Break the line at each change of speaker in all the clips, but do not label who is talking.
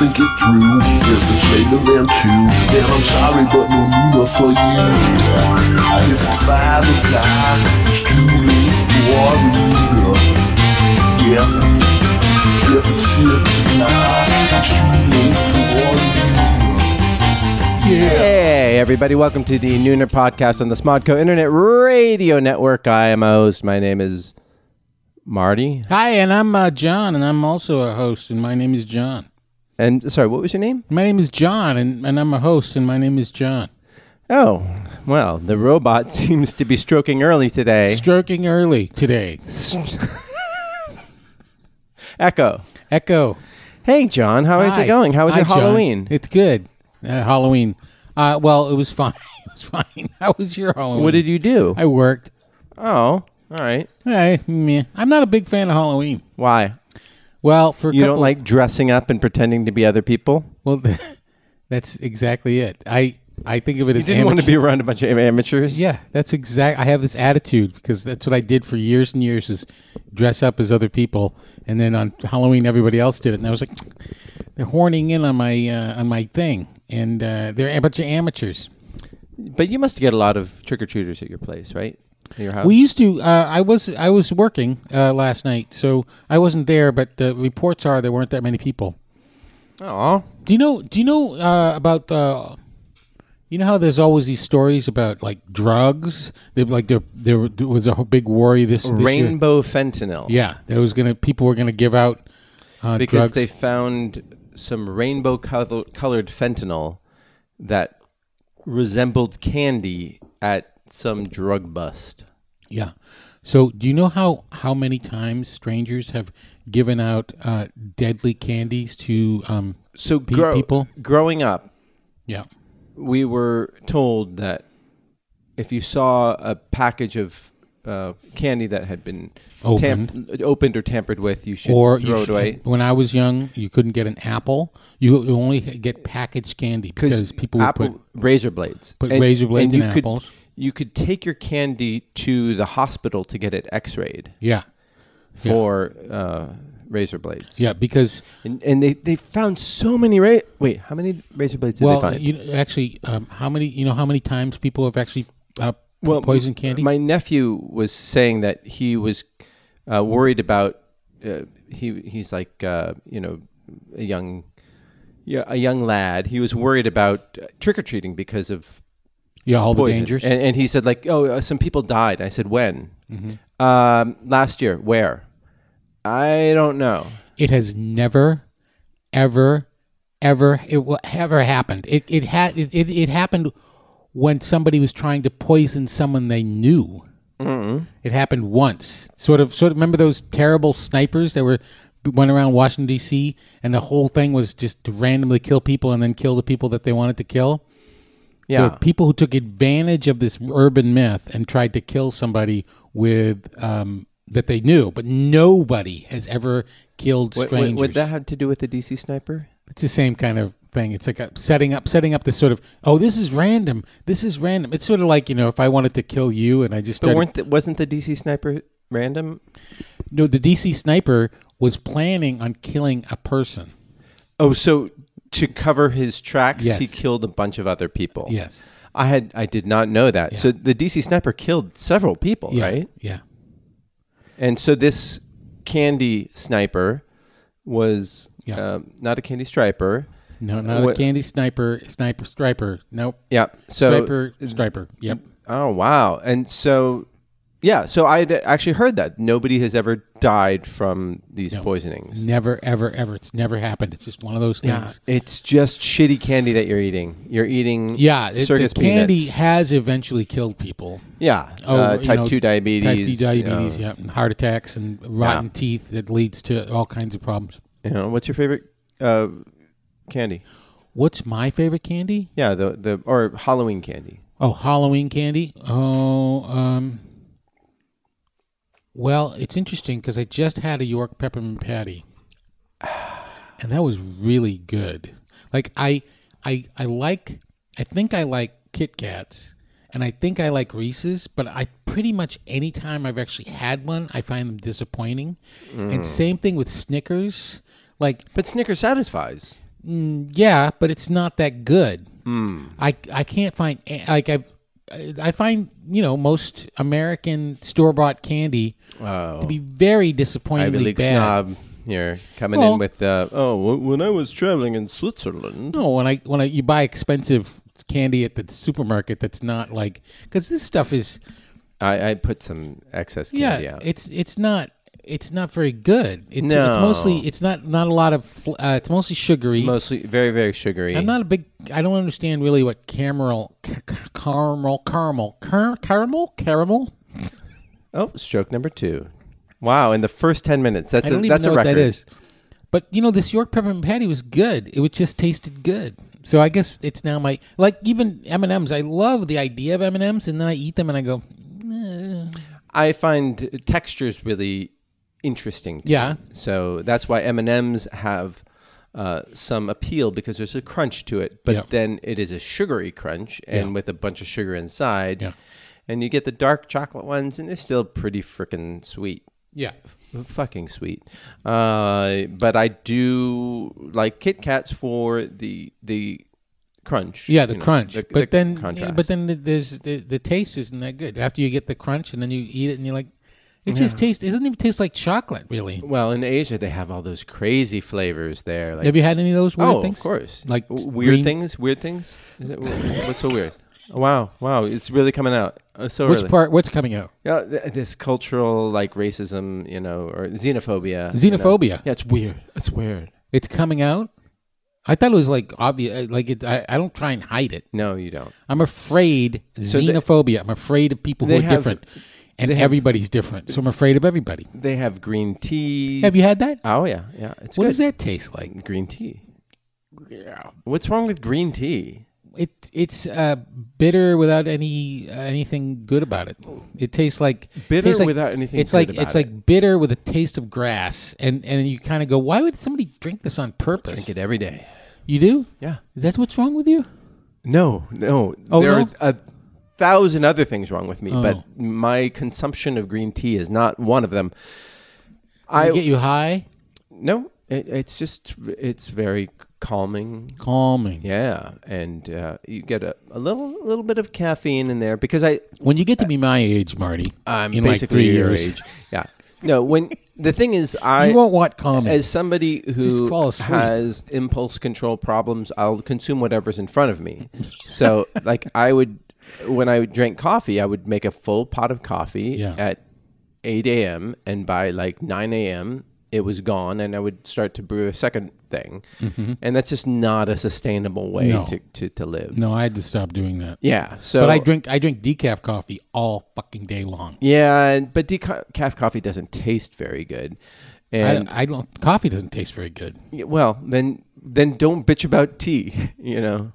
think it through. If it's later than two, then I'm sorry, but no Numa for you. If it's five o'clock, it's too late for a Numa. Yeah. If it's six o'clock, it's too late for a Numa. Yeah.
Hey, everybody, welcome to the Nooner Podcast on the Smodco Internet Radio Network. I am a host. My name is Marty.
Hi, and I'm uh, John, and I'm also a host, and my name is John.
And sorry, what was your name?
My name is John, and, and I'm a host, and my name is John.
Oh, well, the robot seems to be stroking early today.
Stroking early today.
Echo.
Echo.
Hey, John, how is
Hi.
it going? How was
Hi,
your
John.
Halloween?
It's good. Uh, Halloween. Uh, well, it was fine. it was fine. How was your Halloween?
What did you do?
I worked.
oh, all right.
I, meh. I'm not a big fan of Halloween.
Why?
Well, for a
You
couple,
don't like dressing up and pretending to be other people?
Well, that's exactly it. I I think of it as
You didn't
amateur.
want to be around a bunch of amateurs?
Yeah, that's exact. I have this attitude because that's what I did for years and years: is dress up as other people, and then on Halloween everybody else did it, and I was like, they're horning in on my uh, on my thing, and uh, they're a bunch of amateurs.
But you must get a lot of trick or treaters at your place, right? At your house?
We used to. Uh, I was I was working uh, last night, so I wasn't there. But the reports are there weren't that many people.
Aw.
Do you know? Do you know uh, about the? You know how there's always these stories about like drugs. They, like there, there was a big worry this, this year.
Rainbow fentanyl.
Yeah, there was gonna people were gonna give out uh,
because
drugs.
they found some rainbow col- colored fentanyl that resembled candy at some drug bust.
yeah. So do you know how how many times strangers have given out uh, deadly candies to? Um,
So
Pe-
grow-
people?
growing up,
yeah,
we were told that if you saw a package of uh, candy that had been tam- opened or tampered with, you should
or
throw
you
it
should-
away.
when I was young, you couldn't get an apple. You you only get packaged candy because people would
apple
put
razor blades,
put razor blades in
you could,
apples.
You could take your candy to the hospital to get it X-rayed
yeah Yeah.
for uh, razor blades.
yeah because
and, and they, they found so many. Ra- wait, how many razor blades did they
well
find?
you know, actually um, how many you know how many times people have actually uh,
well,
poison candy.
My nephew was saying that he was uh, worried about. Uh, he he's like uh, you know a young yeah a young lad. He was worried about uh, trick or treating because of
yeah, all the
poison.
dangers.
And, and he said like oh uh, some people died. I said when
Mm-hmm.
um, last year where I don't know.
It has never, ever, ever, it will ever happened. It it had it, it, it happened when somebody was trying to poison someone they knew. It happened once. Sort of, sort of. Remember those terrible snipers that were went around Washington D.C. and the whole thing was just to randomly kill people and then kill the people that they wanted to kill. There
Yeah,
were people who took advantage of this urban myth and tried to kill somebody with um, that they knew, but nobody has ever killed
What- what-
strangers.
would that have to do with the DC sniper?
it's the same kind of thing. It's like a setting up, setting up this sort of oh, this is random. This is random. It's sort of like you know, if I wanted to kill you and I just
But
started
weren't the, wasn't the DC sniper random?
no, the DC sniper was planning on killing a person.
Oh, so to cover his tracks,
Yes.
he killed a bunch of other people.
Yes.
I had I did not know that. So the DC sniper killed several people,
Yeah.
right?
Yeah.
And so this candy sniper was
Yeah.
um, not a candy striper.
No, not
What-
a candy sniper, sniper, striper. Nope.
Yeah. So
striper, striper. Yep.
oh wow. And so yeah, so I had actually heard that nobody has ever died from these poisonings.
Never, ever, ever. It's never happened. It's just one of those
Yeah,
things.
it's just shitty candy that you're eating. You're eating
Yeah, it,
circus
the candy
peanuts.
has eventually killed people.
Yeah,
Over,
uh,
you
type
know,
two diabetes.
Type 2
you know.
diabetes, yeah, and heart attacks and rotten teeth that leads to all kinds of problems.
You know, what's your favorite uh, candy?
What's my favorite candy?
Yeah, the the or Halloween candy.
Oh, Halloween candy. Oh, um, well, it's interesting because I just had a York peppermint patty, and that was really good. Like I, I, I like. I think I like Kit Kats, and I think I like Reese's. But I pretty much any time I've actually had one, I find them disappointing. And same thing with Snickers. Like
But Snickers satisfies.
Yeah, but it's not that good.
Hmm.
I I can't find eh, like I I find you know most American store bought candy to be very
Ivy
disappointingly
League
bad.
snob here coming
Well-
in with uh, oh wh- when I was traveling in Switzerland.
No, when I when I, you buy expensive candy at the supermarket, that's not like because this stuff is
I, I put some excess
yeah,
candy out.
it's it's not it's not very good. It's, it's
No.
mostly it's not not a lot of fl- uh, it's mostly sugary.
Mostly very very sugary.
I'm not a big. I don't understand really what caramel, c- c- caramel, caramel, car- caramel, caramel.
oh, stroke number two. Wow, in the first ten minutes, that's
I
a,
don't even
that's
know
a
what
record.
that is. But you know, this York peppermint patty was good. It was just tasted good. So I guess it's now my like even M and M's. I love the idea of M and M's, and then I eat them and I go,
I find textures really interesting. To
Yeah.
me. So that's why M and M's have uh, some appeal because there's a crunch to it, but
Yeah.
then it is a sugary crunch and
Yeah.
with a bunch of sugar inside.
Yeah.
And you get the dark chocolate ones, and they're still pretty freaking sweet.
yeah,
Fucking sweet, uh, but I do like Kit Kats for the the crunch.
yeah, the
you know,
crunch.
the-
but
the
then,
contrast.
but then the- there's the, the taste isn't that good. After you get the crunch, and then you eat it, and you're like, it just tastes. It doesn't even taste like chocolate, really.
well, in Asia they have all those crazy flavors there. Like
Have you had any of those weird
Oh,
things?
of course.
Like
W-
t-
weird
green-
things, weird things. Is that- wh- what's so weird? Wow, wow, it's really coming out uh, so
Which
early.
part? What's coming out?
Yeah, th- this cultural like racism, you know, or xenophobia. you know.
Xenophobia.
Yeah, it's weird. It's weird.
It's coming out. I thought it was like obvious. Like it, I, I don't try and hide it.
No, you don't.
I'm afraid
they-
xenophobia. I'm afraid of people who
They
are
have-
different, and
they have-
everybody's different. So I'm afraid of everybody.
They have green tea.
Have you had that?
oh yeah, yeah. It's
What
good.
does that taste like?
Green tea. What's wrong with green tea?
It it's uh, bitter without any uh, anything good about it. It tastes like
Bitter
tastes like-
without anything
It's
good
like
about
it's
it.
like bitter with a taste of grass, and and you kind of go, why would somebody drink this on purpose?
Drink it every day.
You do?
Yeah.
Is that what's wrong with you?
No, no.
Oh,
there
no?
are a thousand other things wrong with me,
Oh.
but my consumption of green tea is not one of them.
Does
I
it get you high,
no, it, it's just it's very calming.
calming.
Yeah, and uh, you get a, a little little bit of caffeine in there because I
When you get to be my age, Marty,
I'm
in like
basically
three
your
years,
age. Yeah. No, when the thing is I
you won't want calming.
as somebody
Mm. Just fall
who
asleep.
has impulse control problems, I'll consume whatever's in front of me. so, like, I would, when I would drink coffee, I would make a full pot of coffee
Yeah.
at 8 a.m. And by like 9 a.m., it was gone, and I would start to brew a second thing. And that's just not a sustainable way
Mm-hmm. No.
to, to, to live.
no, I had to stop doing that.
Yeah. So,
But I drink I drink decaf coffee all fucking day long.
yeah, and- but decaf coffee doesn't taste very good. And
I, I don't. Coffee doesn't taste very good.
Yeah, well, then then don't bitch about tea, you know.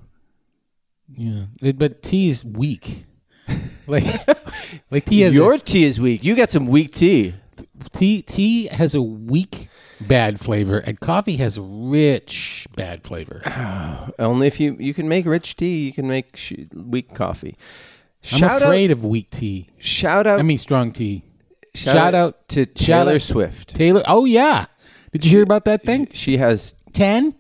Yeah, It- but tea is weak. Like, like tea has
Your
a,
tea is weak. You got some weak tea.
tea tea has a weak bad flavor, and coffee has a rich bad flavor.
Uh, Only if you you can make rich tea, you can make sh- weak coffee.
I'm
Shout
afraid of weak tea.
out! Shout out!
I mean, strong tea.
shout, out
shout out-
to
shout
Taylor
out-
Swift.
Taylor. Oh yeah. Did you hear about that thing?
She has
Ten.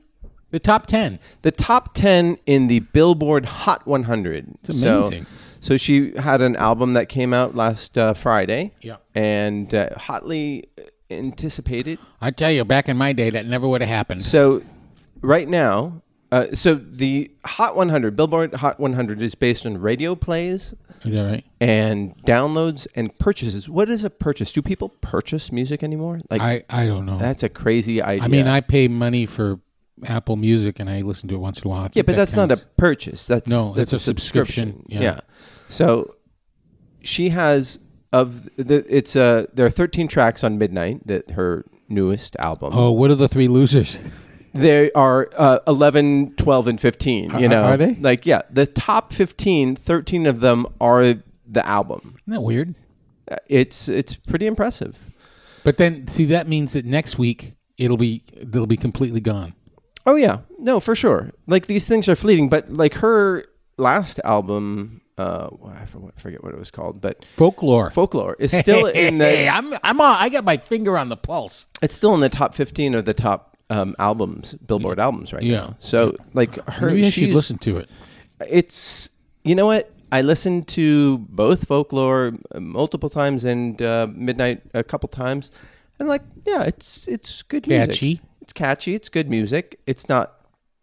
The top ten.
the top ten in the Billboard Hot 100.
It's
So-
amazing.
So, she had an album that came out last uh, Friday.
Yeah.
And uh, hotly anticipated.
I tell you, back in my day, that never would have happened.
So, right now, uh, so the Hot 100, Billboard Hot 100, is based on radio plays
Is that right?
and downloads and purchases. What is a purchase? Do people purchase music anymore? Like,
I I don't know.
that's a crazy idea.
I mean, I pay money for Apple Music and I listen to it once in a while. I
yeah,
think
but
that
that's not a
counts.
purchase. That's
No,
that's
it's a subscription.
Yeah.
Yeah.
So, she has of the it's a there are 13 tracks on Midnight that her newest album.
Oh, what are the three losers?
There are uh, 11, 12, and 15. you
Are-
know,
are they?
Like, yeah, the top 15, 13 of them are the album.
Isn't that weird?
Uh, It's it's pretty impressive.
But then, see, that means that next week it'll be it'll be completely gone.
Oh yeah, no, for sure. Like these things are fleeting, but like her last album, uh, I for- forget what it was called, but
Folklore.
Folklore is still in
Hey,
the
I'm I'm on, I got my finger on the pulse.
it's still in the top 15 or the top um, albums, Billboard albums right
Yeah.
now. So like her,
Maybe I should
she's-
listen to it.
It's you know what I listened to both folklore uh, multiple times and uh, midnight a couple times, and like yeah, it's it's good music.
Catchy.
It's catchy. It's good music. It's not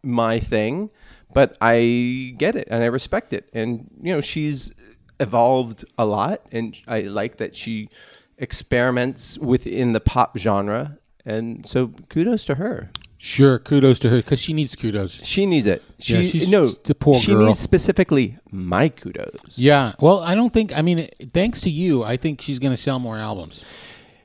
my thing, but I get it and I respect it. And you know she's evolved a lot, and I like that she experiments within the pop genre. And so kudos to her.
Sure, kudos to her because she needs kudos.
She needs it. She
Yeah, she's-
no,
the poor
she
girl.
needs specifically my kudos.
Yeah. Well, I don't think. I mean, thanks to you, I think she's going to sell more albums.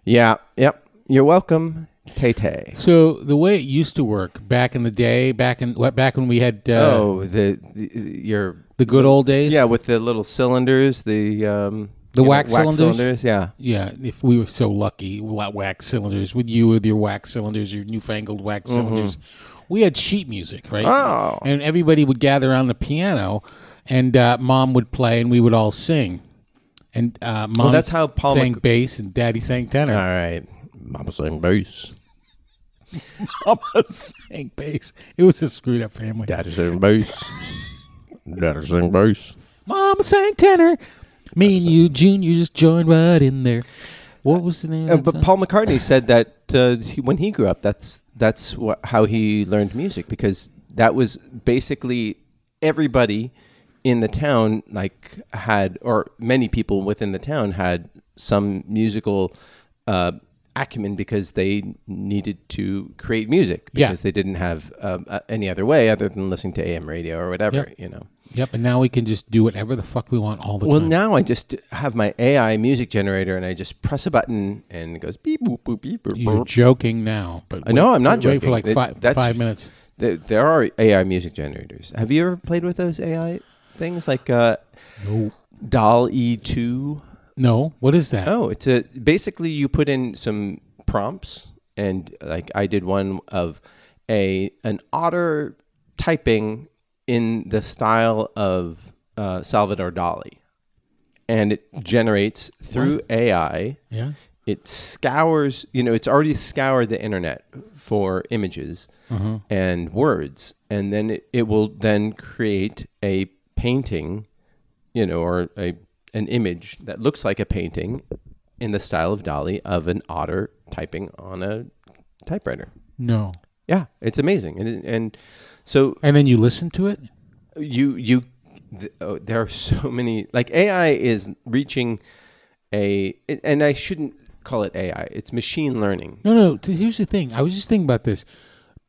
Yeah. Yep. You're welcome, Tay Tay.
So the way it used to work back in the day, back in what- back when we had uh,
Oh, the, the your
the good old days.
yeah with the little cylinders, the um,
The
you know,
wax cylinders?
Yeah.
Yeah, if we were so lucky, wa- wax cylinders with you with your wax cylinders, your newfangled wax cylinders. We had sheet music, right?
Mm-hmm. Oh.
And everybody would gather around the piano, and uh, mom would play, and we would all sing. And uh, mom
that's how Paul
sang
Mc-
bass, and daddy sang tenor.
All right. Mama sang bass.
Mama sang bass. It was a screwed up family.
Daddy sang bass. Daddy sang bass.
Mama sang tenor. Me and you, June, you just joined right in there. What was the name? of that
Uh, but
song?
Paul McCartney said that uh, he, when he grew up, that's that's wha- how he learned music because that was basically everybody in the town like had or many people within the town had some musical uh, acumen because they needed to create music
Yeah.
because they didn't have um, uh, any other way other than listening to AM radio or whatever
Yep.
you know.
Yep, and now we can just do whatever the fuck we want all the
Well,
time.
now I just have my AI music generator and I just press a button and it goes beep boop boop beep boop.
You're
boop.
joking now, but
I know, I'm not
wait for
joking.
like
That-
five,
that's-
five minutes.
There, there are AI music generators. Have you ever played with those AI things like uh,
No,
Doll E2?
no, what is that?
Oh, it's a basically you put in some prompts, and like I did one of a an otter typing in the style of uh, Salvador Dali, and it generates through AI
Yeah,
it scours you know it's already scoured the internet for images and words and then it, it will then create a painting you know or a an image that looks like a painting in the style of Dali of an otter typing on a typewriter
no.
yeah it's amazing and and so
And then you listen to it.
you you th- oh, there are so many like AI is reaching a and I shouldn't call it AI. It's machine learning.
No, no. t- Here's the thing. I was just thinking about this.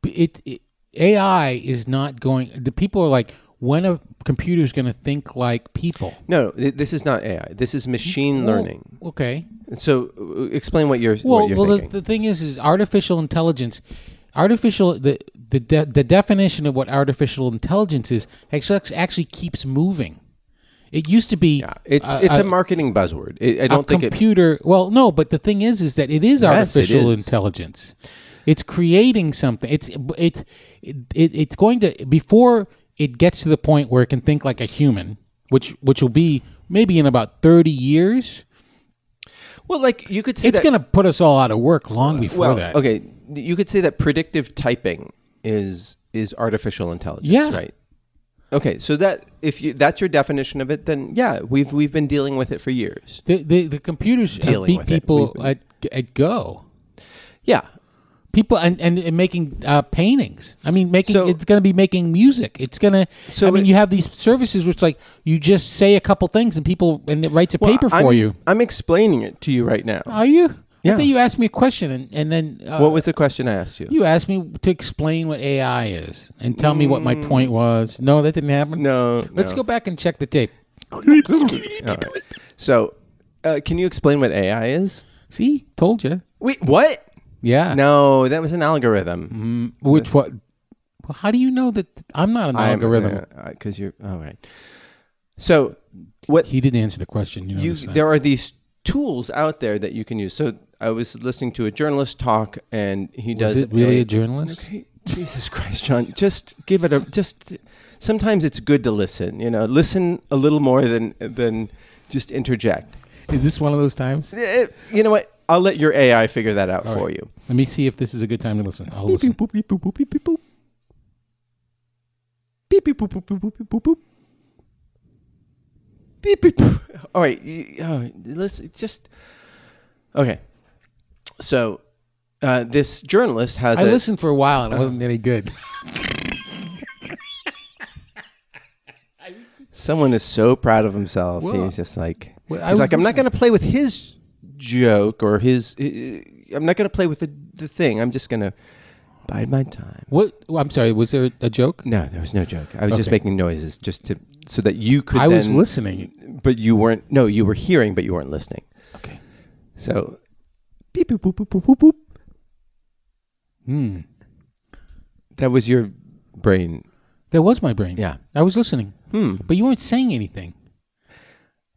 B- It, it AI is not going. The people are like, when a computer's going to think like people?
No, th- this is not AI. This is machine learning.
Well, okay.
So uh, explain what you're
Well,
what you're
well, the,
thinking.
the thing is, is artificial intelligence. Artificial the the de- the definition of what artificial intelligence is actually actually keeps moving. It used to be
it's
a-
it's
a-
a marketing buzzword. It, I
a
don't think it.
computer. well, no, but the thing is, is that it is
it
artificial
is.
intelligence. It's creating something. It's it's it, it, it's going to before it gets to the point where it can think like a human, which which will be maybe in about thirty years.
Well, like you could say
It's
that, Uh,
going to put us all out of work long before
well,
that.
okay, you could say that predictive typing is is artificial intelligence,
Yeah.
right? Okay, so that if you that's your definition of it, then yeah, we've we've been dealing with it for years.
The the, the computers uh,
Dealing
beat
with it.
people
We've been-
at, at go.
Yeah.
People and, and, and making uh, paintings. I mean, making
So-
it's going to be making music. It's going to.
So
I mean,
it-
you have these services which like you just say a couple things and people and it writes a paper
I'm,
for you.
I'm explaining it to you right now.
Are you? I
Yeah.
thought you asked me a question and and then uh,
what was the question I asked you?
you asked me to explain what AI is and tell me what my point was. No, that didn't happen.
Mm. no.
Let's
no.
go back and check the tape.
All right. So, uh, can you explain what AI is?
See, told you.
Wait, what?
Yeah.
No, that was an
Mm,
algorithm.
Which what? Well, how do you know that I'm not an algorithm?
Because uh, you're. All right. So, what
He didn't answer the question. You,
you
noticed that.
there are these tools out there that you can use. So, I was listening to a journalist talk, and he does.
Is it really
a-
a journalist?
Okay, Jesus Christ, John. Just give it a just. Sometimes it's good to listen. You know, listen a little more than than just interject.
Is this one of those times?
Eh, You know what? I'll let your AI figure that out for you.
Let me see if this is a good time to listen. I'll listen.
Boop, beep, boop, boop, beep, beep, boop. Beep, beep, boop, boop, boop, boop, boop, boop, boop. Beep, beep, boop. All right. y- Oh, let's just. Okay. So uh, this journalist has
I
a.
listened for a while and it wasn't any good.
Someone is so proud of himself.
Well,
he's just like.
well, I
he's
was
like, I'm not
listening-
going to play with his joke or his. I'm not going to play with the, the thing. I'm just going to bide my time.
What? oh, I'm sorry. Was there a joke?
No, there was no joke. I was just
Okay.
making noises just to so that you could.
I was
then-
listening.
but you weren't. No, you were hearing, but you weren't listening.
Okay.
So, beep beep boop boop boop boop boop.
Hmm.
That was your brain.
That was my brain.
Yeah.
I was listening.
Hmm.
But you weren't saying anything.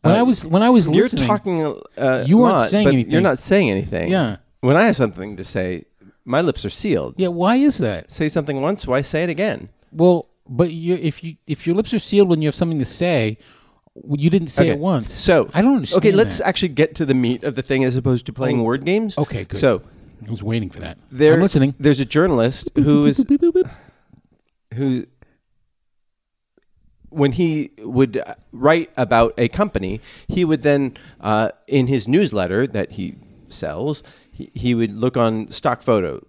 When
Uh,
I was when I was
You're
listening,
talking. Uh,
You
a
aren't
lot,
saying
but You're
anything.
not saying anything.
Yeah.
When I have something to say, my lips are sealed.
Yeah, why is that?
Say something once, why say it again?
Well, but you if you if your lips are sealed when you have something to say, well, you didn't say
Okay.
it once.
So
I don't understand.
Okay, let's
that. Oh.
actually get to the meat of the thing as opposed to playing word games.
okay, good.
So
I was waiting for that.
there,
I'm listening.
There's a journalist who is
Boop, boop, boop, boop.
who when he would uh, write about a company he would then uh, in his newsletter that he sells he, he would look on stock photo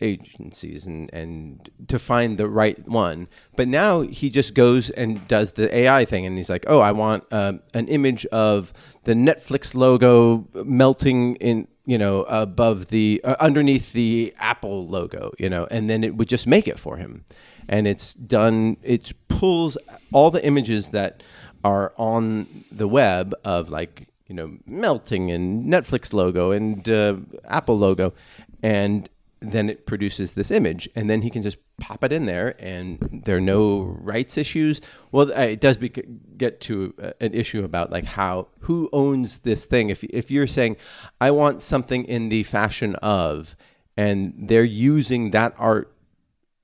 agencies and, and to find the right one but now he just goes and does the ai thing and he's like oh i want um, an image of the netflix logo melting in you know above the uh, underneath the apple logo you know and then it would just make it for him and it's done it pulls all the images that are on the web of like you know melting and netflix logo and uh, apple logo and then it produces this image and then he can just pop it in there and there are no rights issues well uh, it does bec get to uh, an issue about like how who owns this thing if, if you're saying i want something in the fashion of and they're using that art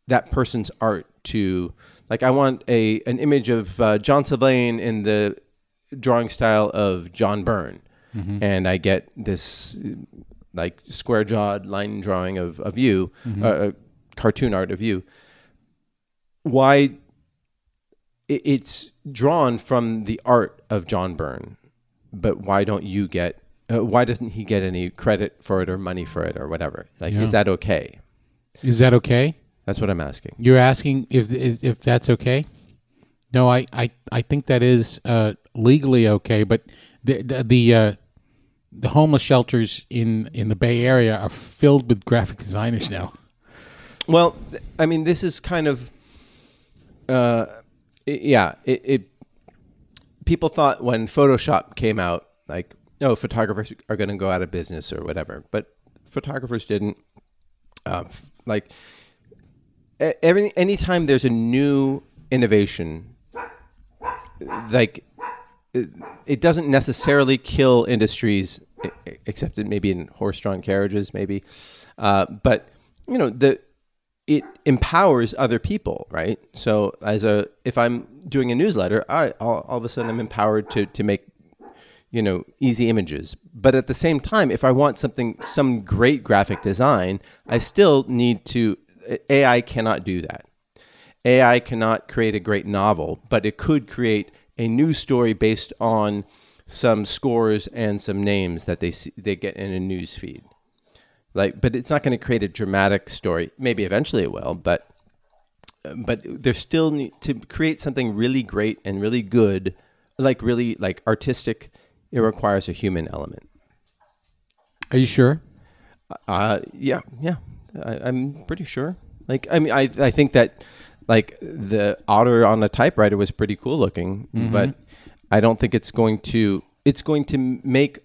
that person's art to like i want a an image of uh, john sylvain in the drawing style of john byrne and i get this uh, like square jawed line drawing of, of you uh, uh, cartoon art of you why it, it's drawn from the art of john byrne but why don't you get uh, why doesn't he get any credit for it or money for it or whatever like
Yeah.
is that okay
Is that okay?
that's what i'm asking
You're asking if is, if that's okay? No, I I, I think that is uh, legally okay, but the the the, uh, the homeless shelters in in the Bay Area are filled with graphic designers now.
Well, th- I mean, this is kind of, uh, i yeah. It, it people thought when Photoshop came out, like, no, photographers are going to go out of business or whatever, but photographers didn't. Uh, f- like, e- every anytime there's a new innovation, like it doesn't necessarily kill industries, e- e- except it maybe in horse-drawn carriages, maybe. Uh, but you know, the it empowers other people, right? So as a if I'm doing a newsletter, I all, all of a sudden I'm empowered to to make you know easy images. But at the same time, if I want something some great graphic design, I still need to AI cannot do that. AI cannot create a great novel, but it could create a news story based on some scores and some names that they see, they get in a news feed. Like, but it's not going to create a dramatic story. Maybe eventually it will, but but there's still need to create something really great and really good, like really like artistic. It requires a human element.
Are you sure?
Uh, yeah, yeah. I, I'm pretty sure. Like, I mean, I, I think that like the otter on the typewriter was pretty cool looking, but I don't think it's going to it's going to make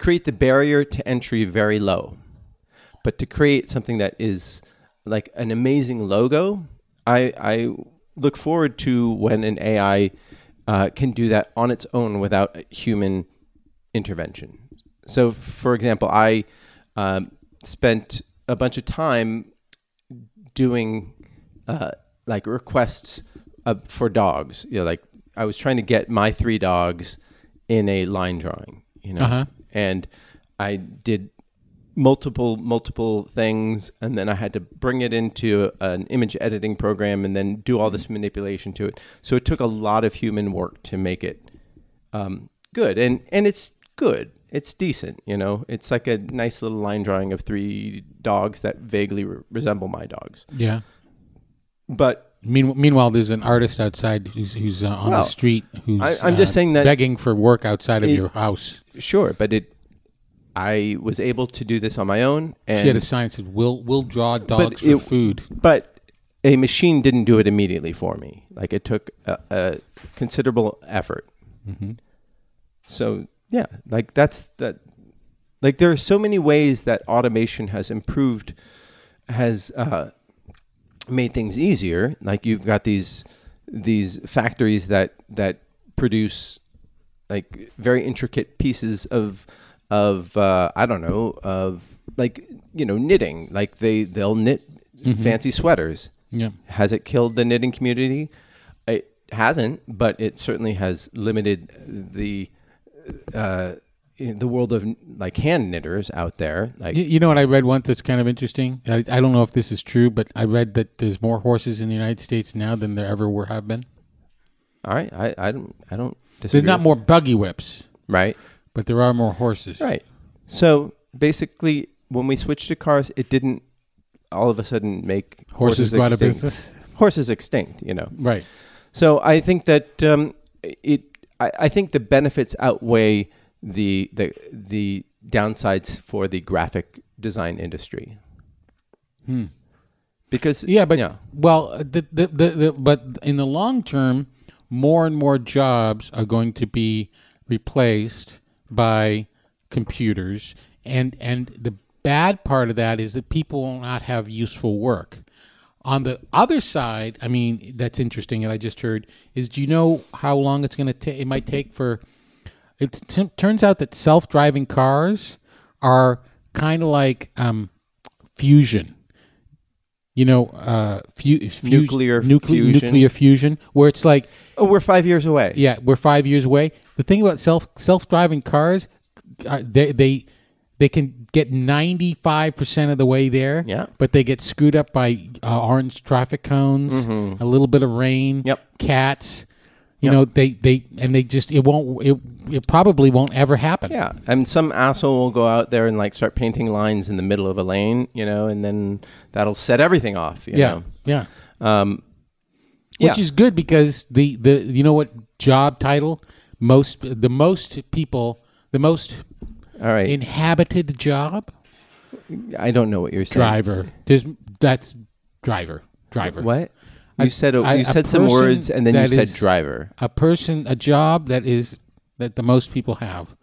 create the barrier to entry very low. But to create something that is like an amazing logo, I I look forward to when an AI uh, can do that on its own without human intervention. So, for example, I um, spent a bunch of time doing uh, like requests uh, for dogs. You know, like I was trying to get my three dogs in a line drawing, you know,
Uh-huh.
and I did multiple multiple things and then I had to bring it into an image editing program and then do all this manipulation to it. So it took a lot of human work to make it um, good and and it's good. It's decent, you know. It's like a nice little line drawing of three dogs that vaguely re- resemble my dogs.
Yeah.
But
Mean, meanwhile, there's an artist outside who's, who's uh, on
Well,
the street who's
I- I'm just
uh,
saying that-
begging for work outside of your house.
sure, but it I was able to do this on my own and
She had a sign that said, "We'll we'll draw dogs for
it-
food."
but a machine didn't do it immediately for me. Like it took a, a considerable effort. So yeah, like that's that. Like there are so many ways that automation has improved, has uh, made things easier. Like you've got these these factories that that produce like very intricate pieces of of uh, I don't know of like you know knitting. Like they they'll knit fancy sweaters.
Yeah.
Has it killed the knitting community? It hasn't, but it certainly has limited the uh, in the world of like hand knitters out there. Like
You, you know what I read once that's kind of interesting. I, I don't know if this is true, but I read that there's more horses in the United States now than there ever were have been.
all right, I, I don't I don't disagree.
There's not more buggy whips,
right.
but there are more horses.
Right. So basically, when we switched to cars, it didn't all of a sudden make horses,
Horses go out of
extinct.
business?
Horses extinct, you know.
Right.
So I think that um, it. I, I think the benefits outweigh the the the downsides for the graphic design industry. Because
Hmm. Yeah, but well, the, the, the, the, but in the long term, more and more jobs are going to be replaced by computers, and and the bad part of that is that people will not have useful work. On the other side, I mean, that's interesting, and I just heard is do you know how long it's going to take? It might take for it t- turns out that self-driving cars are kind of like um, fusion. You know, uh, fu- fu-
Nuclear fusion.
nuclear fusion, where it's like,
oh, we're five years away.
yeah, we're five years away. The thing about self self-driving cars, uh, they they they can get ninety-five percent of the way there.
Yeah.
but they get screwed up by uh, orange traffic cones, a little bit of rain,
Mm-hmm. Yep.
cats. You know, they they and they just it won't it it probably won't ever happen.
Yeah, and some asshole will go out there and like start painting lines in the middle of a lane, you know, and then that'll set everything off. You
yeah,
know?
yeah.
yeah.
Which is good because the the you know what job title most the most people the most
All right,
inhabited job
I don't know what you're saying.
driver. There's that's driver driver.
What
A-
you said?
I-
you
a
said some
person
words, and then you
that
said
is-
driver.
A person a job that is that the most people have.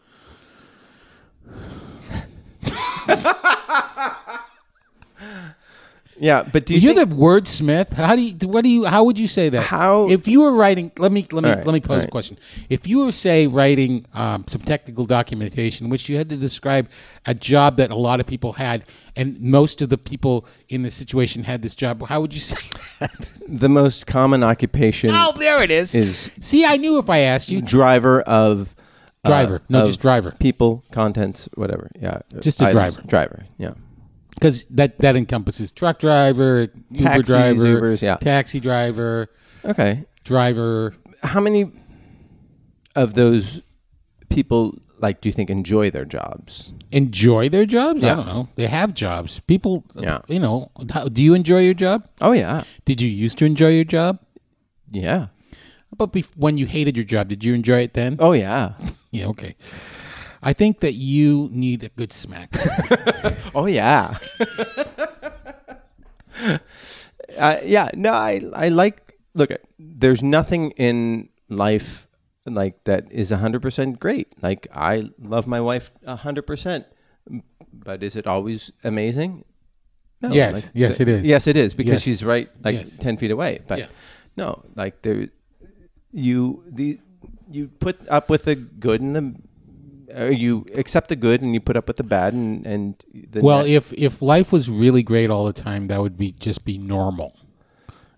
Yeah, but do you
You're
think-
the wordsmith. How do you? What do you? How would you say that?
How-
If you were writing, let me let me
All right,
let me pose
all
a
right.
question. If you were say writing um, some technical documentation, which you had to describe a job that a lot of people had, and most of the people in the situation had this job, how would you say that?
the most common occupation
oh, there it is.
Is-
See, I knew if I asked you.
driver of uh,
Driver. No,
of
just driver.
people contents whatever yeah
Just a
items.
driver.
driver yeah
because that that encompasses truck driver, Uber
Taxis,
driver,
Ubers, yeah.
taxi driver,
okay
driver.
how many of those people like do you think enjoy their jobs
Enjoy their jobs? I
Yeah.
don't know. They have jobs. People,
Yeah.
you know, how- do you enjoy your job?
oh yeah
Did you used to enjoy your job?
yeah
How about bef- when you hated your job? Did you enjoy it then?
oh yeah
Yeah, okay. I think that you need a good smack.
oh yeah uh, yeah no I I like look there's nothing in life like that is 100% great like I love my wife 100% but is it always amazing no,
Yes, yes, it is.
yes it is because
Yes.
she's right like
Yes.
10 feet away but
Yeah.
no like there you the you put up with the good and the or you accept the good and you put up with the bad and and the
well,
net-
if if life was really great all the time, that would be just be normal,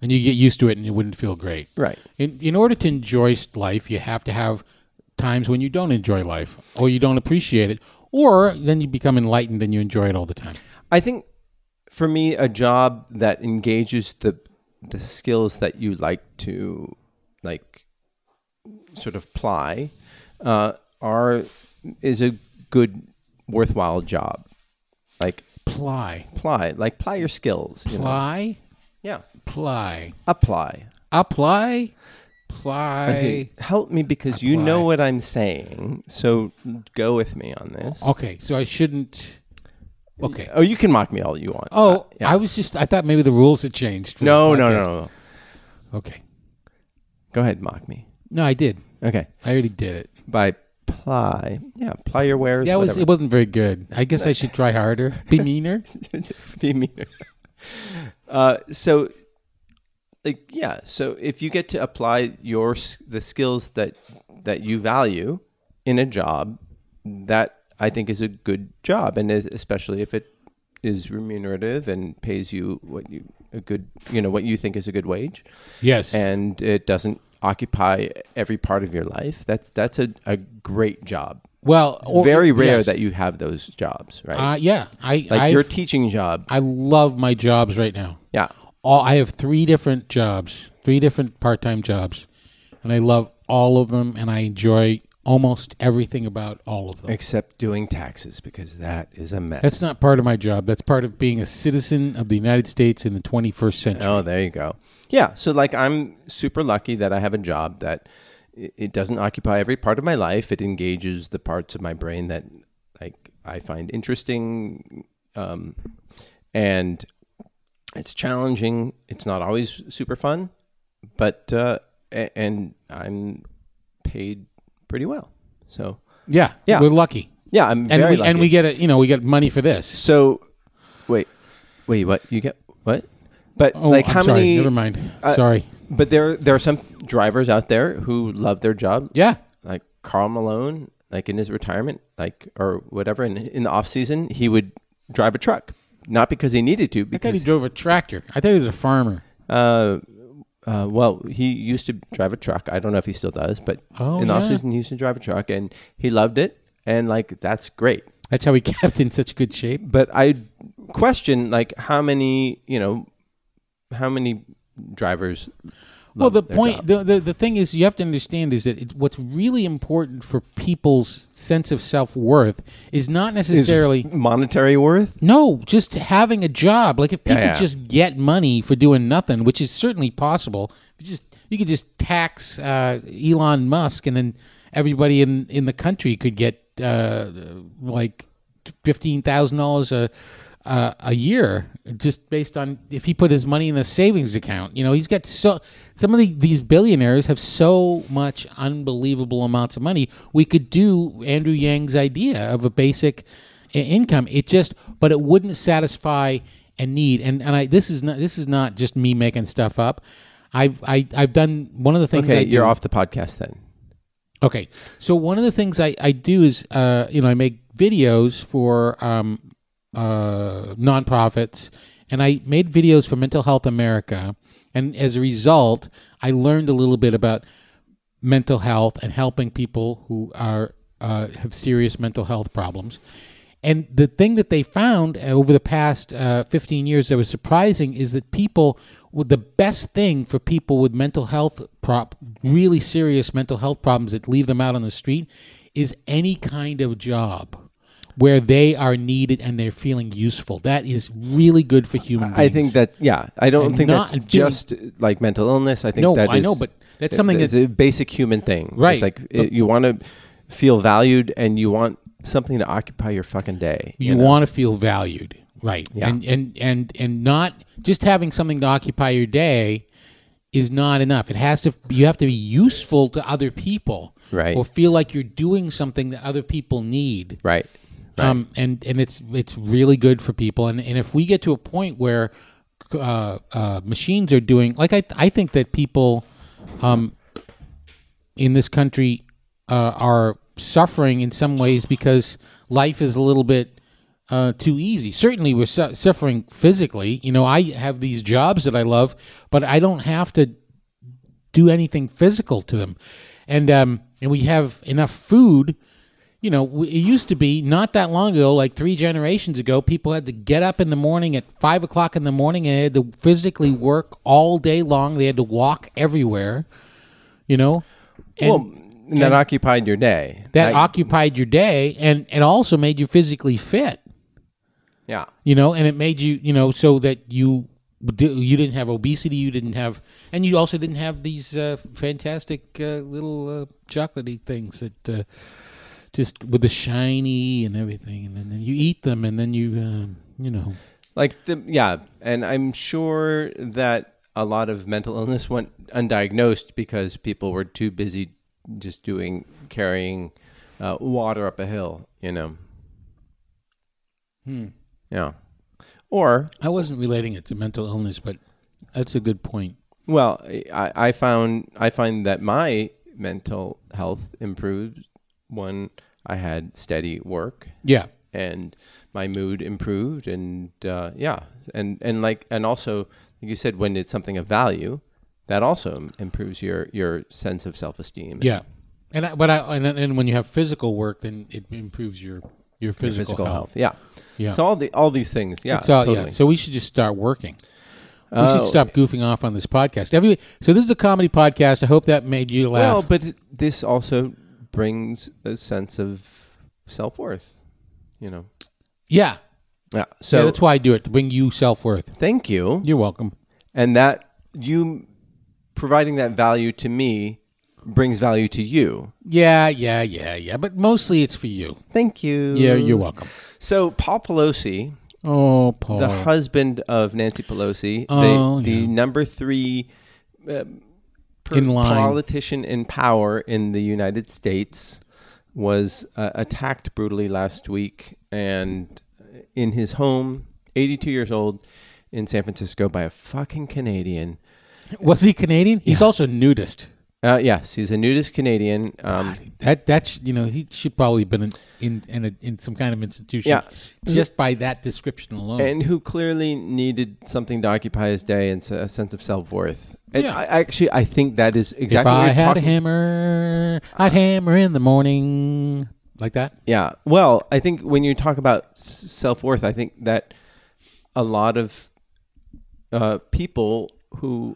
and you get used to it, and it wouldn't feel great.
right
In, in order to enjoy s- life, you have to have times when you don't enjoy life, or you don't appreciate it, Or then you become enlightened and you enjoy it all the time.
I think for me, a job that engages the the skills that you like to like sort of ply uh, are is a good worthwhile job. Like
Ply.
ply, like ply your skills. You know?
Ply?
Yeah,
Ply.
apply.
Apply? Ply.
Hey, help me because you know what I'm saying. So go with me on this.
Okay, so I shouldn't. Okay.
Oh, you can mock me all you want.
Oh,
Uh, yeah.
I was just. I thought maybe the rules had changed. for
no,
the
no, no,
podcast.
no.
Okay.
Go ahead, mock me.
No, I did.
Okay.
I already did it.
By ply. Yeah, ply your wares.
That was.
whatever.
It wasn't very good. I guess I should try harder. Be meaner.
be meaner. Uh, so, like, yeah. So if you get to apply your s- the skills that that you value in a job, that I think is a good job, and is, especially if it is remunerative and pays you what you a good you know what you think is a good wage,
Yes.
and it doesn't occupy every part of your life. That's that's a, a great job.
well, or-
Very rare
yes.
that you have those jobs, right?
Uh, yeah, I.
like
I've-
your teaching job.
I love my jobs right now.
Yeah.
All I have three different jobs, three different part-time jobs, and I love all of them, and I enjoy almost everything about all of them.
except doing taxes because that is a mess.
That's not part of my job. That's part of being a citizen of the United States in the 21st century.
Oh, there you go. Yeah. So, like, I'm super lucky that I have a job that i- it doesn't occupy every part of my life. It engages the parts of my brain that, like, I find interesting, um, and it's challenging. It's not always super fun, but uh, a- and I'm paid pretty well. So,
Yeah,
Yeah.
we're lucky,
yeah, I'm
and
very
we
lucky.
and we get it. You know, we get money for this.
So, wait, wait, what you get? What? But
Oh,
like,
I'm
how
sorry.
many?
Never mind.
uh,
sorry.
But there, there are some drivers out there who love their job.
Yeah,
Like Carl Malone, like in his retirement, like or whatever, in in the off season, he would drive a truck, not because he needed to,
I thought he
because
drove a tractor. I thought he was a farmer.
uh, uh, well, he used to drive a truck. I don't know if he still does, but
Oh,
in the off
yeah.
season, he used to drive a truck, and he loved it, and like that's great.
That's how he kept in such good shape.
but I question like how many you know how many drivers.
Well,
love
the
their
point,
job?
the, the the thing is, you have to understand is that it, what's really important for people's sense of self worth is not necessarily
monetary worth.
No, just having a job. Like if people
yeah.
just get money for doing nothing, which is certainly possible. You just you could just tax uh, Elon Musk, and then everybody in in the country could get uh, like fifteen thousand dollars a uh, a year just based on if he put his money in a savings account. You know, he's got so some of the, these billionaires have so much unbelievable amounts of money. We could do Andrew Yang's idea of a basic i- income. It just, but it wouldn't satisfy a need. And and I this is not this is not just me making stuff up. I've I, I've done one of the things. I
Okay,
do-
you're off the podcast then.
Okay, so one of the things I I do is uh you know I make videos for um uh nonprofits, and I made videos for Mental Health America, and as a result, I learned a little bit about mental health and helping people who are uh, have serious mental health problems. And the thing that they found uh, over the past uh, 15 years that was surprising is that people, well, the best thing for people with mental health prop, really serious mental health problems that leave them out on the street, is any kind of job where they are needed and they're feeling useful. That is really good for human beings.
I think that yeah, I don't
And
think
not-
that's
and feeling-
just uh, like mental illness. I think
No,
that
I
is-
know, but that's something
it's
that-
a basic human thing.
Right.
It's like it, you want to feel valued and you want something to occupy your fucking day.
you,
know?
want to feel valued right
Yeah.
and and and and not just having something to occupy your day is not enough it has to you have to be useful to other people
Right.
or feel like you're doing something that other people need
right. right.
um, and and it's it's really good for people. And and if we get to a point where uh, uh, machines are doing like I I think that people, um, in this country, uh, are suffering in some ways because life is a little bit. Uh, too easy. Certainly, we're su- suffering physically. You know, I have these jobs that I love, but I don't have to do anything physical to them, and um, and we have enough food you know, w- it used to be not that long ago, like three generations ago, people had to get up in the morning at five o'clock in the morning and they had to physically work all day long. They had to walk everywhere, you know. And
well, and that occupied your day.
that
Like,
occupied your day and, and also made you physically fit,
yeah.
you know, and it made you, you know, so that you di- you didn't have obesity, you didn't have, and you also didn't have these uh, fantastic uh, little uh, chocolatey things that uh, just with the shiny and everything, and then, then you eat them, and then you, um, you know,
Like the yeah, and I'm sure that a lot of mental illness went undiagnosed because people were too busy just doing carrying uh, water up a hill, you know. Yeah. Or
I wasn't relating it to mental illness, but that's a good point.
well, I, I found I find that my mental health improved when I had steady work
Yeah,
and my mood improved and uh, yeah and and like and also like you said when it's something of value that also im- improves your your sense of self-esteem
yeah, and I, but I and, and when you have physical work, then it improves your your physical,
physical
health.
health. yeah
Yeah.
so all the all these things yeah
So yeah,
Uh, totally.
so we should just start working. We should
Oh.
stop goofing off on this podcast. Every so this is a comedy podcast. I hope that made you laugh.
well but it, this also brings a sense of self-worth you know
yeah,
yeah
so
so
that's why I do it to bring you self worth.
thank you
You're welcome.
and that you providing that value to me brings value to you
Yeah, yeah, yeah, yeah. But mostly it's for you.
thank you
Yeah, you're welcome.
so paul pelosi
Oh, Paul.
the husband of Nancy Pelosi,
Oh,
the, the number three uh, per-
In line.
politician in power in the United States, was uh, attacked brutally last week and uh, in his home, 82 years old, in San Francisco by a fucking Canadian.
Was he Canadian? He's also nudist.
Uh, yes, he's a nudist Canadian. Um,
That that's you know he should probably have been in in in, a, in some kind of institution.
Yeah.
just by that description alone.
and who clearly needed something to occupy his day and s- a sense of self worth. And
Yeah.
I, actually, I think that is
if
exactly. what
I
you're
had a
talking-
hammer, I'd hammer in the morning, like that.
Yeah. Well, I think when you talk about self worth, I think that a lot of uh, people who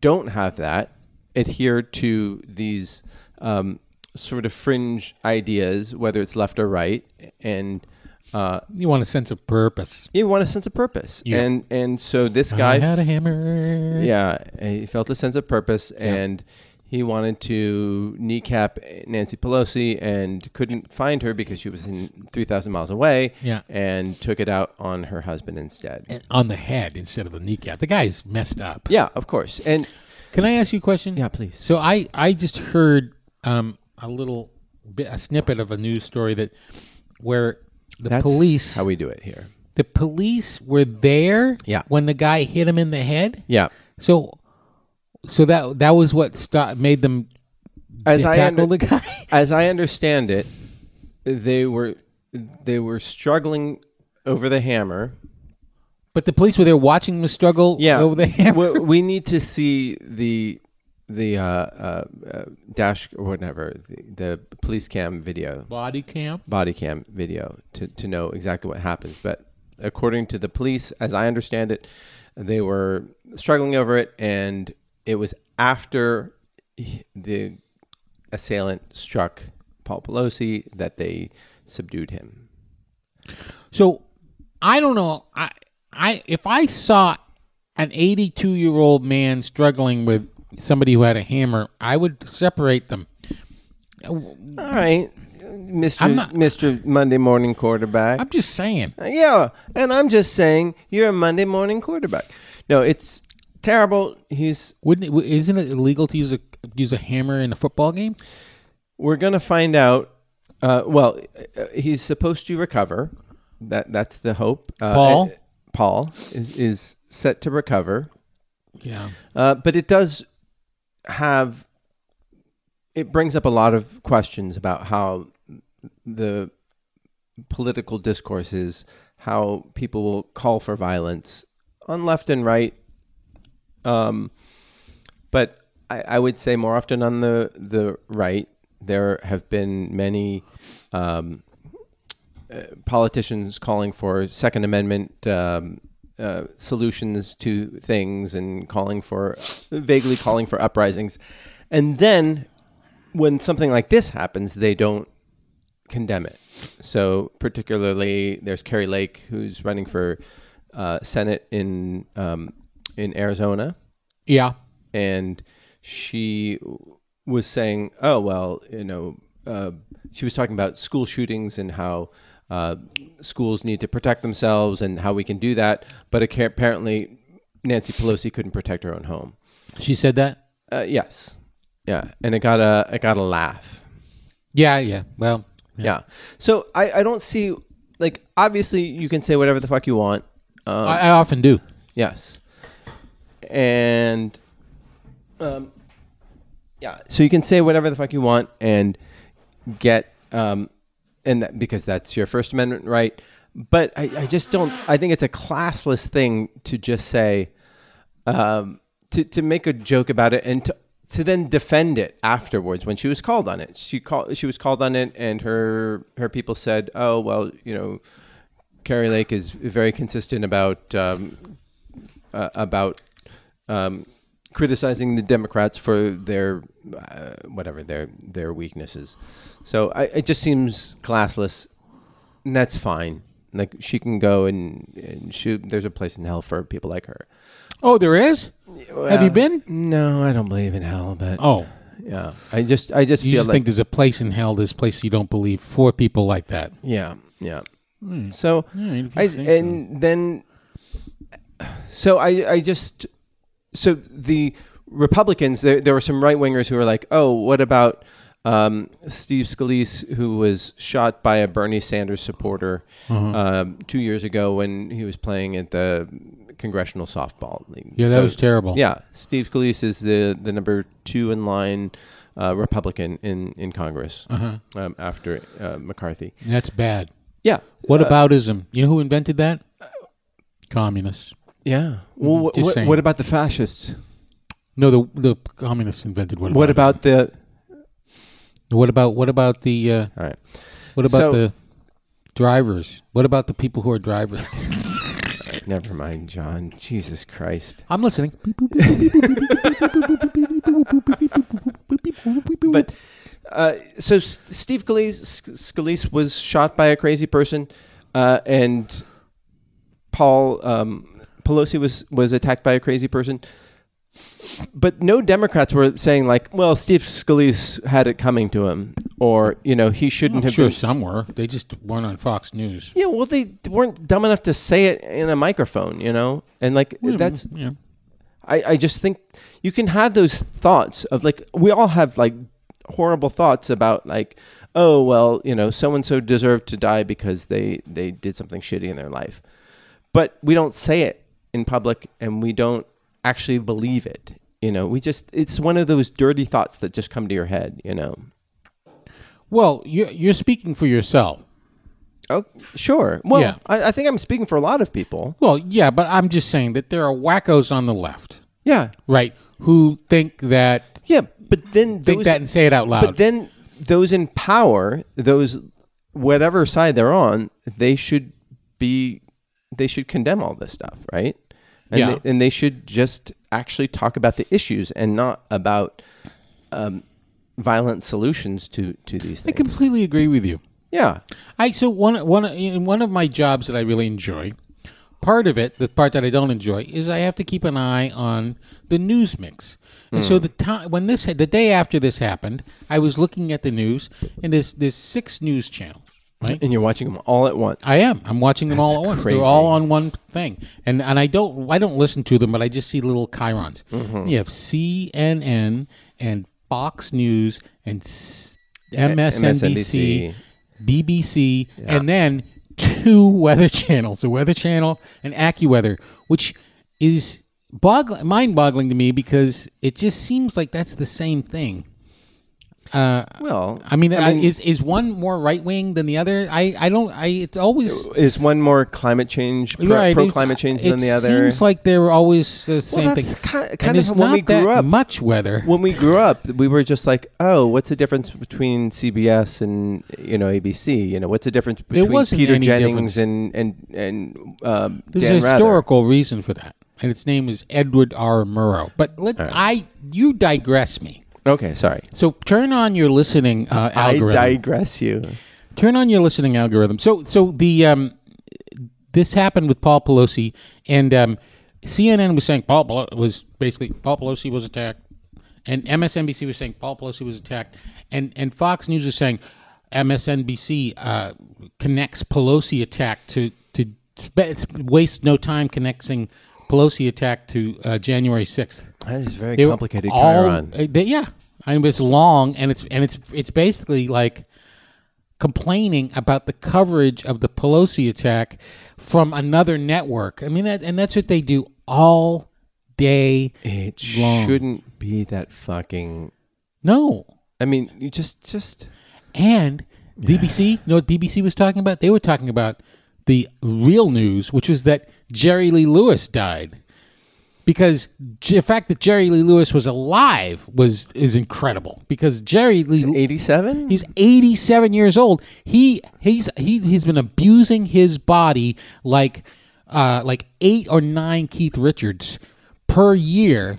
don't have that adhere to these um, sort of fringe ideas, whether it's left or right, and uh,
You want a sense of purpose.
you want a sense of purpose.
Yeah.
And and so this
I
guy
had a hammer.
yeah, he felt a sense of purpose and he wanted to kneecap Nancy Pelosi and couldn't find her because she was in 3,000 miles away
Yeah.
and took it out on her husband instead.
On the head instead of the kneecap. The guy's messed up.
Yeah, of course. And
Can I ask you a question?
yeah, please.
So I, I just heard um, a little bit, a snippet of a news story that where the
That's
police
how we do it here.
the police were there
Yeah.
when the guy hit him in the head.
Yeah.
So so that that was what sto- made them
As I,
tackle
under-
the guy.
as I understand it, they were they were struggling over the hammer
but the police were there watching him struggle
yeah.
over the hammer.
we, we need to see the the uh, uh, uh, dash or whatever the, the police cam video,
Body cam.
body cam video, to to know exactly what happens. But according to the police, as I understand it, they were struggling over it, and it was after he- the assailant struck Paul Pelosi that they subdued him.
So I don't know. I I if I saw an 82 year old man struggling with somebody who had a hammer, I would separate them.
All right, Mister
Mm. not-
Mister Monday Morning Quarterback.
I'm just saying.
Uh, Yeah, and I'm just saying you're a Monday morning quarterback. No, it's terrible. He's
Wouldn't it, w- isn't it illegal to use a use a hammer in a football game?
we're gonna find out. Uh, well, uh, he's supposed to recover. That that's the hope. Uh,
Paul?
uh, Paul is is set to recover,
Yeah.
uh, but it does have. It brings up a lot of questions about how the political discourse is, how people will call for violence on left and right. Um, but I, I would say more often on the the right there have been many um, uh, politicians calling for Second Amendment um, uh, solutions to things and calling for vaguely calling for uprisings, and then when something like this happens, they don't condemn it. So particularly, there's Kerry Lake who's running for uh, Senate in um, in Arizona,
Yeah.
and she was saying, "Oh well, you know," uh, she was talking about school shootings and how uh, schools need to protect themselves and how we can do that. But acca- apparently, Nancy Pelosi couldn't protect her own home.
She said that?
Uh, yes, yeah, and it got a it got a laugh.
Yeah, yeah. Well,
Yeah. So I I don't see like obviously you can say whatever the fuck you want. Um,
I, I often do.
Yes. And um, yeah, so you can say whatever the fuck you want and get um, and that, because that's your First Amendment right. But I, I just don't. I think it's a classless thing to just say um, to to make a joke about it and to to then defend it afterwards when she was called on it. She called she was called on it, and her her people said, "Oh well, you know." Carrie Lake is very consistent about um, uh, about um, criticizing the Democrats for their uh, whatever their their weaknesses. So I, it just seems classless, and that's fine. Like she can go and, and shoot. There's a place in hell for people like her.
Oh, there is? Have you been?
No, I don't believe in hell, but
Oh.
yeah, I just I just
You
feel
just
like
think there's a place in hell, there's a place you don't believe for people like that.
Yeah, yeah. So
Hmm. you can
I
think
and then so I I just so the Republicans there there were some right wingers who were like oh what about um, Steve Scalise who was shot by a Bernie Sanders supporter
Uh-huh.
um, two years ago when he was playing at the congressional softball league
Yeah, that was terrible.
yeah Steve Scalise is the the number two in line. Uh, Republican in in Congress
Uh-huh.
um, after uh, McCarthy.
That's bad.
Yeah. Uh,
What about ism? You know who invented that? Communists.
Yeah. Well, wh-
Just
wh-
saying.
what about the fascists?
No, the the communists invented what?
What about
about
the?
it? what about what about the uh,
All right.
what
So-
about the drivers? What about the people who are drivers?
Never mind, John. Jesus Christ.
I'm listening.
But uh, so S- Steve Scalise, S- Scalise was shot by a crazy person, uh, and Paul um, Pelosi was was attacked by a crazy person. But no Democrats were saying like, "Well, Steve Scalise had it coming to him," or you know, he shouldn't
I'm
have
sure
been
some were. They just weren't on Fox News.
Yeah, well, they weren't dumb enough to say it in a microphone, you know, and like Uh,
Hmm.
that's.
yeah.
I, I just think you can have those thoughts of like we all have like horrible thoughts about like oh well you know so and so deserved to die because they they did something shitty in their life, but we don't say it in public and we don't actually believe it. You know, we just it's one of those dirty thoughts that just come to your head. You know.
Well, you're you're speaking for yourself.
Oh sure. Well,
Yeah.
I, I think I'm speaking for a lot of people.
Well, yeah, but I'm just saying that there are wackos on the left,
Yeah.
right, who think that
Yeah, but then
think
those-
that and say it out loud.
But then those in power, those whatever side they're on, they should be they should condemn all this stuff, right? And
Yeah.
they, and they should just actually talk about the issues and not about um, violent solutions to to these
I
things.
completely agree with you.
yeah.
I so one one in one of my jobs that I really enjoy. Part of it, the part that I don't enjoy, is I have to keep an eye on the news mix. And so the time when this the day after this happened, I was looking at the news, and there's there's six news channels, right?
And you're watching them all at once.
I am. I'm watching them all
That's
at once.
crazy.
They're all on one thing, and and I don't I don't listen to them, but I just see little chirons. You have CNN and Fox News and s- MSNBC,
MSNBC.
BBC, and then two weather channels: the Weather Channel and AccuWeather, which is bogg- mind-boggling to me because it just seems like that's the same thing.
well,
I mean, I is is one more right wing than the other? I, I don't. I it's always
is one more climate change pro,
right,
pro
it's-
climate change
it
than the other?
Seems like they were always the same
that's
thing.
ki- kind
and
of
it's
when
not
we
that
grew up.
much weather.
when we grew up, we were just like, oh, what's the difference between CBS and you know ABC? You know, what's the difference between
wasn't
Peter
any
Jennings
difference.
and and and um,
There's
Dan
a historical reason for that, and its name is Edward R. Murrow. But let I you digress me.
Rather? Okay, sorry.
So turn on your listening uh, algorithm.
I digress. You.
Turn on your listening algorithm. So, so the um, this happened with Paul Pelosi, and um, CNN was saying Paul Pelo- was basically Paul Pelosi was attacked, and MSNBC was saying Paul Pelosi was attacked, and and Fox News was saying MSNBC uh, connects Pelosi attack to to spe- waste no time connecting Pelosi attack to uh, January sixth
That is very
they were
complicated,
all-
Chiron.
uh, they- yeah, I mean, it's long and it's and it's it's basically like complaining about the coverage of the Pelosi attack from another network. I mean, that, and that's what they do all day.
It
long.
shouldn't be that fucking.
No,
I mean, you just just
and BBC. You know what BBC was talking about? They were talking about the real news, which was that Jerry Lee Lewis died. Because J- the fact that Jerry Lee Lewis was alive was is incredible. Because Jerry Lee
eighty-seven.
He's 87 years old. He he's he he's been abusing his body like uh like 8 or 9 Keith Richards per year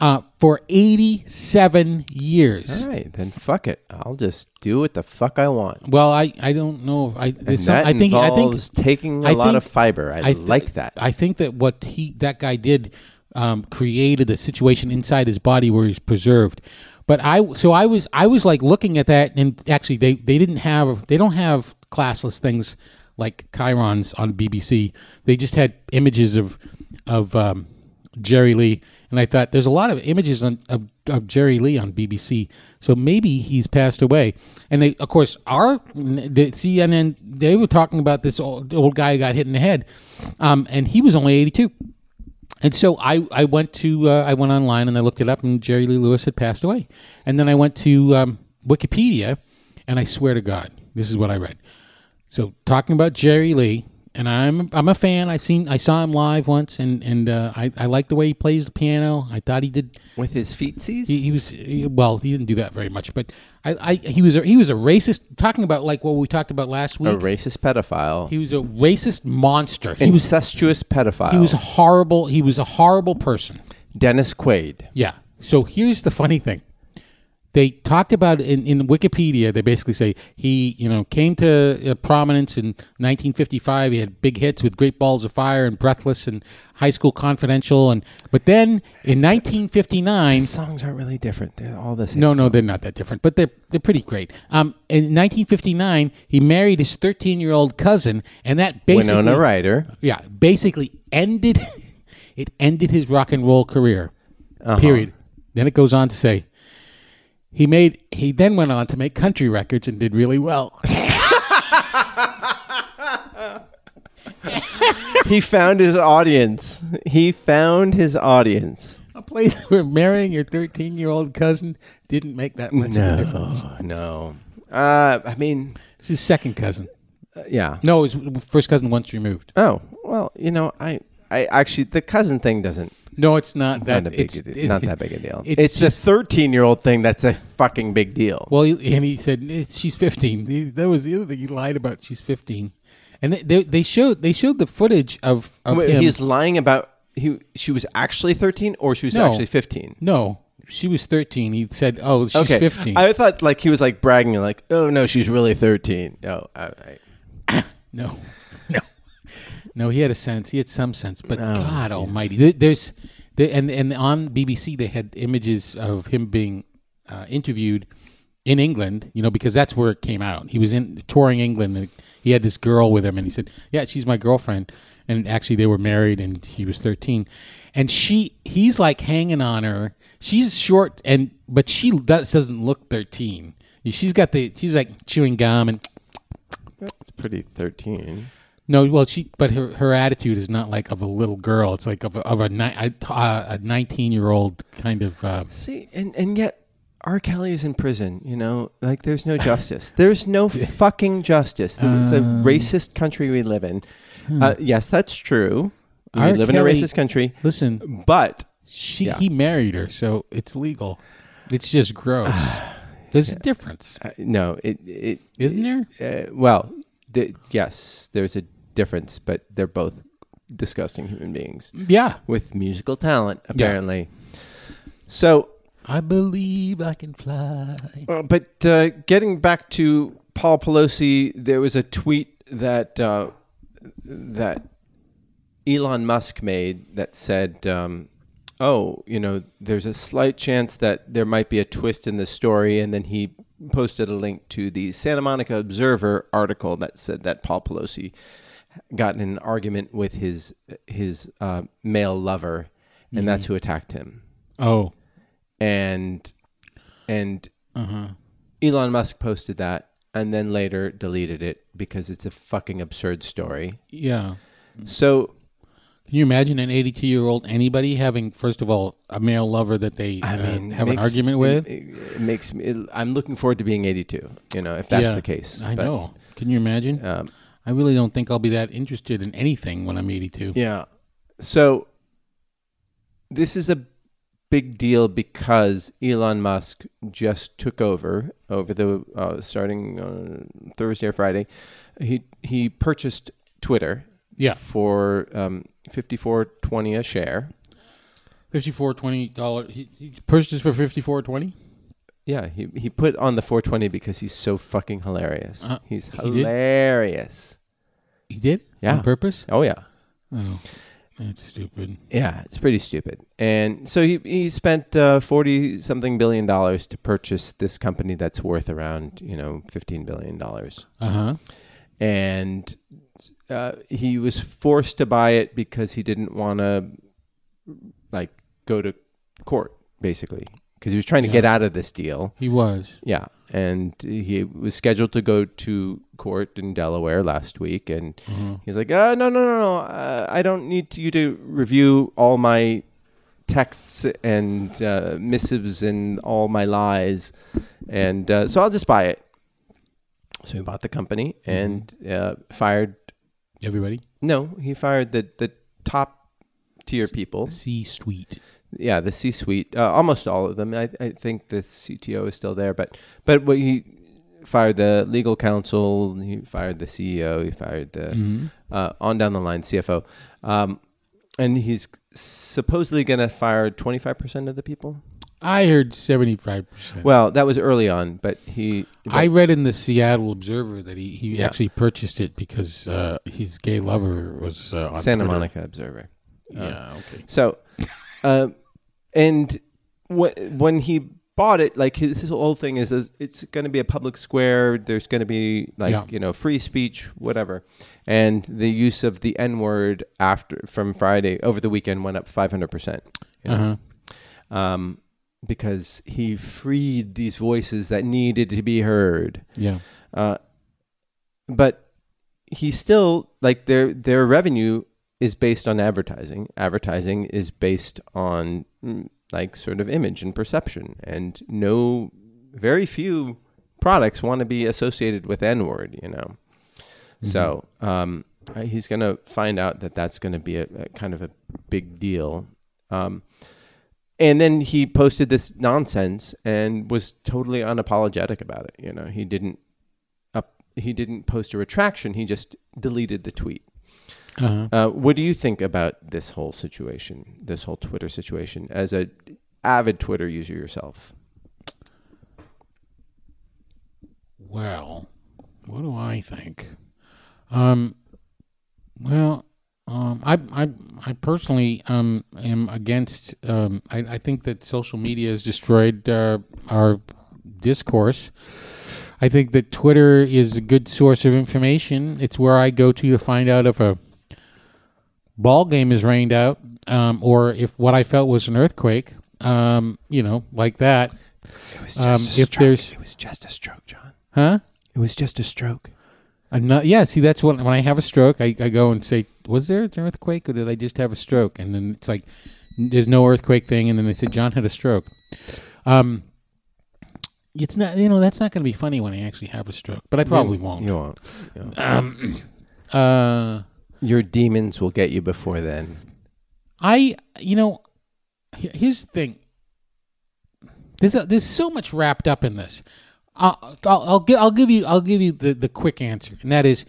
uh for 87 years.
All right, then fuck it. I'll just do what the fuck I want.
Well, I I don't know. I
And
it's some-
that
I think I think
involves taking a
I
lot of
think-
fiber. I,
th-
like that.
I think that what he that guy did um, created a situation inside his body where he's preserved. But I so I was I was like looking at that and actually they they didn't have they don't have classless things like Chiron's on BBC. They just had images of of um, Jerry Lee and I thought there's a lot of images on of, of Jerry Lee on BBC. So maybe he's passed away. And they of course our the CNN they were talking about this old, old guy who got hit in the head. Um, and he was only 82. And so I, I went to uh, I went online and I looked it up and Jerry Lee Lewis had passed away. And then I went to um, Wikipedia and I swear to God, this is what I read. So talking about Jerry Lee, and I'm I'm a fan. I've seen I saw him live once, and and uh, I I like the way he plays the piano. I thought he did
With his feetsies?
he, he was he- well. He didn't do that very much, but I, I he was a, he was a racist. Talking about like what we talked about last
a
week,
racist pedophile.
he was a racist monster. He was
incestuous pedophile.
he was horrible. He was a horrible person.
Dennis Quaid.
Yeah. So here's the funny thing. They talked about in, in Wikipedia. They basically say he, you know, came to uh, prominence in 1955. He had big hits with "Great Balls of Fire" and "Breathless" and "High School Confidential." And but then in 1959,
His songs aren't really different. They're all the same.
no, no, they're not that different, but they're they're pretty great. Um, in 1959, he married his 13 year old cousin, and that basically
Winona Ryder.
yeah, basically ended it ended his rock and roll career.
Uh-huh.
Period. Then it goes on to say he made he then went on to make country records and did really well.
He found his audience. He found his audience.
A place where marrying your 13-year-old cousin didn't make that much of a difference.
no. Uh, I mean,
It's his second cousin.
uh, yeah.
No, his first cousin once removed.
Oh, well, you know, I, I actually, the cousin thing doesn't.
No, it's not that
not, a big,
it's,
deal- not that big a deal. It's,
It's,
the 13 year old thing that's a fucking big deal.
Well, he- and he said "Eh, she's 15. He- That was the other thing he lied about. She's 15, and they they, they showed they showed the footage of, of
Wait,
him.
he's lying about he. She was actually thirteen, or she was
No.
actually fifteen.
no, she was 13. He said, "Oh, she's
Okay,
15."
I thought like he was like bragging, like, oh no, she's really thirteen. No, I, I,
no, no, no. He had a sense. He had some sense, but God Almighty, there, there's there, and and on BBC they had images of him being uh, interviewed in England. You know, because that's where it came out. He was in touring England. and He had this girl with him, and he said, "Yeah, she's my girlfriend." And actually, they were married, and he was thirteen, and she he's like hanging on her. She's short, and but she does, doesn't look thirteen. She's got the she's like chewing gum and
it's pretty thirteen.
no, well, she, but her, her attitude is not like of a little girl. It's like of a, of a, ni- a, uh, a 19 year old kind of. Uh,
See, and and yet R. Kelly is in prison. You know, like there's no justice. there's no fucking justice. It's a
Um.
racist country we live in. Uh, yes, that's true. We
Hmm. R.
live
Kelly-
in a racist country,
Listen,
but
she
Yeah.
he married her, so it's legal. It's just gross. There's a difference,
uh, no, it it
isn't there?
uh, well, th- yes, there's a difference, but they're both disgusting human beings
Yeah,
with musical talent, apparently. So,
I believe I can fly.
uh, but uh, getting back to Paul Pelosi, there was a tweet that uh, that Elon Musk made that said, um, "Oh, you know, there's a slight chance that there might be a twist in the story," and then he posted a link to the Santa Monica Observer article that said that Paul Pelosi got in an argument with his his uh, male lover, and that's who attacked him
Oh,
and and
Mm-hmm.
Elon Musk posted that and then later deleted it because it's a fucking absurd story.
yeah.
So
Can you imagine an 82 year old anybody having, first of all, a male lover that they
I
uh,
mean,
have an
makes-
argument with?
It, it makes me. It, I'm looking forward to being 82. You know, if that's the case.
I
But,
know. Can you imagine?
Um,
I really don't think I'll be that interested in anything when I'm 82.
yeah. So this is a big deal because Elon Musk just took over over the uh, starting uh, Thursday or Friday. He he purchased Twitter.
Yeah.
for um, fifty four twenty a share.
Fifty-four twenty dollars. He, he purchased for fifty-four twenty.
Yeah, he, he put on the four twenty because he's so fucking hilarious.
Uh,
he's
he did?
hilarious.
He did.
Yeah.
On purpose.
Oh yeah,
Oh, that's stupid.
yeah. It's pretty stupid. And so he he spent uh, forty something billion dollars to purchase this company that's worth around you know fifteen billion dollars.
Uh huh.
and uh, he was forced to buy it because he didn't want to like go to court basically because he was trying to
Yeah.
get out of this deal
He was.
yeah and he was scheduled to go to court in delaware last week and he's like uh, no no no no uh, i don't need you to review all my texts and uh, missives and all my lies and uh, so i'll just buy it so he bought the company and uh, fired.
Everybody.
No, he fired the the top tier people.
C suite.
Yeah, the C suite, uh, almost all of them. I, I think the CTO is still there, but but what he fired the legal counsel, he fired the CEO, he fired the uh, on down the line CFO, um, and he's supposedly going to fire twenty five percent of the people.
I heard seventy-five percent.
Well, that was early on, but he.
I read in the Seattle Observer that he, he
Yeah.
actually purchased it because uh, his gay lover was uh, on
Santa
Twitter.
Monica Oh, Observer.
Yeah. Okay.
So, uh, and wh- when he bought it, like his, his whole thing is, is it's going to be a public square. There's going to be like
Yeah.
you know free speech, whatever. And the use of the N word after from Friday over the weekend went up 500 percent.
Uh huh.
Um, because he freed these voices that needed to be heard
Yeah.
uh, but he still like their their revenue is based on advertising. Advertising is based on mm, like sort of image and perception, and no, very few products want to be associated with N word. You know, so um, he's gonna find out that that's gonna be a, a kind of a big deal. Um, and then he posted this nonsense and was totally unapologetic about it. You know, he didn't up, he didn't post a retraction. He just deleted the tweet.
Uh huh.
Uh, what do you think about this whole situation, this whole Twitter situation, as a avid Twitter user yourself?
Well, what do I think? Um, well, um, I, I, I personally um, am against. Um, I, I think that social media has destroyed uh, our discourse. I think that Twitter is a good source of information. It's where I go to to find out if a ball game is rained out, um, or if what I felt was an earthquake. Um, you know, like that,
It was
just Um, a if stroke. there's-
It was just a stroke, John.
huh?
It was just a stroke.
I'm not. Yeah, see, that's when when I have a stroke, I, I go and say, "Was there an earthquake, or did I just have a stroke?" And then it's like, "There's no earthquake thing," and then they said John had a stroke. Um, it's not you know that's not going to be funny when I actually have a stroke, but I probably won't.
You won't. You won't.
Uh,
Your demons will get you before then.
I you know he- here's the thing. There's a, there's so much wrapped up in this. I'll, I'll, I'll give I'll give you I'll give you the, the quick answer, and that is,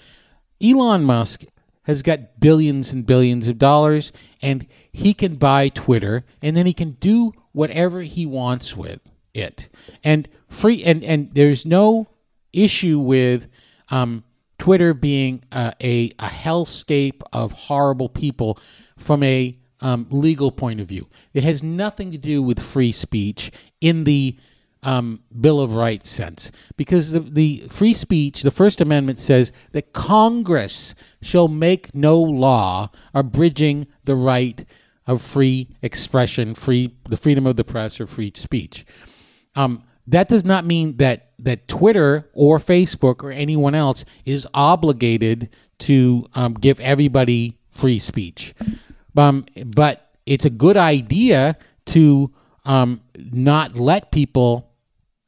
Elon Musk has got billions and billions of dollars, and he can buy Twitter, and then he can do whatever he wants with it, and free and and there's no issue with um, Twitter being uh, a a hellscape of horrible people from a um, legal point of view. It has nothing to do with free speech in the um, Bill of Rights sense, because the, the free speech, the First Amendment says that Congress shall make no law abridging the right of free expression, free the freedom of the press, or free speech. Um, that does not mean that that Twitter or Facebook or anyone else is obligated to um, give everybody free speech. Um, but it's a good idea to um, not let people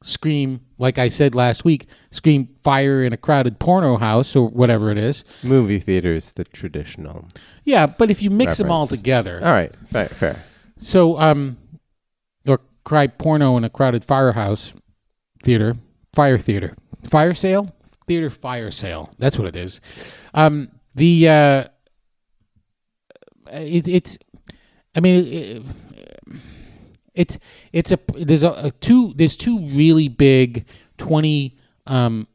scream, like I said last week, scream fire in a crowded porno house or whatever it is.
Movie theaters, the traditional.
Yeah, but if you mix them all
Reference.
together,
All right, fair, fair.
So, um, or cry porno in a crowded firehouse theater, fire theater, fire sale, theater fire sale. That's what it is. Um, the uh, it, it's, I mean, it, it's it's a there's a, a two there's two really big twenty um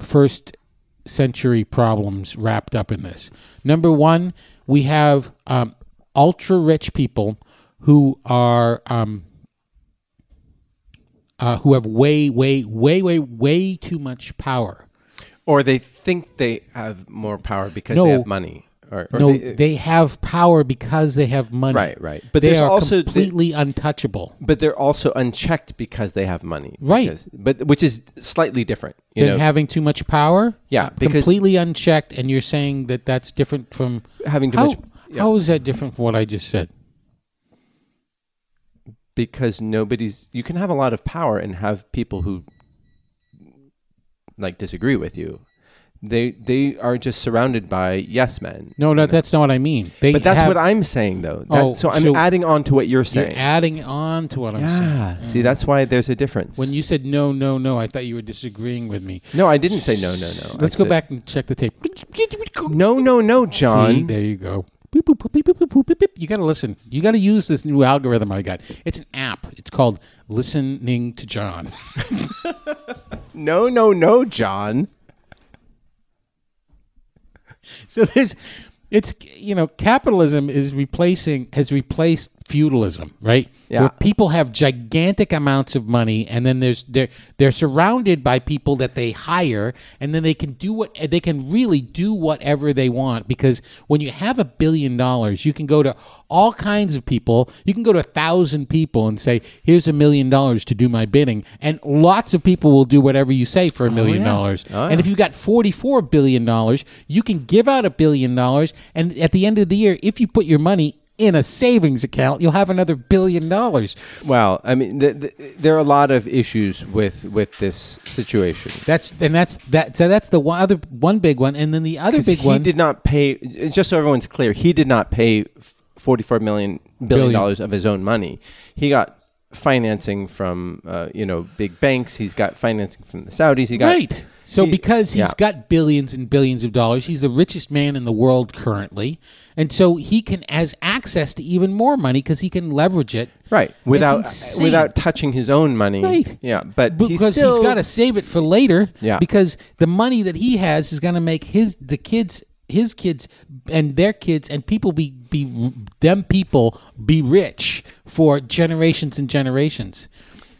first century problems wrapped up in this. Number one, we have um, ultra rich people who are um, uh, who have way, way, way, way, way too much power.
Or they think they have more power because
No.
they have money. Or, or
no,
they- uh,
they, have power because they have money.
Right, right. But
they
there's
are
also the-
completely untouchable.
but they're also unchecked because they have money.
Right.
Because- but which is slightly different. You
Than
know,
having too much power,
Yeah, because-
completely unchecked, and you're saying that that's different from
having too
how,
much. Yeah.
how is that different from what I just said?
because nobody's you can have a lot of power and have people who like disagree with you they they are just surrounded by yes men
No, no, that's not what I mean. They
but that's
have-
what i'm saying though that,
Oh,
so i'm
so
adding on to what you're
You're
saying
adding on to what I'm saying.
yeah see that's why there's a difference
When you said no, no, no, I thought you were disagreeing with me.
no i didn't say no no no I
Let's go
said-
back and check the tape.
no no no john
See, there you go. Beep, boop, boop, beep, boop, boop, boop, beep, beep. You got to listen. You got to use this new algorithm I got. It's an app. It's called Listening to John.
no no no john
So there's, it's you know, capitalism is replacing has replaced feudalism, right?
Yeah.
Where people have gigantic amounts of money, and then there's they're they're surrounded by people that they hire, and then they can do what they can really do whatever they want because when you have a billion dollars, you can go to all kinds of people. You can go to a thousand people and say, "Here's a million dollars to do my bidding," and lots of people will do whatever you say for a million dollars. And if you got forty-four billion dollars, you can give out a billion dollars, and at the end of the year, if you put your money in a savings account, you'll have another billion dollars.
well i mean th- th- there are a lot of issues with with this situation
That's and that's that. So that's the one other one big one, and then the other big
he
one.
did not pay. Just so everyone's clear, he did not pay f- forty-four million billion
Billion.
dollars of his own money. He got financing from uh, you know big banks. He's got financing from the Saudis. He got
Right. So
He-
because he's
yeah.
got billions and billions of dollars, he's the richest man in the world currently, and so he can has access to even more money because he can leverage it.
right
It's
without
insane.
without touching his own money.
Right.
Yeah, but
because
he still,
he's got to save it for later.
Yeah.
Because the money that he has is going to make his the kids his kids and their kids and people be be them people be rich for generations and generations.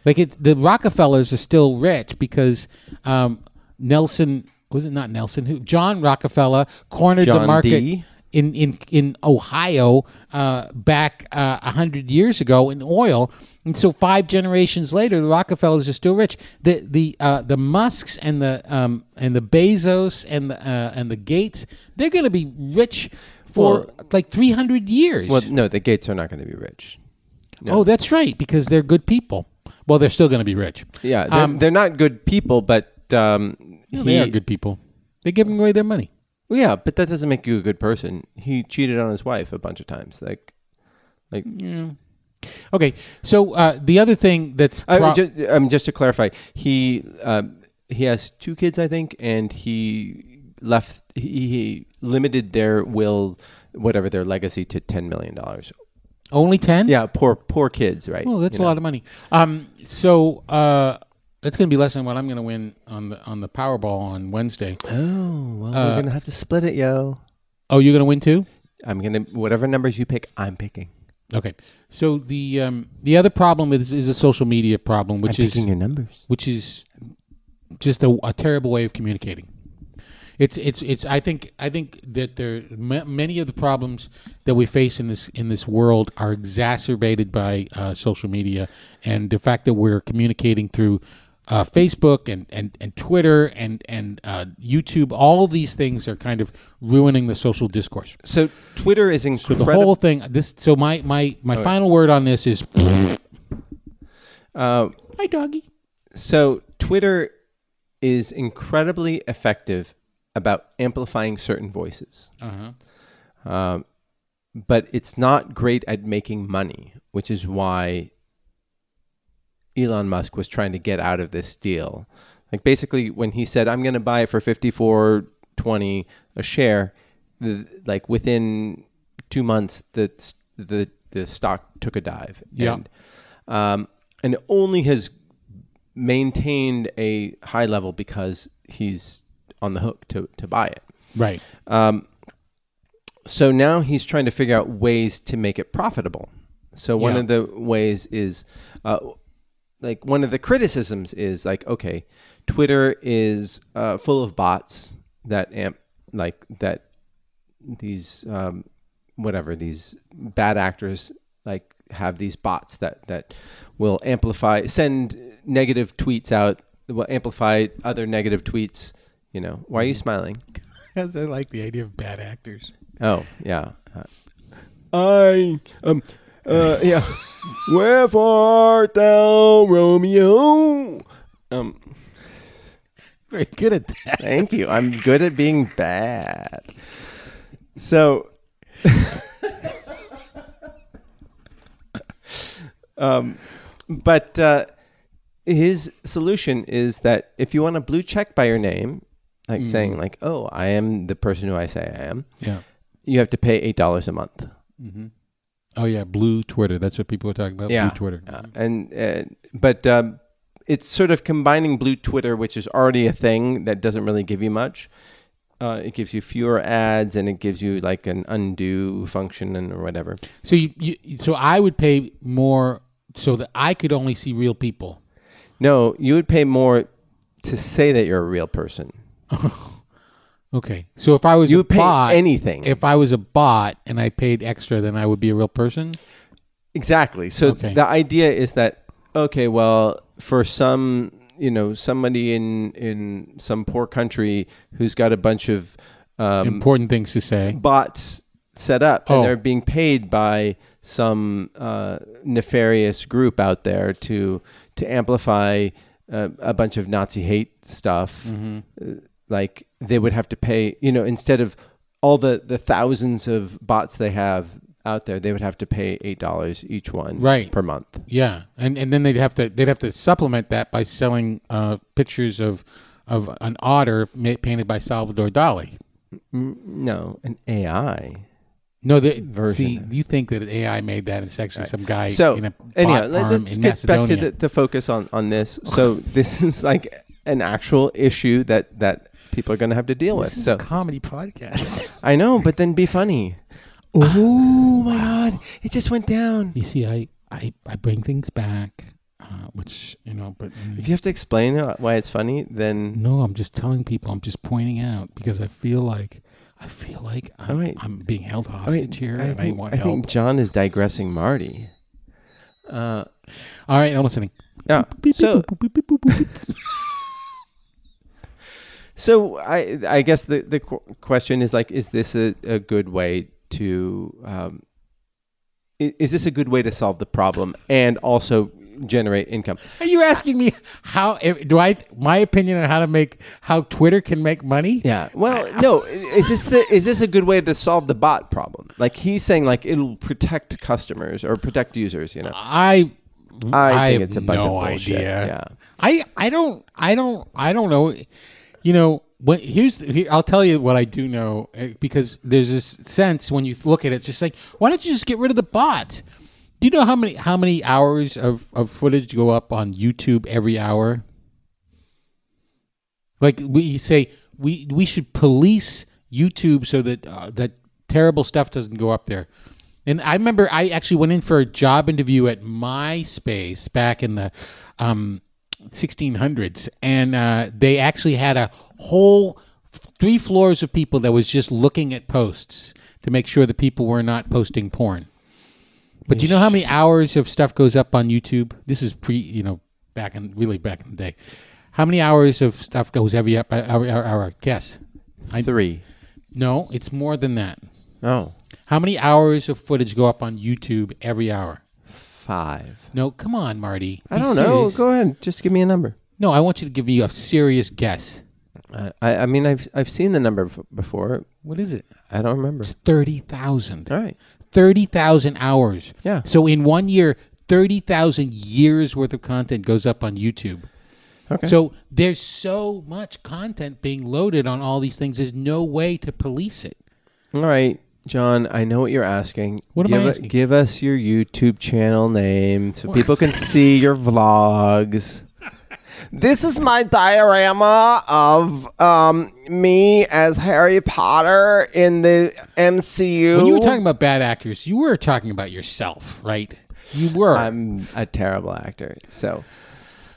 Like it, the Rockefellers are still rich because um, Nelson was it not Nelson who John Rockefeller cornered the
John
market
D.
in in in Ohio uh, back a hundred years ago in oil, and so five generations later, the Rockefellers are still rich. The the uh, the Musks and the um, and the Bezos and the uh, and the Gates, they're going to be rich for like three hundred years.
Well, no, the Gates are not going to be rich.
Oh, that's right, because they're good people. Well, they're still going to be rich.
Yeah, they're,
Um,
they're not good people, but um, he,
No, they are good people. They give them away their money.
Well, yeah, but that doesn't make you a good person. He cheated on his wife a bunch of times. Like, like
Okay, so uh, the other thing that's
I
pro-
just, um, just to clarify, he um, he has two kids, I think, and he left. He, he limited their will, whatever their legacy, to ten million dollars.
only ten.
Yeah, poor poor kids, right?
Well, that's
you
a
know?
lot of money. Um, so uh, that's going to be less than what I'm going to win on the on the Powerball on Wednesday.
Oh, well,
Uh,
we're gonna have to split it, yo.
Oh, you're going to win too?
I'm gonna whatever numbers you pick, I'm picking.
Okay. So the um, the other problem is is a social media problem, which
I'm
is
picking your numbers.
which is just a, a terrible way of communicating. It's it's it's. I think I think that there ma many of the problems that we face in this in this world are exacerbated by uh, social media and the fact that we're communicating through uh, Facebook and, and, and Twitter and and uh, YouTube. All of these things are kind of ruining the social discourse.
So Twitter is
So the
incredible.
whole thing. This. So my my my final word on this is. Hi, doggy.
so Twitter is incredibly effective about amplifying certain voices.
Uh-huh.
Um, but it's not great at making money, which is why Elon Musk was trying to get out of this deal. Like basically, when he said, "I'm going to buy it for fifty-four twenty a share," the, like within two months, the the the stock took a dive.
Yeah.
And, um, and only has maintained a high level because he's on the hook to to buy it.
Right.
So now he's trying to figure out ways to make it profitable. So one
Yeah.
of the ways is, uh, like one of the criticisms is like, okay, Twitter is uh, full of bots that amp, like that these um, whatever these bad actors like have these bots that that will amplify send negative tweets out will amplify other negative tweets you know why are you smiling
Because I like the idea of bad actors.
oh yeah Uh,
I um uh yeah. Wherefore art thou Romeo?
um
Very good at that.
Thank you. I'm good at being bad. So, um, but uh, his solution is that if you want a blue check by your name, like
Mm.
saying like, "Oh, I am the person who I say I am,"
Yeah.
you have to pay eight dollars a month.
Oh yeah, blue Twitter. That's what people are talking about.
Yeah.
Blue Twitter.
Uh, and uh, but um, it's sort of combining blue Twitter, which is already a thing that doesn't really give you much. Uh, it gives you fewer ads, and it gives you like an undo function and or whatever.
So you, you so I would pay more so that I could only see real people.
No, you would pay more to say that you're a real person.
Okay. So if I was
You
a
would pay
bot,
anything
if I was a bot and I paid extra, then I would be a real person.
exactly. So
Okay.
the idea is that okay, well, for some you know somebody in in some poor country who's got a bunch of um,
Important things to say.
bots set up and
Oh.
they're being paid by some uh, nefarious group out there to to amplify uh, a bunch of Nazi hate stuff. Uh, Like they would have to pay, you know, instead of all the the thousands of bots they have out there, they would have to pay eight dollars each one
Right.
per month.
Yeah, and and then they'd have to they'd have to supplement that by selling uh, pictures of of an otter ma- painted by Salvador Dali.
No, an AI.
No, they, see,
Version.
you think that AI made that and it's actually some guy
so
in a bot
anyhow, let-
farm
let's
in
get
Macedonia.
back to the, the focus on on this. So this is like an actual issue that that people are going to have to deal with. So
comedy podcast.
I know, but then be funny. Oh my god, it just went down.
You see, I, I, I bring things back, uh, which you know, but mm,
If you have to explain uh, why it's funny, then
no, I'm just telling people. I'm just pointing out because I feel like I feel like I'm,
right.
I'm being held
I mean,
hostage here,
I
and
think,
I want
I
help.
think John is digressing Marty. Uh,
All right, I'm listening.
yeah.
Beep,
So
beep, boop, boop, beep, boop, boop, beep.
So I I guess the the qu- question is like is this a, a good way to um, i- is this a good way to solve the problem and also generate income.
Are you asking me how if- do I my opinion on how to make how Twitter can make money?
Yeah. Well, no. i- Is this the, is this a good way to solve the bot problem? Like he's saying, like it'll protect customers or protect users. You know,
I
I,
Uh, I
think
have
it's a bunch
no
of bullshit.
idea.
Yeah.
I I don't I don't I don't know. You know, what here's the- here, I'll tell you what I do know eh, because there's this sense when you look at it, it's just like why don't you just get rid of the bot? Do you know how many how many hours of of footage go up on YouTube every hour? Like we say, we we should police YouTube so that uh, that terrible stuff doesn't go up there. And I remember I actually went in for a job interview at MySpace back in the um, 1600s, and uh, they actually had a whole three floors of people that was just looking at posts to make sure that people were not posting porn. But do you know how many hours of stuff goes up on YouTube? This is pre, you know, back in really back in the day. How many hours of stuff goes every up hour? hour? Guess.
Three.
No, it's more than that.
Oh,
How many hours of footage go up on YouTube every hour?
five.
No, come on, Marty.
I
Be
don't know.
serious.
Go ahead. Just give me a number.
No, I want you to give me a serious guess.
I, I I mean, I've I've seen the number bef- before.
What is it?
I don't remember.
It's thirty thousand.
All right.
Thirty thousand hours.
Yeah.
So in one year, thirty thousand years worth of content goes up on YouTube.
Okay.
So there's so much content being loaded on all these things. There's no way to police it.
All right, John. I know what you're asking.
What am
give
I
u-
asking?
Give us your YouTube channel name so people can see your vlogs.
This is my diorama of um, me as Harry Potter in the MCU.
When you were talking about bad actors, you were talking about yourself, right? You were.
I'm a terrible actor, so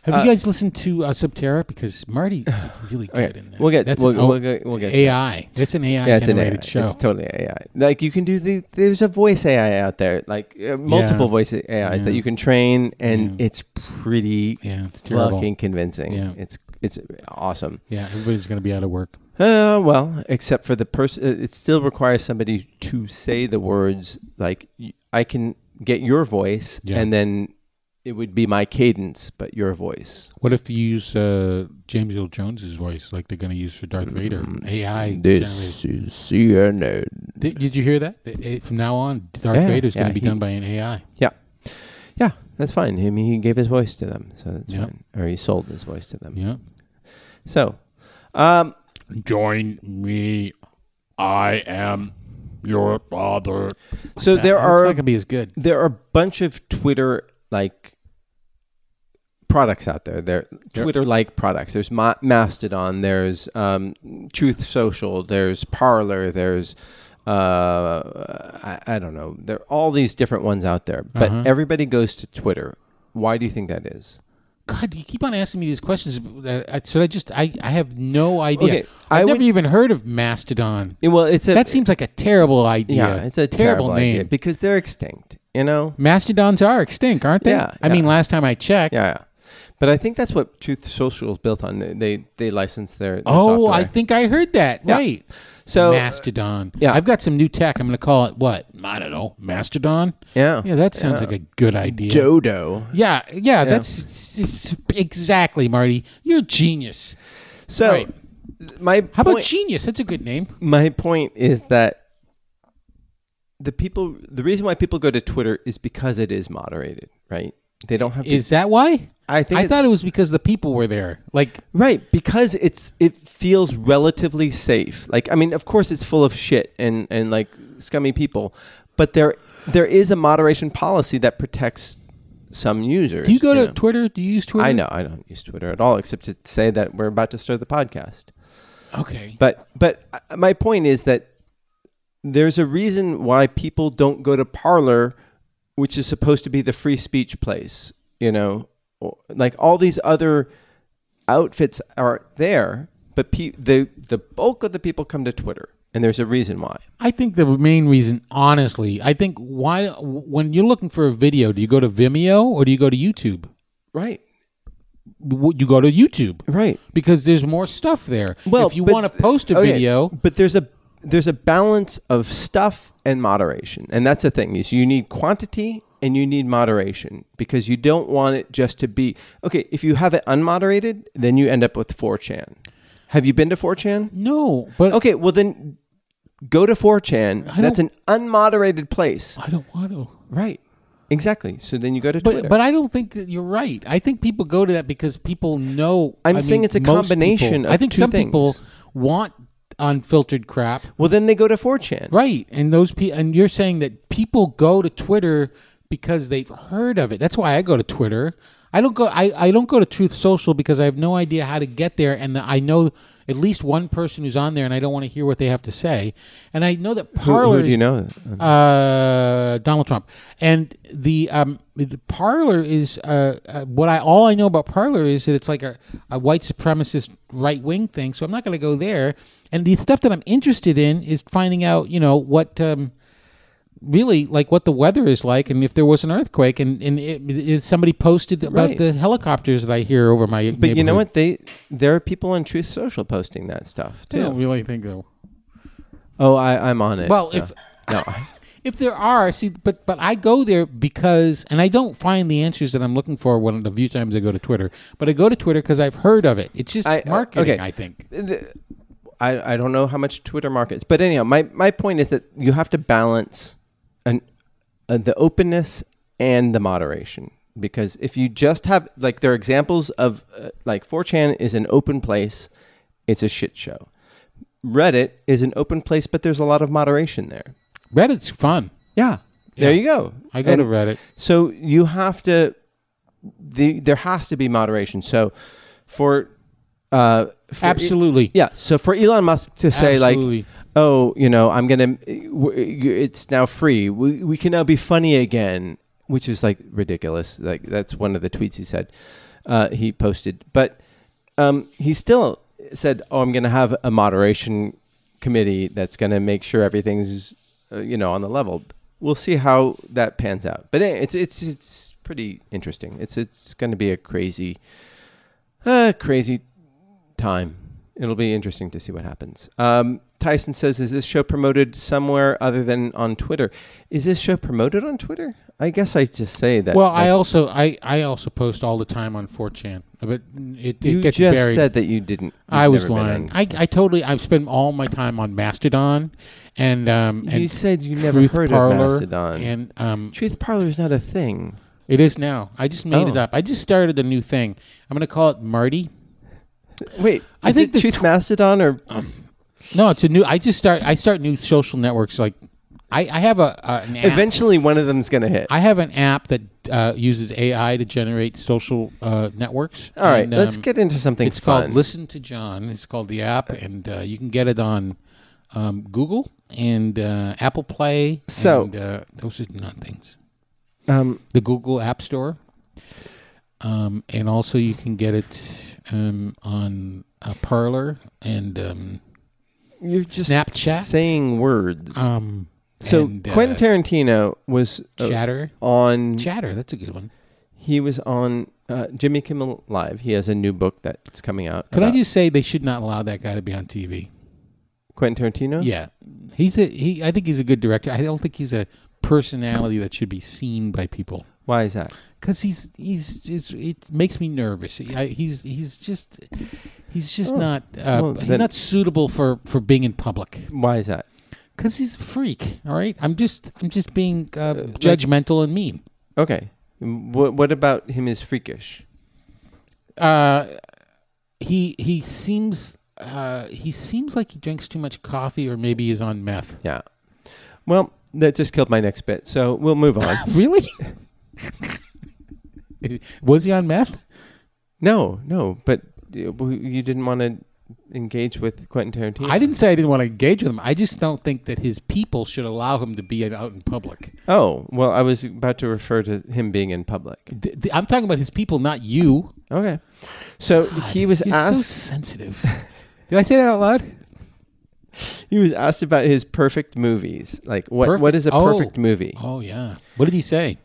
Have you guys listened to uh, Subterra? Because Marty's really good in there.
we'll get-
That's
we'll-
an O-
we'll get- we'll get to that.
AI. It's an AI
yeah, it's an AI.
generated show.
It's totally AI. Like you can do the there's a voice AI out there, like uh, multiple
Yeah.
voice AIs that you can train, and it's pretty
Yeah, it's terrible.
fucking convincing.
Yeah.
It's it's awesome.
yeah, everybody's going to be out of work.
Uh, well, except for the person, it still requires somebody to say the words. Like y- I can get your voice,
Yeah.
and then it would be my cadence, but your voice.
What if you use uh, James Earl Jones's voice, like they're going to use for Darth Vader? AI.
Mm, Mm-hmm.
generated.
This is CNN.
Did, did you hear that? It- it- from now on, Darth
Yeah,
Vader's going
yeah,
to be
he-
done by an AI.
Yeah, yeah, that's fine. I mean, he gave his voice to them, so that's
Yeah.
fine. Or he sold his voice to them.
Yeah.
So, um,
Join me. I am your father.
so there
it's not
are
going to be as good.
there are a bunch of Twitter like products out there. They're Twitter like products. There's Ma- Mastodon. There's um, Truth Social. There's Parlor. There's uh, I, I don't know. There are all these different ones out there, but
Uh-huh.
everybody goes to Twitter. Why do you think that is?
God, you keep on asking me these questions. Uh, I- should I just? I, I have no idea.
Okay,
I've
I
never
would-
even heard of Mastodon.
Yeah, Well, it's a
that seems like a terrible idea.
yeah, it's a terrible,
name.
idea because they're extinct. You know.
Mastodons are extinct, aren't they?
Yeah,
I mean,
yeah.
last time I checked.
Yeah. yeah. But I think that's what Truth Social is built on. They they, they license their, their
Oh, I
software.
think I heard that.
Yeah.
Right.
so. uh,
Mastodon.
yeah.
I've got some new tech. I'm going to call it what? I don't know. Mastodon?
Yeah.
Yeah, that sounds like a good idea.
Dodo.
Yeah, yeah, that's exactly, Marty. You're a genius.
So
Right.
my
How about
point,
genius? That's a good name.
my point is that the people the reason why people go to Twitter is because it is moderated, right? They don't have to,
Is that why?
I think
I
it's-
thought it was because the people were there. Like,
right because it's it feels relatively safe. Like I mean, of course it's full of shit and and like scummy people, but there there is a moderation policy that protects some users.
do you go to
know?
Twitter? Do you use Twitter?
I know I don't use Twitter at all except to say that we're about to start the podcast.
Okay.
But but uh, my point is that there's a reason why people don't go to Parlor, which is supposed to be the free speech place. You know, Or- like all these other outfits are there, but pe- the the bulk of the people come to Twitter, and there's a reason why.
I think the main reason, honestly, I think why when you're looking for a video, do you go to Vimeo or do you go to YouTube?
Right.
W- You go to YouTube
Right.
because there's more stuff there. if you
but-
want to post a
okay,
video,
but there's a there's a balance of stuff and moderation, and that's the thing is you need quantity and you need moderation because you don't want it just to be okay. If you have it unmoderated, then you end up with 4chan. Have you been to 4chan?
No, but
Okay, well then go to 4chan. That's an unmoderated place.
I don't want to.
Right. Exactly. So then you go to Twitter.
But, but I don't think that you're right. I think people go to that because people know.
I'm
I
saying
mean,
it's a
most
combination
people-
of
I think
two
some
things.
people want unfiltered crap,
well then they go to 4chan.
right? And those people, and you're saying that people go to Twitter because they've heard of it. That's why I go to Twitter. I don't go. I, I don't go to Truth Social because I have no idea how to get there, and I know at least one person who's on there, and I don't want to hear what they have to say. And I know that
Who,
Parler
who do
is
you know?
uh, Donald Trump, and the um, the parlor is uh, uh, what I all I know about parlor is that it's like a, a white supremacist right wing thing. So I'm not going to go there. And the stuff that I'm interested in is finding out, you know, what um, really like what the weather is like, and if there was an earthquake, and and it, is somebody posted about
Right.
the helicopters that I hear over my.
But you know what? They there are people on Truth Social posting that stuff
I
too.
don't really think though.
oh, I, I'm on it.
Well,
so-
if-
no,
If there are, see, but but I go there because, and I don't find the answers that I'm looking for one of the few times I go to Twitter. But I go to Twitter because I've heard of it. It's just
I- I-
marketing,
okay.
I think.
the- I, I don't know how much Twitter markets, but anyhow, my, my point is that you have to balance an, uh, the openness and the moderation because if you just have like there are examples of uh, like 4chan is an open place, it's a shit show. Reddit is an open place, but there's a lot of moderation there.
Reddit's fun.
Yeah, there you go.
I go
And-
to Reddit.
So you have to, the there has to be moderation. So for, uh, for
Absolutely.
yeah. So for Elon Musk to say
Absolutely.
like, oh, you know, I'm gonna, it's now free. We we can now be funny again, which is like ridiculous. Like that's one of the tweets he said, uh, he posted. But um, he still said, oh, I'm gonna have a moderation committee that's gonna make sure everything's, uh, you know, on the level. We'll see how that pans out. But eh, it's it's it's pretty interesting. It's it's gonna be a crazy, uh, crazy time. It'll be interesting to see what happens. Um, Tyson says, "Is this show promoted somewhere other than on Twitter? Is this show promoted on Twitter? I guess I just say that.
Well,
like,
I also I I also post all the time on 4chan, but it, it
you
gets
just
buried.
said that you didn't.
I
you've
was
never been
lying.
on-
I, I totally I spend all my time on Mastodon, and um and
you said you never
Truth
heard
Parlor,
of Mastodon.
and um
Truth Parlor is not a thing.
It is now. I just made it
Oh.
up. I just started a new thing. I'm going to call it Marty.
Wait,
I
is
think
it
the
Truth
tw-
Mastodon or
No, it's a new. I just start. I start new social networks. Like, I, I have a, a an app.
eventually one of them's going to hit.
I have an app that uh, uses AI to generate social uh, networks.
All right,
And,
let's
um,
get into something
It's
fun.
called Listen to John. It's called the app, and uh, you can get it on um, Google and uh, Apple Play.
So-
and, uh, those are not things.
um,
the Google App Store. Um, and also, you can get it um, on uh, Parlor and um,
you're just
Snapchat?
saying words.
um,
so
and, uh,
Quentin Oh. Tarantino was uh,
Chatter.
on
Chatter, that's a good one.
He was on uh, Jimmy Kimmel Live. He has a new book that's coming out.
Could I
about
just say they should not allow that guy to be on TV?
Quentin Tarantino?
Yeah, he's a he. I think he's a good director. I don't think he's a personality that should be seen by people
Why is that?
because he's he's just it makes me nervous. He- I, he's he's just he's just not uh,
well,
he's
then-
not suitable for for being in public.
Why is that?
Because he's a freak. All right, I'm just I'm just being uh, judgmental and mean.
Okay. What what about him is freakish?
Uh, he he seems uh, he seems like he drinks too much coffee, or maybe he's on meth.
Yeah. Well, that just killed my next bit. So we'll move on.
Really? Was he on meth?
no, no, but you you didn't want to engage with Quentin Tarantino.
I didn't say I didn't want to engage with him. I just don't think that his people should allow him to be out in public.
Oh, well, I was about to refer to him being in public.
D- d- I'm talking about his people, not you.
Okay. So he was
You're so
asked
sensitive. Did I say that out loud?
he was asked about his perfect movies. Like what what
Perfect-
is a
oh.
perfect movie?
Oh yeah. What did he say?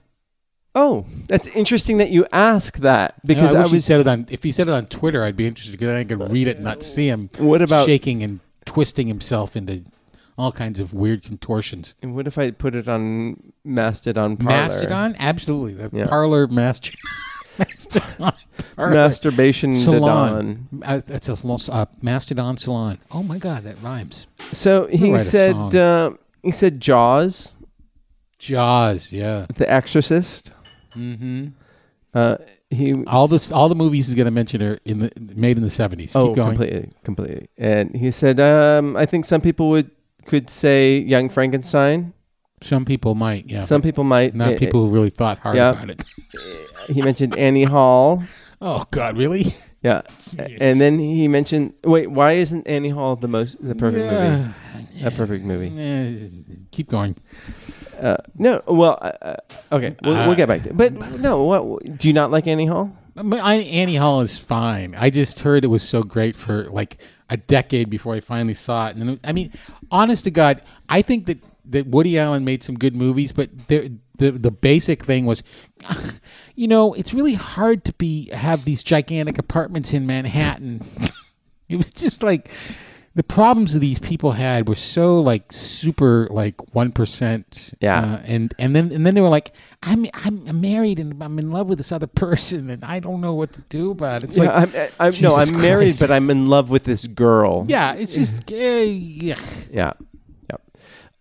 Oh, that's interesting that you ask that
Because
because
I,
I,
wish he
was.
said it on. If he said it on Twitter, I'd be interested because I could read it and not see him
What about
shaking and twisting himself into all kinds of weird contortions.
And what if I put it on Mastodon Parlor?
Mastodon, absolutely. The
Yeah.
parlor master. Mastodon. parlor.
Masturbation
salon.
Salon.
Uh, that's a lo- uh, mastodon salon. Oh my god, that rhymes.
So he
write a
said
song.
uh, he said Jaws,
Jaws, yeah.
The Exorcist. Mm-hmm. Uh, he
All the all the movies he's going to mention are in the made in the seventies.
oh
Keep going.
completely completely. And he said um, I think some people would could say Young Frankenstein.
Some people might, yeah.
Some people might.
not
Eh, eh,
people who really thought hard
yeah.
about it.
He mentioned Annie Hall.
Oh God, really?
Yeah, and then he mentioned. Wait, why isn't Annie Hall the most the perfect
Yeah.
movie? A perfect movie.
Eh, keep going.
Uh, no, well, uh, uh, okay, we'll, we'll get back to. it. But no, what do you not like Annie Hall?
I mean, I, Annie Hall is fine. I just heard it was so great for like a decade before I finally saw it. And then, I mean, honest to God, I think that, that Woody Allen made some good movies, but the the, the basic thing was, you know, it's really hard to be have these gigantic apartments in Manhattan. it was just like the problems that these people had were so like super like one percent.
Yeah.
uh, and and then and then they were like, I'm I'm married and I'm in love with this other person and I don't know what to do about it. It's
Yeah,
like
I'm, I- I'm, no,
Jesus
I'm married,
Christ.
but I'm in love with this girl.
yeah, it's just eh, yeah.
yeah, yeah.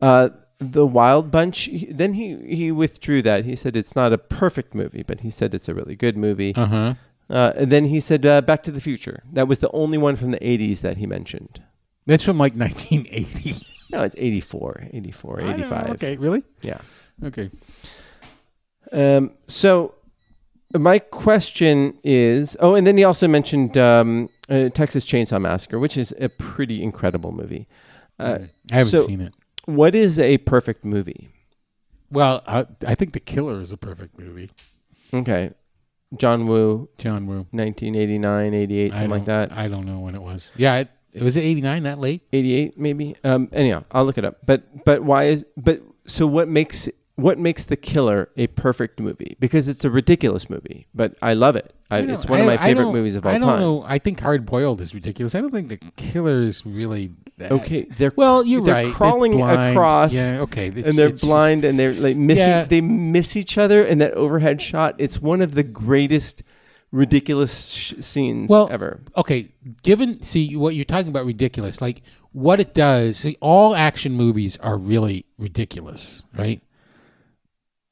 Uh, the Wild Bunch. he- Then he he withdrew that. He said it's not a perfect movie, but he said it's a really good movie.
Uh huh.
Uh, and then he said uh, Back to the Future. That was the only one from the '80s that he mentioned.
That's from like 1980.
No, it's 84, 84,
I don't know.
85.
Okay, really?
Yeah.
Okay.
Um, so my question is oh, and then he also mentioned um, uh, Texas Chainsaw Massacre, which is a pretty incredible movie. Uh,
I haven't
So-
seen it.
what is a perfect movie?
Well, I, I think The Killer is a perfect movie.
Okay. John Woo,
John Woo.
1989, 88,
I
something like
don't-
that.
I don't know when it was. Yeah, it, it was 89 that late.
88 maybe. Um, anyhow, I'll look it up. But but why is but so what makes what makes The Killer a perfect movie? Because it's a ridiculous movie, but I love it. I,
I don't-
it's one of my
I- I
favorite
don't-
movies of all
I don't
time.
know. I think Hard Boiled is ridiculous. I don't think the killer is really that.
Okay, they're
Well, you're
they're
right. They're
crawling
blind.
across.
Yeah, okay. It's-
and they're
it's just-
blind, and they're like missing.
Yeah.
They miss each other, and that overhead shot. It's one of the greatest ridiculous sh- scenes
well,
ever.
Okay, given see what you're talking about ridiculous. Like what it does. See, all action movies are really ridiculous, right?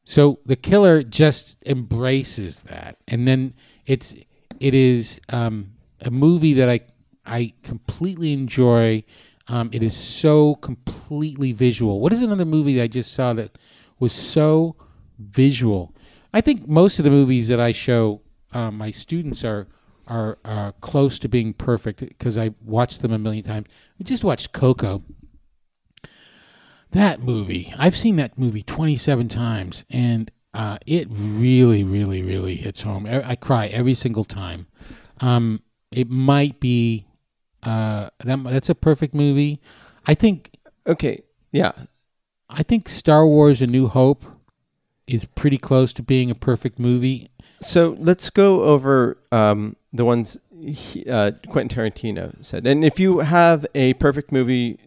So the killer just embraces that, and then it's it is um, a movie that I I completely enjoy. Um, it is so completely visual. What is another movie that I just saw that was so visual? I think most of the movies that I show um, my students are are uh, close to being perfect because I watched them a million times. I just watched Coco that movie i've seen that movie 27 times and uh, it really really really hits home E, i, I cry every single time um, it might be uh, that, that's a perfect movie i think
Okay, yeah,
i think star wars a new hope is pretty close to being a perfect movie
So let's go over um, the ones he, uh, Quentin Tarantino said. And if you have a perfect movie,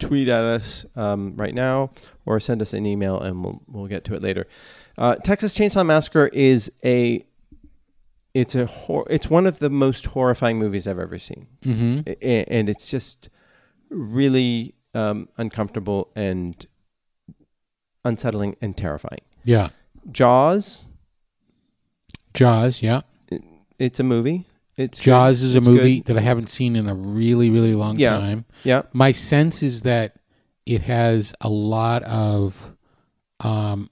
tweet at us um, right now or send us an email and we'll, we'll get to it later. Uh, Texas Chainsaw Massacre is a. It's a hor- it's one of the most horrifying movies I've ever seen, mm-hmm. and it's just really um, uncomfortable and unsettling and terrifying.
yeah
Jaws,
jaws yeah
it's a movie. It's
jaws
good.
is a
It's
movie
good.
that i haven't seen in a really really long
Yeah.
time
Yeah,
my sense is that it has a lot of um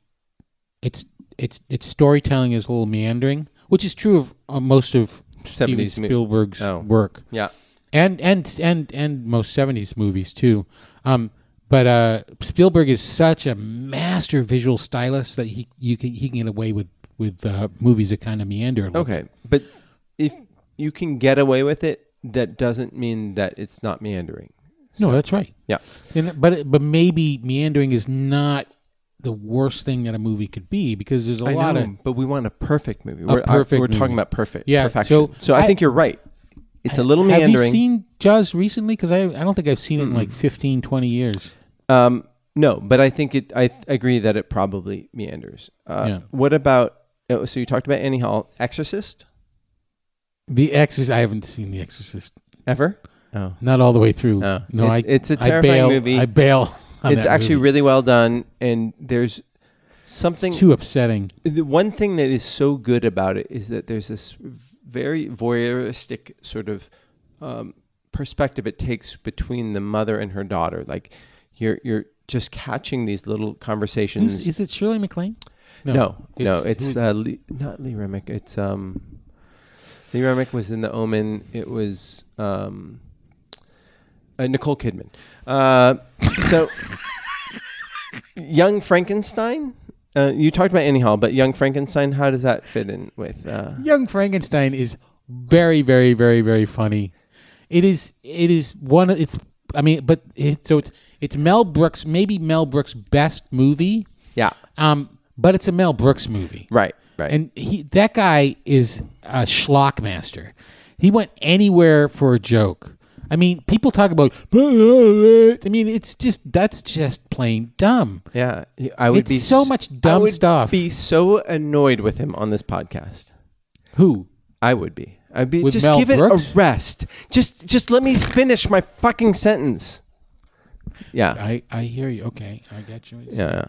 it's it's it's storytelling is a little meandering which is true of uh, most of Steven
70s mo-
Spielberg's
Oh.
work
yeah.
and and and and most 70s movies too um but uh Spielberg is such a master visual stylist that he you can he can get away with with uh, movies that kind of meander a little
Okay, but if you can get away with it, that doesn't mean that it's not meandering.
No, that's right.
Yeah.
And, but but maybe meandering is not the worst thing that a movie could be because there's a
I
lot
know,
of
but we want a perfect movie. we're, I-
perfect
we're
movie.
talking about perfect.
Yeah,
perfection.
so
So, I,
I-
think you're right. It's a little
Have
meandering.
you seen Jaws recently? Because I I don't think I've seen it in like 15, 20 years.
Um, no, but I think it. I th- agree that it probably meanders. Uh,
Yeah.
What about? oh, So you talked about Annie Hall, Exorcist,
The Exorcist. I haven't seen The Exorcist.
ever? Oh,
Not all the way through.
No.
no,
It's-
I.
it's a
I
terrifying
bail-
movie.
I bail. on
it's
that
actually
movie.
really well done, and there's something.
It's too upsetting.
the one thing that is so good about it is that there's this very voyeuristic sort of um, perspective it takes between the mother and her daughter. Like you're you're just catching these little conversations.
Is, is it Shirley MacLaine?
no, no, it's,
who-
uh, Lee, not Lee Remick. It's um, Lee Remick was in The Omen. It was um, uh, Nicole Kidman. Uh, so, Young Frankenstein. Uh, you talked about Annie Hall, but Young Frankenstein. How does that fit in with? Uh,
Young Frankenstein is very, very, very, very funny. It is. It is one. of It's. I mean, but it, so it's. It's Mel Brooks. Maybe Mel Brooks' best movie.
yeah,
Um, but it's a Mel Brooks movie.
right, right.
And he, that guy is a schlock master. He went anywhere for a joke. I mean, people talk about. I mean, it's just that's just plain dumb.
yeah, I would
it's
be
so
s-
much dumb
I would
stuff.
Be so annoyed with him on this podcast.
Who?
I would be. I'd be
With
just
Mel
give
Brooks?
it a rest. Just just let me finish my fucking sentence. Yeah.
I I hear you. Okay, I got you.
Yeah.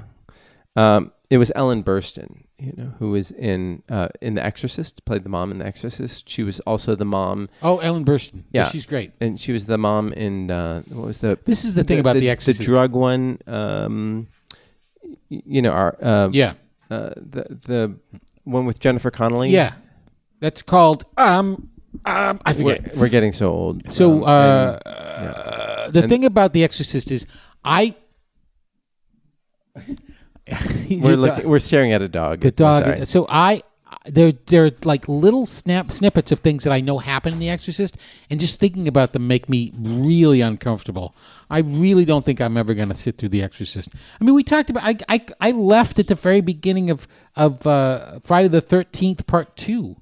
Um, it was Ellen Burstyn, you know, who was in uh, in The Exorcist, played the mom in The Exorcist. She was also the mom
Oh, Ellen Burstyn.
Yeah.
she's great.
and she was the mom in uh, what was the
This is the thing about The Exorcist.
The drug one um, y- you know, our uh,
Yeah,
uh, the the one with Jennifer Connelly.
yeah. That's called um um. I
We're,
forget.
we're getting so old. Um,
So
and-
uh, uh, the thing about The Exorcist is, I.
We're looking. We're staring at a dog.
the
I'm
dog.
sorry.
So I, there, there are like little snap snippets of things that I know happen in The Exorcist, and just thinking about them make me really uncomfortable. I really don't think I'm ever going to sit through The Exorcist. I mean, we talked about. I, I, I left at the very beginning of of uh, Friday the Thirteenth Part Two.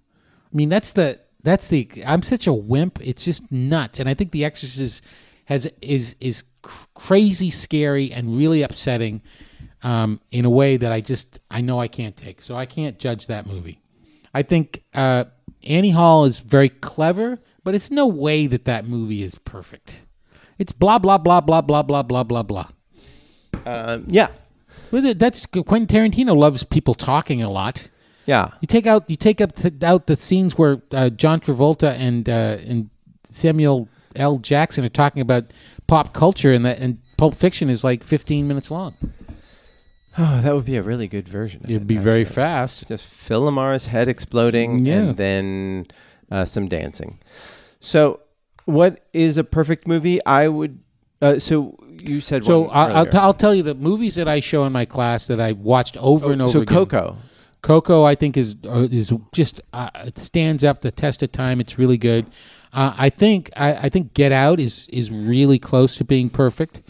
I mean, that's the that's the. I'm such a wimp. It's just nuts, and I think The Exorcist has is is cr- crazy scary and really upsetting um, in a way that I just I know I can't take. So I can't judge that movie. I think uh, Annie Hall is very clever, but it's no way that that movie is perfect. It's blah blah blah blah blah blah blah blah blah.
Um, yeah,
Well, that- That's Quentin Tarantino loves people talking a lot.
yeah.
You take out you take up th- out the scenes where uh, John Travolta and uh, and Samuel L. Jackson are talking about pop culture, and that and Pulp Fiction is like 15 minutes long.
Oh, that would be a really good version. of
It'd
it,
be very
actually.
fast.
Just Phil Lamar's head exploding,
Yeah.
and then uh, some dancing. So, what is a perfect movie? I would. Uh, so you said
So
one
I, I'll,
earlier.
t- I'll tell you the movies that I show in my class that I watched over and over.
Oh, so
again.
Coco.
Coco, I think is uh, is just uh, it stands up the test of time. It's really good. Uh, I think I, I think Get Out is is really close to being perfect.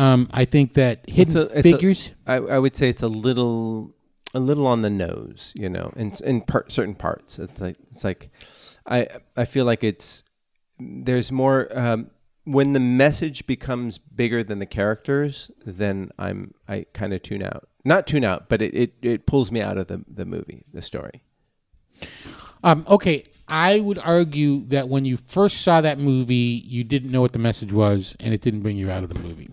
Um, I think that Hidden
a- it's a-
Figures.
I, I would say it's a little, a little on the nose, you know, in in part, certain parts. It's like it's like, I I feel like it's there's more um, when the message becomes bigger than the characters. Then I'm I kind of tune out, not tune out, but it, it, it pulls me out of the the movie, the story.
Um, okay, I would argue that when you first saw that movie, you didn't know what the message was, and it didn't bring you out of the movie.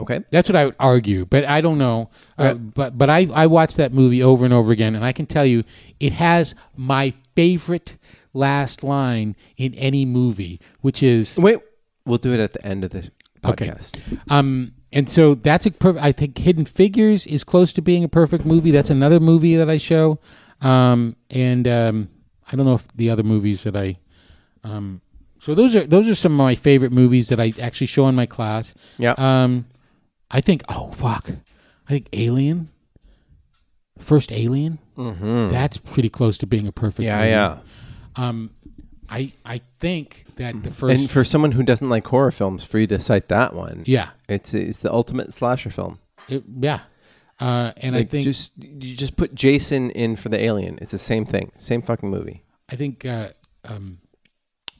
Okay,
That's what I would argue, but I don't know. Uh, but but I, I watched that movie over and over again, and I can tell you it has my favorite last line in any movie, which is
wait, we'll do it at the end of the
Okay.
podcast.
um. And so that's a perfect. I think Hidden Figures is close to being a perfect movie. That's another movie that I show. Um. And um. I don't know if the other movies that I. Um. So those are those are some of my favorite movies that I actually show in my class.
Yeah,
Um, I think. Oh fuck! I think Alien, first Alien. Mm-hmm. That's pretty close to being a perfect.
yeah,
movie.
yeah.
Um, I I think that the first.
Mm-hmm. And for someone who doesn't like horror films, for you to cite that one,
yeah,
it's it's the ultimate slasher film.
it- yeah, uh, and I
Like,
think
just you just put Jason in for the alien. It's the same thing, same fucking movie.
I think uh, um,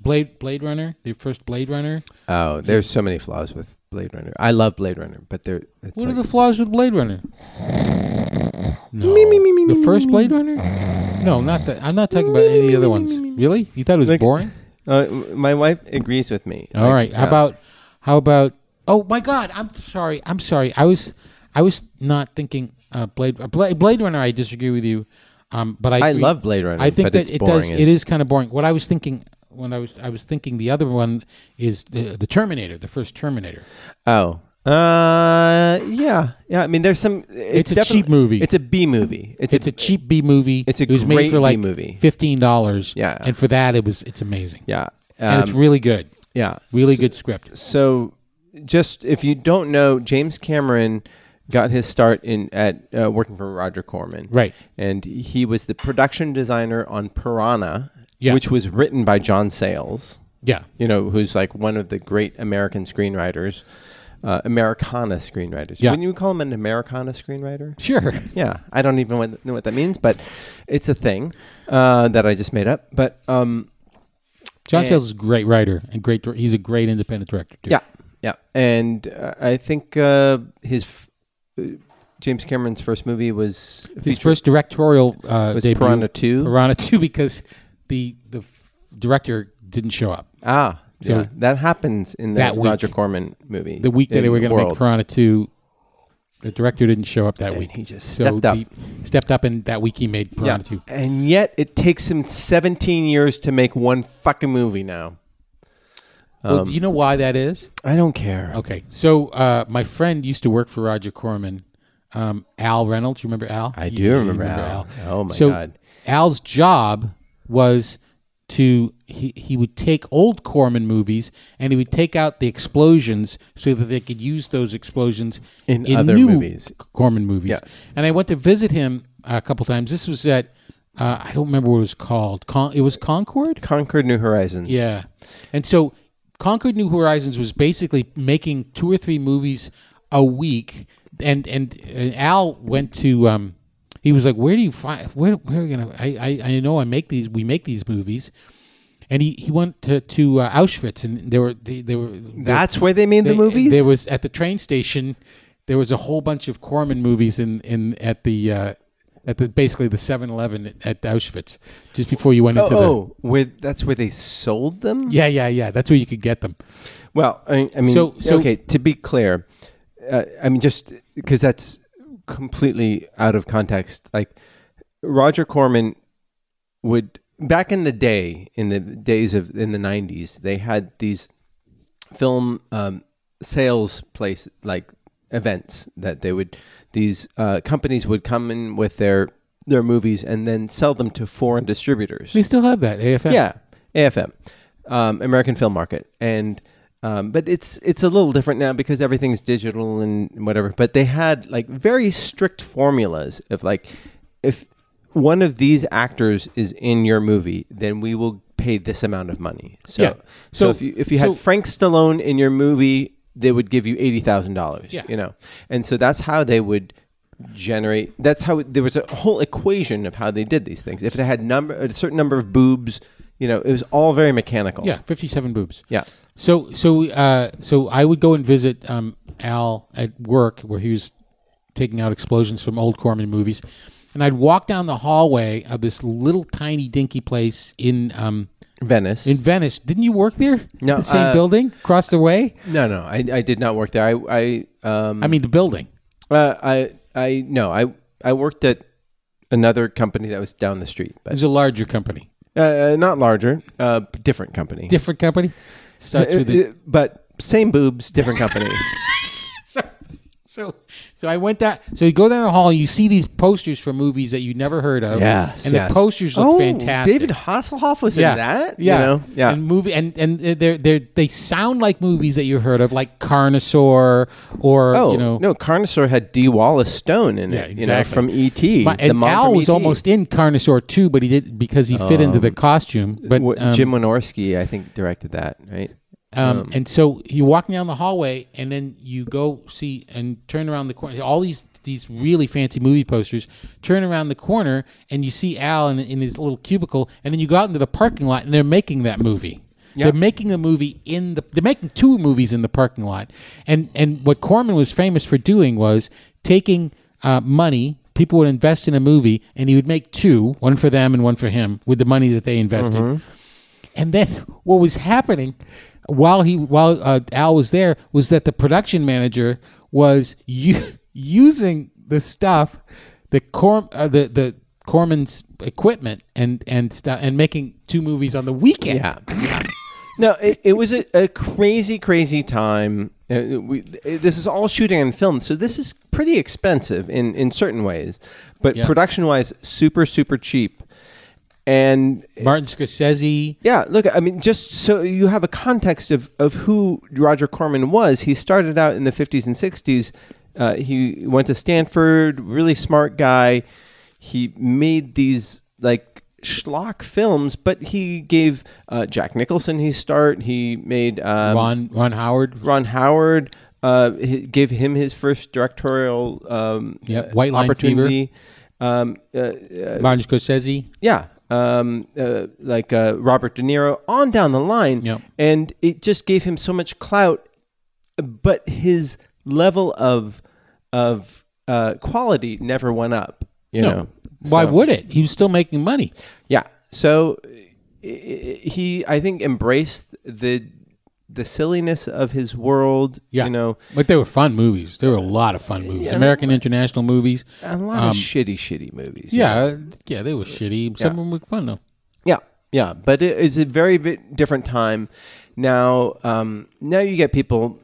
Blade Blade Runner, the first Blade Runner.
Oh, there's so many flaws with Blade Runner. I love Blade Runner, but there. It's
What
like,
are the flaws with Blade Runner? No. the first Blade Runner? No, not that. I'm not talking about any other ones. Really? You thought it was
Like-
boring?
Uh, m- my wife agrees with me. uh,
All right. How
yeah.
about how about Oh my god, I'm sorry. I'm sorry. I was I was not thinking uh, Blade Blade Blade Runner I disagree with you. Um but I
I
agree-
love Blade Runner.
I think
but
that
it's
it
boring
does it is kind of boring. What I was thinking when I was I was thinking the other one is the, the Terminator, the first Terminator.
Oh. Uh yeah yeah I mean there's some
It's a cheap movie.
it's a B movie it's,
It's a cheap B movie.
It's a
it was made
great
for
B
like
movie.
fifteen dollars.
Yeah.
and for that it was it's amazing.
yeah
and it's
um,
really good,
yeah
really
So-
good script.
so just if you don't know james cameron got his start in at uh, working for roger corman
Right.
and he was the production designer on piranha
Yeah.
which was written by john sayles
Yeah,
you know who's like one of the great american screenwriters uh, americana screenwriters
Yeah.
wouldn't you call him an americana screenwriter
sure.
yeah, I don't even what- know what that means, but it's a thing uh, that I just made up. But um,
John Sayles is a great writer and great. dir- He's a great independent director too.
Yeah, yeah, and uh, I think uh, his f- uh, James Cameron's first movie was
his
feature-
first directorial uh,
was
debut,
Piranha Two.
Piranha Two, because the the f- director didn't show up
Ah,
So-
yeah, that happens in the
That week.
Roger Corman movie.
the week that
in
they were going to make
World.
Piranha Two. The director didn't show up that week.
he just
So
stepped up.
he stepped up, and that week he made
Yeah,
Piranha Two.
and yet it takes him 17 years to make one fucking movie now. Um,
well, do you know why that is?
I don't care.
Okay, so uh, my friend used to work for Roger Corman, um, Al Reynolds. You remember Al?
I
You-
do
you
remember Al. Oh, my
so
God.
Al's job was to he, he would take old Corman movies and he would take out the explosions so that they could use those explosions
In other
new
movies.
C- Corman movies.
Yes.
And I went to visit him a couple times. This was at uh, I don't remember what it was called. Con- it was Concord.
Conquered New Horizons.
Yeah. And so Conquered New Horizons was basically making two or three movies a week. And and, and Al went to um, he was like, Where do you find where where are we gonna I, I, I know I make these we make these movies. And he, he went to, to uh, Auschwitz and there were they, they were
That's where they made the
they-
movies.
There was at the train station. There was a whole bunch of Corman movies in in at the uh, at the basically the 7-Eleven at Auschwitz just before you went
oh,
into the
oh where, that's where they sold them.
yeah yeah yeah that's where you could get them.
Well, I, I mean,
So- so-
okay. To be clear, uh, I mean, just because that's completely out of context. Like Roger Corman would back in the day, in the days of in the '90s, they had these film um, sales place like events that they would these uh, companies would come in with their their movies and then sell them to foreign distributors.
They still have that AFM.
Yeah, AFM, um, American Film Market, and um, but it's it's a little different now because everything's digital and whatever. But they had like very strict formulas of like if one of these actors is in your movie, then we will pay this amount of money. So
Yeah.
so,
So-
if you if you had
so-
Frank Stallone in your movie, they would give you eighty thousand dollars.
Yeah.
you know, and so that's how they would generate that's how it, there was a whole equation of how they did these things if they had number a certain number of boobs you know it was all very mechanical
Yeah, fifty-seven boobs.
yeah
So so uh, so I would go and visit um, Al at work where he was taking out explosions from old Corman movies, and I'd walk down the hallway of this little tiny dinky place in um,
venice
in Venice. Didn't you work there?
No,
the same
uh,
building across the way.
no no I, I did not work there i i um
I mean the building.
uh, i i no i i worked at another company that was down the street
It
but
was a larger company,
uh, uh, not larger uh different company
different company. Starts with
Uh,
a-
uh, but same boobs different company
so, so, so I went down. So you go down the hall, you see these posters for movies that you never heard of.
Yes,
and
yes.
the posters look
oh,
fantastic.
david hasselhoff was in that
Yeah,
you know? yeah
And movie, and and they they they sound like movies that you heard of, like Carnosaur or
Oh
you know.
no, Carnosaur had D. Wallace Stone in
Yeah,
it,
exactly.
you know, from E.T.
My-
the
and
mom
Al
from E
was
E.T..
almost in Carnosaur too, but he did because he fit into the costume. But
What-
um,
Jim Wynorski, I think, directed that, right?
Um, and so you walk down the hallway, and then you go see and turn around the corner. All these these really fancy movie posters. Turn around the corner, and you see Al in, in his little cubicle, and then you go out into the parking lot, and they're making that movie. They're making a movie in the. They're making two movies in the parking lot, and and what Corman was famous for doing was taking uh, money. People would invest in a movie, and he would make two, one for them and one for him, with the money that they invested. And then what was happening while he while uh, Al was there was that the production manager was u- using the stuff, the Corm uh, the the Corman's equipment and and stuff and making two movies on the weekend.
Yeah. no, it, it was a, a crazy, crazy time. Uh, we, this is all shooting on film, so this is pretty expensive in, in certain ways, but production wise, super, super cheap. And
Martin Scorsese.
yeah, look, I mean, just so you have a context of, of who Roger Corman was, he started out in the 50s and 60s. Uh, he went to Stanford, really smart guy. He made these like schlock films, but he gave uh, Jack Nicholson his start. He made um,
Ron Ron Howard.
Ron Howard, uh, he- gave him his first directorial um,
Yep, White Line
opportunity. Um,
Martin Scorsese.
yeah um, uh, like uh, Robert De Niro on down the line
Yep.
and it just gave him so much clout but his level of of uh, quality never went up you
No.
know
Why
So-
would it? He was still making money.
yeah so i- i- he I think embraced the the silliness of his world
Yeah.
you know
But they were fun movies. There were a lot of fun movies. American international movies.
a lot of shitty shitty movies
Um, Yeah, uh, yeah, they were shitty. Some of them were fun though.
Yeah, yeah, but it is a very vi- different time now. Um, now you get people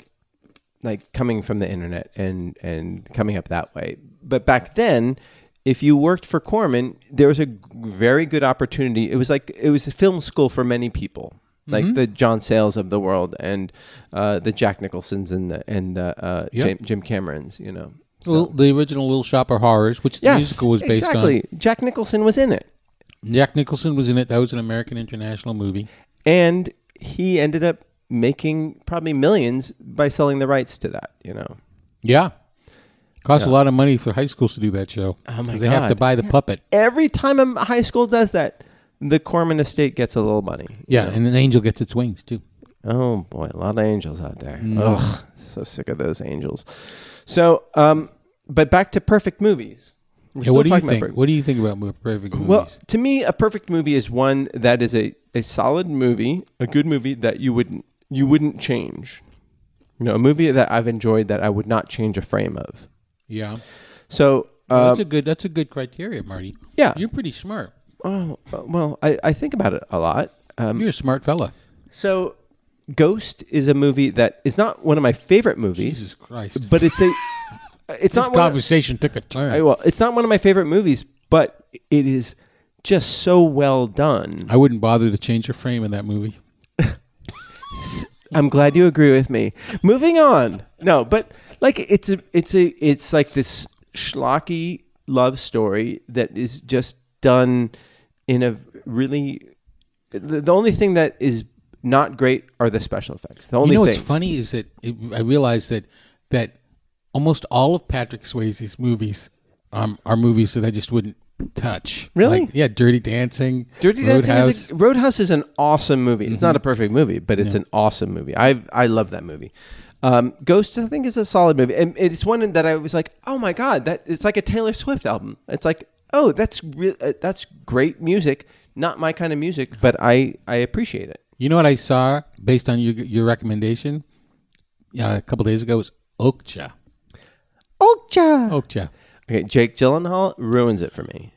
like coming from the internet and and coming up that way. But back then, if you worked for Corman, there was a g- very good opportunity. It was like it was a film school for many people, like
Mm-hmm.
the John Sayles of the world and uh, the Jack Nicholsons and the and the uh,
Yeah.
Jim, Jim Camerons. You know,
Little- the original Little Shop of Horrors, which the
Yes,
musical was based
exactly. Jack Nicholson was in it.
on. Jack Nicholson was in it. That was an American international movie.
and he ended up making probably millions by selling the rights to that you know
Yeah, cost a lot of money for high schools to do that show. Oh
my
They have to
God.
buy the puppet.
every time a high school does that the corman estate gets a little money
Yeah, and an angel gets its wings too.
oh boy a lot of angels out there
Mm.
ugh so sick of those angels so um but back to perfect movies We're
Yeah, what do
still
you
talking about
think?
perfect-
What do you think about mo- perfect movies?
well to me a perfect movie is one that is a, a solid movie a good movie that you wouldn't you wouldn't change you know a movie that i've enjoyed that i would not change a frame of
yeah,
uh, so
Well,
um,
that's a good. That's a good criteria, Marty.
Yeah.
you're pretty smart.
Oh uh, well, I, I think about it a lot. Um,
You're a smart fella.
so, Ghost is a movie that is not one of my favorite movies,
Jesus Christ!
but it's a it's
This
not one of,
conversation took a turn.
I- well, it's not one of my favorite movies, but it is just so well done.
I wouldn't bother to change your frame in that movie.
I'm glad you agree with me. Moving on, no, but like it's a it's a it's like this schlocky love story that is just done in a really. The the only thing that is not great are the special effects. The only
you know
things.
what's funny is that it, I realized that that almost all of Patrick Swayze's movies um, are movies that I just wouldn't touch.
Really?
Like, yeah, Dirty Dancing.
Dirty Dancing
Roadhouse. Mm-hmm.
is a, Roadhouse is an awesome movie. It's not a perfect movie, but it's an awesome movie. I I love that movie. Um, Ghost, I think, is a solid movie, and it's one that I was like, oh my god, that it's like a Taylor Swift album. It's like, oh, that's re- uh, that's great music. Not my kind of music, but I I appreciate it.
you know what I saw based on your your recommendation? Yeah, a couple days ago was Okja.
Okja.
Okja.
Okay, Jake Gyllenhaal ruins it for me.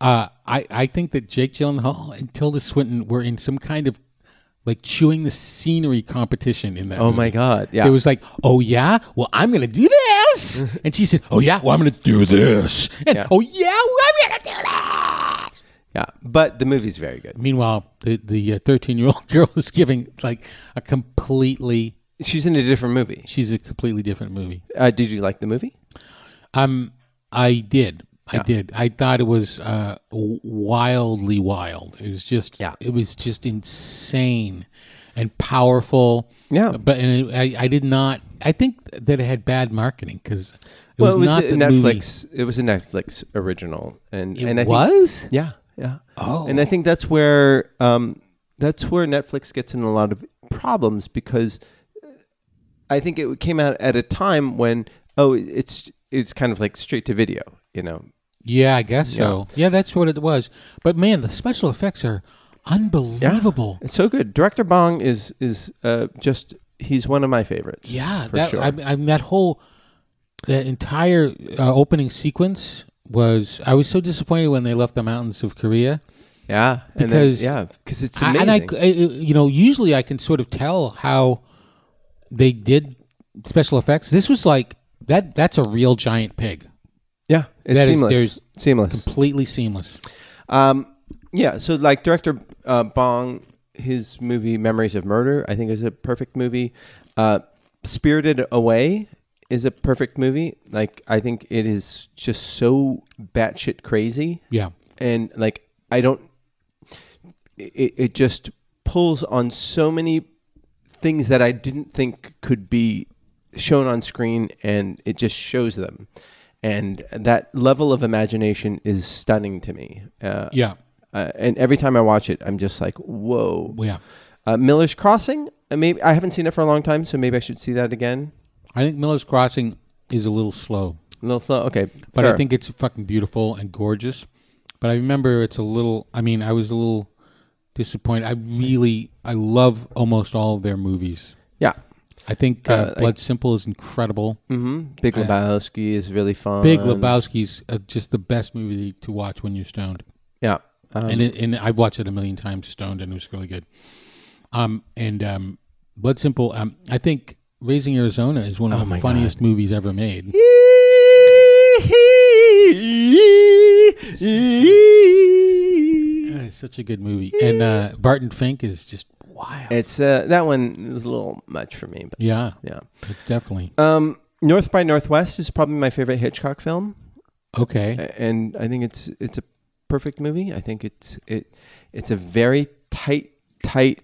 Uh, I I think that Jake Gyllenhaal and Tilda Swinton were in some kind of like chewing the scenery competition in that.
Oh my god, yeah. Mm-hmm.
It was like, oh yeah, well I'm gonna do this, and she said, oh yeah, well I'm gonna do this, and oh yeah, well I'm gonna do that.
yeah, but the movie's very good.
Meanwhile, the the thirteen year old girl is giving like a completely,
She's in a different movie.
she's a completely different movie.
Uh, did you like the movie?
Um, I did, I did, I thought it was uh wildly wild. It was just,
Yeah.
it was just insane and powerful.
Yeah.
but and it, I I did not. I think that it had bad marketing because. It
well,
was, not
a
the movie-
Netflix. It was a Netflix original, and
It
and I think
was? Oh.
Yeah, yeah. Oh, and I think that's where um, that's where Netflix gets in a lot of problems because I think it came out at a time when oh it's it's kind of like straight to video, you know.
Yeah, I guess so. Yeah, that's what it was. But man, the special effects are unbelievable.
It's so good. Director Bong is is uh, just he's one of my favorites.
Yeah,
for
that
sure.
I, I mean, that whole that entire uh, opening sequence was. I was so disappointed when they left the mountains of Korea.
yeah, and then-
because-
yeah, because it's
I-
amazing.
and I, c- I- you know, usually I can sort of tell how they did special effects. This was like that. That's a real giant pig,
yeah, it's
that is-
seamless.
there's
seamless.
completely seamless.
Um, yeah, so like director uh, Bong, his movie Memories of Murder, I think is a perfect movie. Uh, Spirited Away is a perfect movie. Like I think it is just so batshit crazy,
Yeah,
and like I don't, it it just pulls on so many things that I didn't think could be shown on screen, and it just shows them. And that level of imagination is stunning to me. Uh,
yeah,
uh, and every time I watch it, I'm just like, whoa.
yeah.
Uh, Miller's Crossing. Uh, maybe I haven't seen it for a long time, so maybe I should see that again.
I think Miller's Crossing is a little slow,
A little slow. Okay,
but
fair.
I think it's fucking beautiful and gorgeous. But I remember it's a little. I mean, I was a little disappointed. I really, I love almost all of their movies.
yeah.
I think uh,
Uh, I-
Blood Simple is incredible.
Mm-hmm. Big Lebowski is really fun.
Big Lebowski's uh, just the best movie to watch when you're stoned,
Yeah. Um,
and it, and I've watched it a million times stoned, and it was really good. Um, and um, Blood Simple, um, I think Raising Arizona is one of
Oh
the funniest movies ever made. Yeah, it's such a good movie, and uh, Barton Fink is just wild.
it's uh, that one is a little much for me, but
yeah,
yeah.
it's definitely
Um, North by Northwest is probably my favorite Hitchcock film.
okay.
A- and I think it's it's a perfect movie. I think it's it it's a very tight tight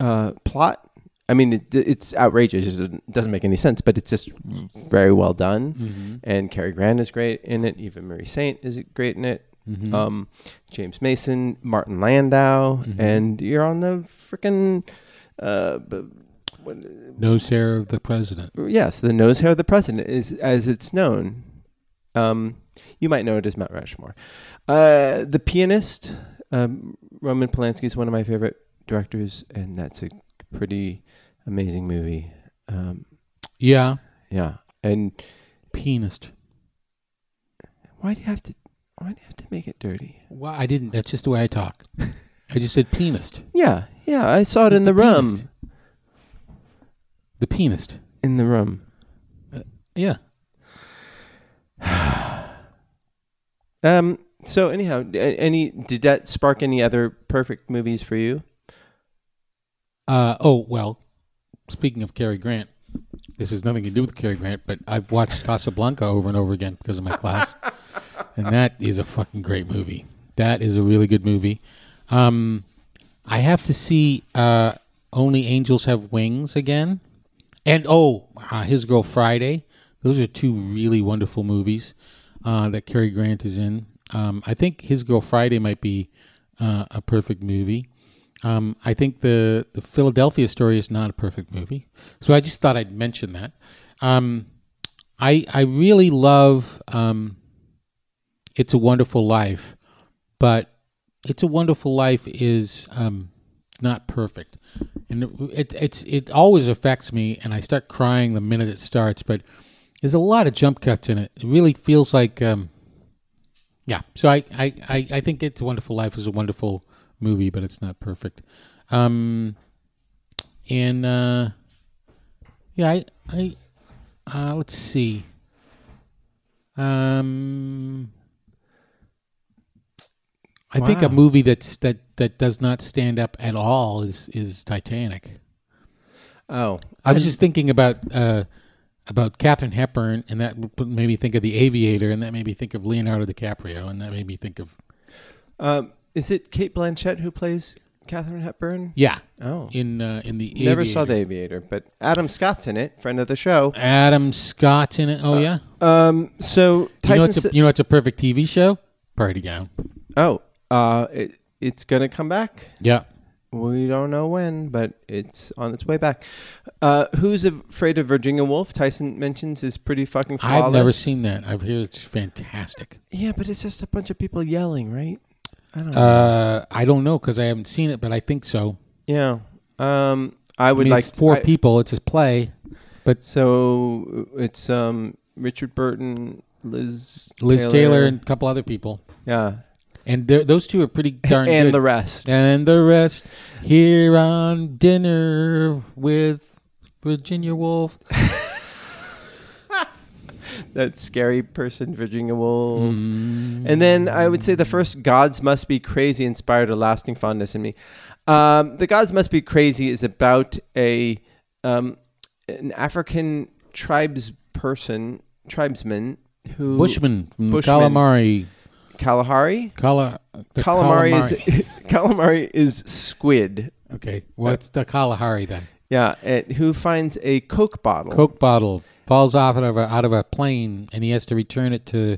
uh, plot. I mean, it, it's outrageous. It doesn't- doesn't make any sense, but it's just very well done.
Mm-hmm.
And Cary Grant is great in it. Eva Marie Saint is great in it.
Mm-hmm.
Um, James Mason, Martin Landau, and you're on the freaking uh, b-
No Sarah of the President.
yes, the nose hair of the president is as it's known. Um, you might know it as Mount Rushmore. Uh, the pianist, um, Roman Polanski is one of my favorite directors, and that's a pretty amazing movie. Um,
Yeah,
yeah, and
Pianist.
why do you have to? Why do you have to make it dirty?
Well, I didn't. That's just the way I talk. I just said Pianist.
Yeah, yeah, I saw it in the,
Pianist.
room.
The Pianist.
In the room.
Yeah.
Um. So anyhow, a- any did that spark any other perfect movies for you?
Uh, oh well. Speaking of Cary Grant, this has nothing to do with Cary Grant, but I've watched Casablanca over and over again because of my class, and that is a fucking great movie. That is a really good movie. Um, I have to see uh, Only Angels Have Wings again, and oh, uh, His Girl Friday. Those are two really wonderful movies uh, that Cary Grant is in. Um, I think His Girl Friday might be uh, a perfect movie. Um, I think the, the Philadelphia story is not a perfect movie. So I just thought I'd mention that. Um, I, I really love um, It's a Wonderful Life, but It's a Wonderful Life is um, not perfect. And it, it's, it always affects me, and I start crying the minute it starts, but there's a lot of jump cuts in it. It really feels like. Um, yeah. So I, I, I, I think It's a Wonderful Life is a wonderful movie, but it's not perfect. Um, and uh, yeah, I, I uh, let's see. Um, I think a
Wow.
movie that's that that does not stand up at all is is Titanic.
Oh,
I was just thinking about uh, about Katherine Hepburn, and that w- made me think of The Aviator, and that made me think of Leonardo DiCaprio, and that made me think of
Um, is it Kate Blanchett who plays Catherine Hepburn?
yeah
Oh,
in uh, in the
never
Aviator.
saw The Aviator, but Adam Scott's in it, friend of the show.
Adam Scott in it. Oh yeah,
Um, so
you know
Tyson.
it's a, you know it's a perfect TV show. Party Gown.
oh, uh, it, it's gonna come back.
Yeah,
We don't know when, but it's on its way back. Uh, Who's Afraid of Virginia Woolf? Tyson mentions is pretty fucking flawless.
I've never seen that. I've heard it's fantastic.
Yeah, but it's just a bunch of people yelling, right? I don't know.
Uh, I don't know because I haven't seen it, but I think so.
yeah. Um, I
I
would
mean,
like
it's four
I-
people. It's a play.
So it's um, Richard Burton, Liz,
Liz Taylor and a couple other people,
yeah,
and they're- those two are pretty darn
and
good.
the rest.
and the rest here on dinner with Virginia Woolf.
that scary person, Virginia Woolf.
Mm-hmm. Mm.
And then uh, I would say the first Gods Must Be Crazy inspired a lasting fondness in me. Um, the Gods Must Be Crazy is about a um, an African tribes person, tribesman who
Bushman from
Bushman.
Calamari.
Kalahari.
Cala, the
Calamari, is calamari is squid.
okay.
Uh,
What's the Kalahari then?
Yeah, it, who finds a Coke bottle
Coke bottle falls off out of a, out of a plane, and he has to return it to.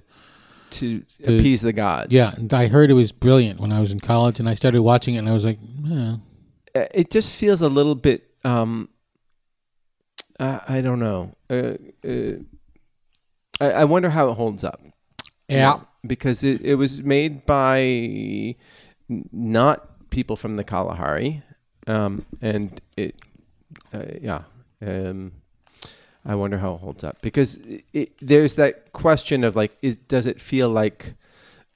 to appease the gods.
Yeah, and I heard it was brilliant when I was in college, and I started watching it, and I was like, eh.
Uh, it just feels a little bit um i, I don't know uh, uh, I, I wonder how it holds up
yeah.
because it, it was made by n- not people from the kalahari um and it uh, yeah um i wonder how it holds up because i it, there's that question of like is does it feel like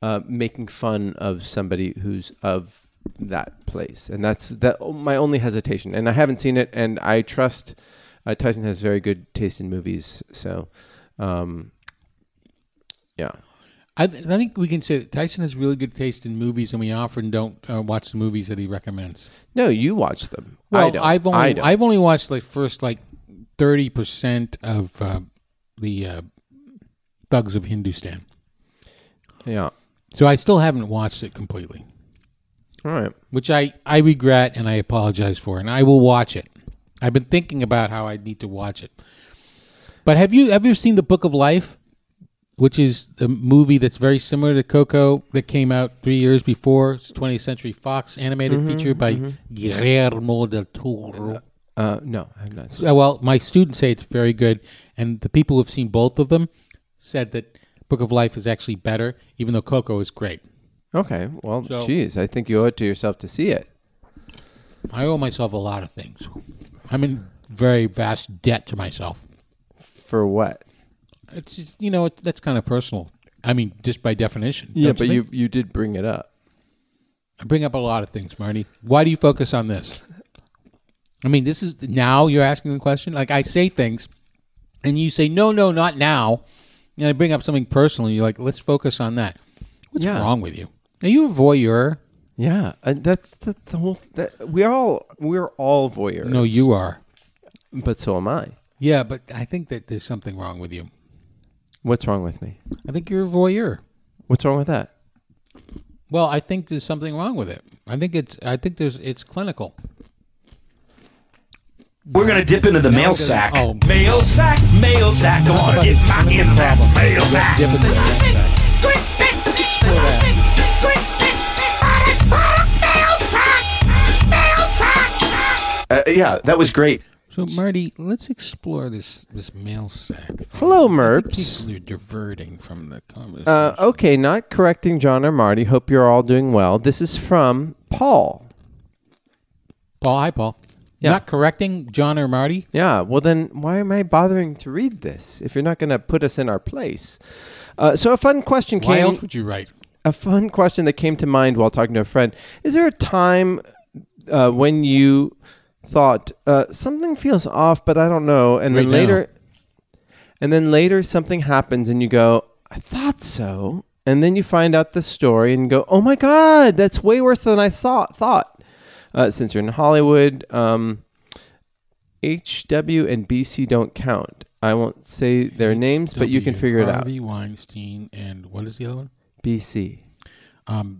uh, making fun of somebody who's of that place, and that's that oh, my only hesitation. And I haven't seen it, and I trust uh, Tyson has very good taste in movies, so um, yeah,
I, th- I think we can say that Tyson has really good taste in movies, and we often don't uh, watch the movies that he recommends.
no, you watch them. I don't.
have only
I don't.
have only watched like first like thirty percent of uh, the uh, Thugs of Hindustan,
yeah.
so I still haven't watched it completely,
All right.
which I I regret and I apologize for, and I will watch it. I've been thinking about how I need to watch it. But have you ever seen the Book of Life, which is the movie that's very similar to Coco that came out three years before? It's 20th Century Fox animated feature by Guillermo del Toro.
Uh, no, I have not. Seen
Uh, well, my students say it's very good, and the people who've seen both of them said that Book of Life is actually better, even though Coco is great.
it. Okay. Well,
So-
geez, I think you owe it to yourself to see it.
I owe myself a lot of things. I'm in very vast debt to myself.
For what?
It's just, you know it, that's kind of personal. I mean, just by definition.
Yeah,
don't
but
think?
you you did bring it up.
I bring up a lot of things, Marty. Why do you focus on this? I mean, this is now you're asking the question. Like I say things, and you say no, no, not now. And I bring up something personal. And you're like, let's focus on that. What's
Yeah.
wrong with you? Are you a voyeur?
Yeah, and that's the, the whole. That, we're all we're all voyeurs.
No, you are.
But so am I.
Yeah, but I think that there's something wrong with you.
What's wrong with me?
I think you're a voyeur.
What's wrong with that?
Well, I think there's something wrong with it. I think it's. I think there's. It's clinical.
We're gonna dip into the mail
doesn't-
sack.
oh.
Mail sack, mail sack. Come on, get my hands in that mail sack. Uh, yeah, that was great.
So, Marty, let's explore this this mail sack. thing.
Hello,
I think
Merps.
People are diverting from the conversation.
Uh, okay, not correcting John or Marty. Hope you're all doing well. This is from Paul.
Paul, hi, Paul. Not correcting John or Marty.
Yeah, well, then why am I bothering to read this if you're not going to put us in our place? Uh, so, a fun question
Why
came.
else would you write?
a fun question that came to mind while talking to a friend is there a time uh, when you thought uh, something feels off but i don't know and then
Right now.
later and then later something happens and you go i thought so and then you find out the story and go oh my god that's way worse than i saw, thought uh, since you're in hollywood um, hw and bc don't count i won't say their names but you can
W.
figure it out
Harvey Weinstein and what is the other one?
bc
Uh,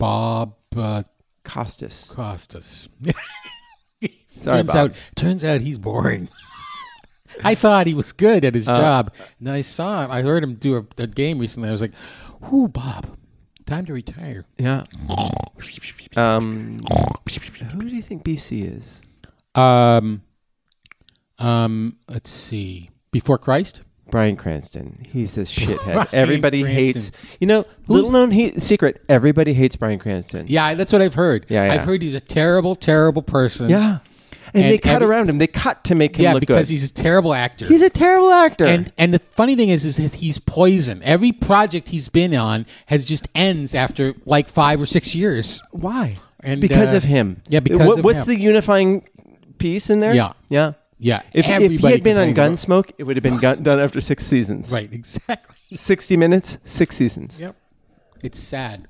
Bob uh,
costas
Costas.
sorry
turns
Bob.
out, turns out he's boring. I thought he was good at his
Uh,
job, and then I saw him. I heard him do a, a game recently. I was like, "Ooh, Bob, time to retire."
Yeah. Um, who do you think BC is?
Um, um, let's see. Before Christ?
Brian Cranston. He's this shithead.
Bryan
everybody
Cranston.
hates. You know, little known he- secret. Everybody hates Brian Cranston.
Yeah, that's what I've heard.
Yeah, yeah.
I've heard he's a terrible, terrible person.
Yeah. And,
And
they cut
every-
around him. They cut to make him
Yeah,
look
because
good.
he's a terrible actor.
a terrible actor.
and and the funny thing is, is that he's poison. Every project he's been on has just ends after like five or six years.
why?
and,
because
uh,
of him.
yeah, because
What-
of
what's
him.
the unifying piece in there?
Yeah.
Yeah.
Yeah,
If, if he
everybody
had been on
complained
Gunsmoke, it would have been gun- done after six seasons.
Right, exactly.
60 minutes, six seasons.
Yep. It's sad.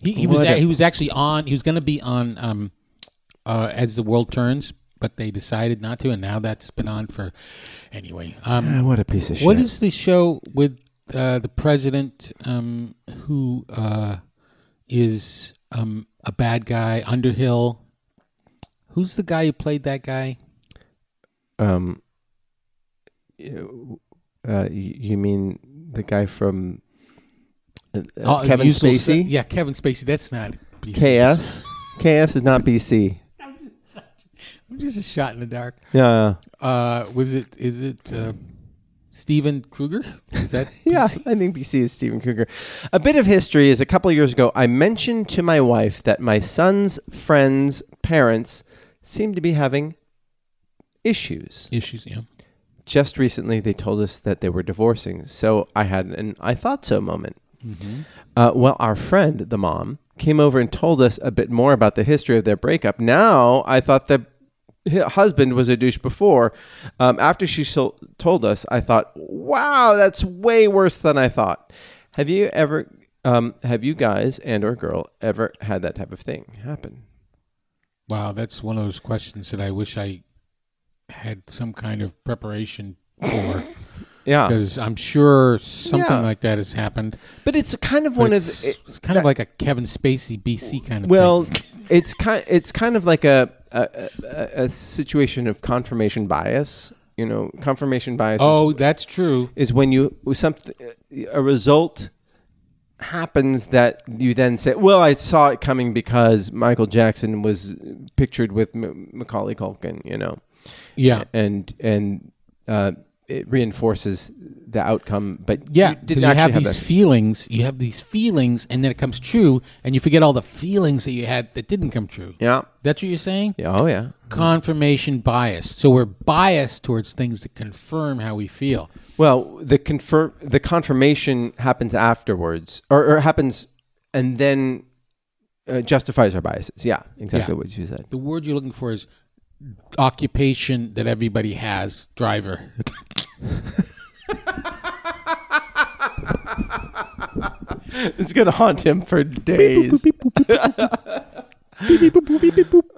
He, he was
What
a-
a-
he was actually on. He was going to be on um, uh, as the world turns, but they decided not to, and now that's been on for anyway. Um,
Ah, what a piece of
what
shit.
is the show with uh, the president um, who uh, is um, a bad guy? Underhill. Who's the guy who played that guy?
um, uh, you you mean the guy from uh, uh,
Oh,
Kevin
Usual Su-
Spacey?
yeah, Kevin Spacey. That's not. BC.
KS? KS is not BC.
Just a shot in the dark.
Yeah.
Uh, was it? Is it uh, Steven Kruger? Is that?
Yeah, I think BC is Steven Cougar. A bit of history is a couple of years ago, I mentioned to my wife that my son's friends' parents seem to be having issues.
issues. Yeah.
just recently they told us that they were divorcing. So I had an I thought so moment.
Mm-hmm.
Uh, well, our friend, the mom, came over and told us a bit more about the history of their breakup. Now I thought the hi- husband was a douche before. Um, after she so- told us, I thought, wow, that's way worse than I thought. Have you ever, um, have you guys and or girl ever had that type of thing happen?
Wow, that's one of those questions that I wish I had some kind of preparation for,
Yeah,
because I'm sure something
Yeah.
like that has happened.
but it's kind of
But
one
it's,
of it-
it's kind of like a Kevin Spacey BC kind of
Well,
thing.
it's kind it's kind of like a a, a a situation of confirmation bias. You know, confirmation bias
Oh, that's true.
is, is when you something a result happens that you then say, "Well, I saw it coming because Michael Jackson was pictured with M- Macaulay Culkin." You know,
Yeah.
and and uh, it reinforces the outcome, but
Yeah,
you
because
didn't
you,
actually
have
have
these
that.
feelings. You have these feelings, and then it comes true, and you forget all the feelings that you had that didn't come true.
Yeah.
That's what you're saying?
Yeah. Oh, yeah.
confirmation bias. So we're biased towards things that confirm how we feel.
Well, the confirm the confirmation happens afterwards, or, or happens and then uh, justifies our biases. Yeah, exactly
Yeah.
what you said.
The word you're looking for is occupation that everybody has. Driver.
It's gonna haunt him for days.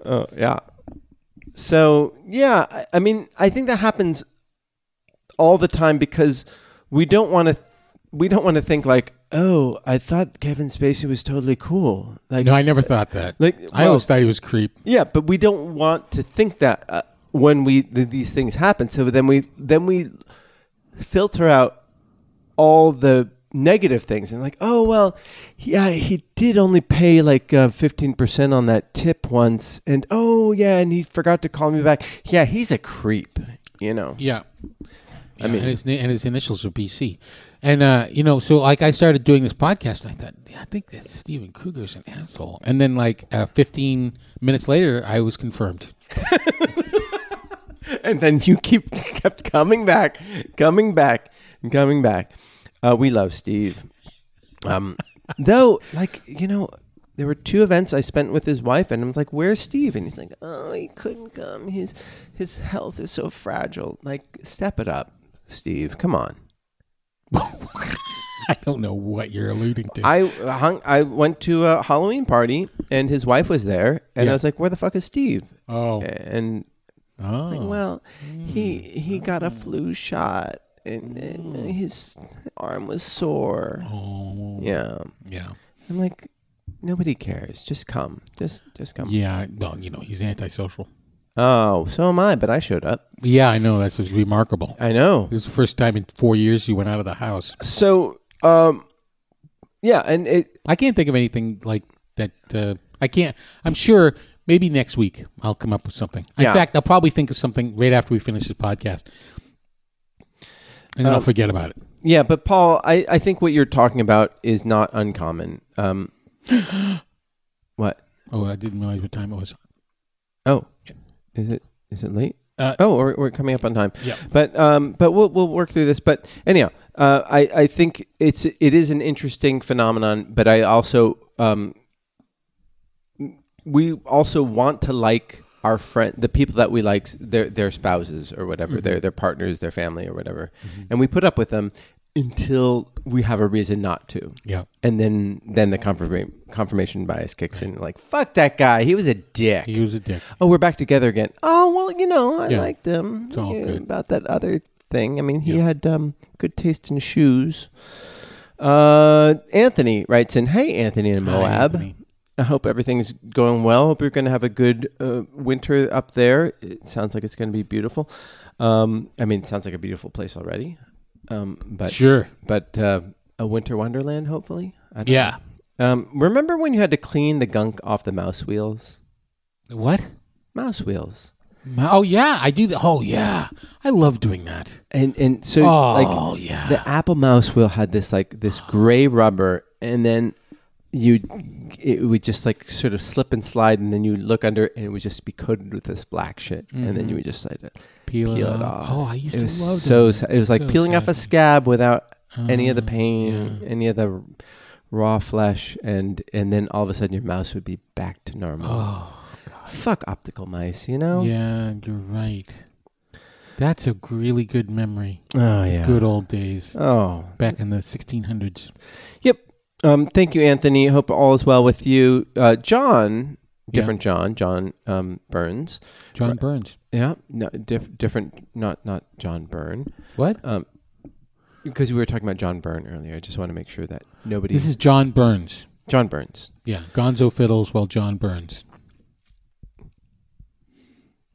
Oh yeah. So yeah, I, I mean, I think that happens all the time because we don't want to. Th- we don't want to think like, oh, I thought Kevin Spacey was totally cool. Like,
No, I never thought that.
Like,
I
well-
always thought he was creep.
Yeah, but we don't want to think that uh, when we th- these things happen. So then we then we filter out all the negative things and like, oh well, yeah, he did only pay like uh, fifteen percent on that tip once, and oh yeah, and he forgot to call me back. Yeah, he's a creep, you know.
Yeah. I
mean-
and his, na- and his initials are BC. And, uh, you know, so like I started doing this podcast, and I thought, yeah, I think that Steven Kruger's an asshole. And then, like, uh, 15 minutes later, I was confirmed.
And then you keep kept coming back, coming back, and coming back. Uh, we love Steve. Um, though, like you know, there were two events I spent with his wife, and I was like, "Where's Steve?" And he's like, "Oh, he couldn't come. His his health is so fragile. Like, step it up, Steve. Come on."
I don't know what you're alluding to.
I hung. I went to a Halloween party, and his wife was there, and
Yeah.
I was like, "Where the fuck is Steve?"
oh.
And
oh.
Well, he
Mm.
he got a flu shot and, and his arm was sore.
oh.
Yeah.
Yeah.
I'm like nobody cares. Just come. Just just come.
Yeah, well, you know, he's antisocial.
Oh, so am I, but I showed up.
Yeah, I know. That's just remarkable.
I know.
This is the first time in four years you went out of the house.
So um yeah, and it
I can't think of anything like that uh, I can't. I'm sure maybe next week I'll come up with something. In
Yeah.
fact, I'll probably think of something right after we finish this podcast, and then
Um,
I'll forget about it.
Yeah, but Paul, I, I think what you're talking about is not uncommon. Um, what?
Oh, I didn't realize what time it was.
Oh, is it is it late?
Uh,
oh, we're, we're coming up on time.
Yeah.
But um, but we'll we'll work through this. But anyhow, uh, I I think it's it is an interesting phenomenon. But I also um, we also want to like our friend, the people that we like, their their spouses or whatever, their their partners, their family or whatever, and we put up with them until we have a reason not to.
Yeah.
And then then the confirmation confirmation bias kicks in. Like fuck that guy, he was a dick
He was a dick.
oh, we're back together again. Oh, well, you know, I
Yeah.
liked him. It's
all good.
About that other thing. I mean, he had um, good taste in shoes. Uh, Anthony writes in, Hey, Anthony and
Hi,
Moab.
Anthony.
I hope everything's going well. Hope you're going to have a good uh, winter up there. It sounds like it's going to be beautiful. Um, I mean, it sounds like a beautiful place already. Um, but
Sure.
but uh, a winter wonderland, hopefully. I don't
Yeah.
know. Um, remember when you had to clean the gunk off the mouse wheels?
What?
Mouse wheels.
My, oh yeah, I do that. Oh yeah, I love doing that.
and and so
Oh,
like
yeah.
the apple mouse wheel had this like this gray rubber and then you it would just like sort of slip and slide and then you look under it and it would just be coated with this black shit and then you would just like peel, it off.
Oh, I Mm-hmm. used
it
to
was
love
so
doing
sad.
that.
it was like
So
peeling off a
sad. Uh-huh. Mm-hmm.
scab without any of the pain any of the raw flesh and and then all of a sudden your mouse would be back to normal fuck optical mice you know
Oh, Yeah, you're right. That's a g- really good memory.
oh yeah
Good old days
oh
back in the 1600s.
Yep. Um, thank you, Anthony. Hope all is well with you. Uh, John, different John, John um, Burns.
John Burns.
Yeah, no, diff- different, not not John Byrne, Um,
What?
because we were talking about John Byrne earlier. I just want to make sure that nobody.
This is John Burns.
John Burns.
Yeah, Gonzo fiddles while John Burns.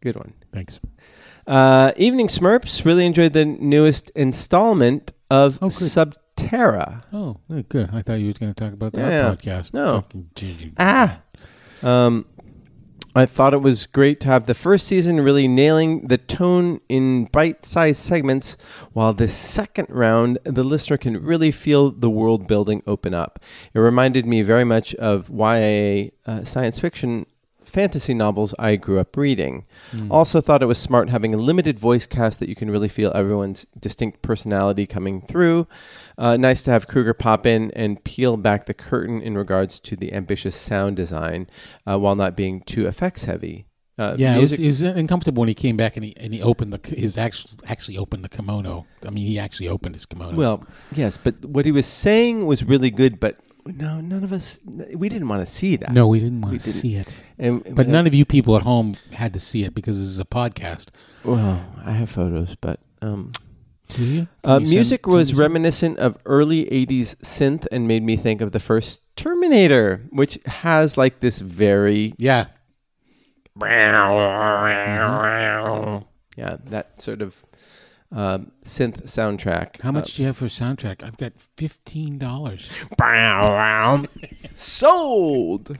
Good one.
Thanks.
Uh, Evening Smurps really enjoyed the newest installment of
Oh, good.
Subterra.
Oh, oh, good. I thought you were going to talk about that
Yeah.
podcast.
No.
Fucking gee-
Ah. Um, I thought it was great to have the first season really nailing the tone in bite sized segments, while this second round, the listener can really feel the world building open up. It reminded me very much of YA uh, science fiction fantasy novels I grew up reading.
Hmm.
Also, thought it was smart having a limited voice cast that you can really feel everyone's distinct personality coming through. Uh, nice to have Kruger pop in and peel back the curtain in regards to the ambitious sound design uh, while not being too effects heavy. Uh,
Yeah, it was,
music,
it was uncomfortable when he came back and he and he opened the c- his actual actually opened the kimono. I mean, he actually opened his kimono.
well, yes, but what he was saying was really good, but no, none of us, we didn't want to see that.
no, we didn't want
we
to
didn't.
see it.
And,
But none of you people at home had to see it because this is a podcast.
Well, I have photos, but. Um,
Do you? Can
Uh,
you send-
music
can
was
you send-
reminiscent of early 80s synth and made me think of the first Terminator, which has like this very,
Yeah.
yeah, that sort of um, synth soundtrack.
How much do you have for a soundtrack? I've got fifteen dollars.
Uh, Sold!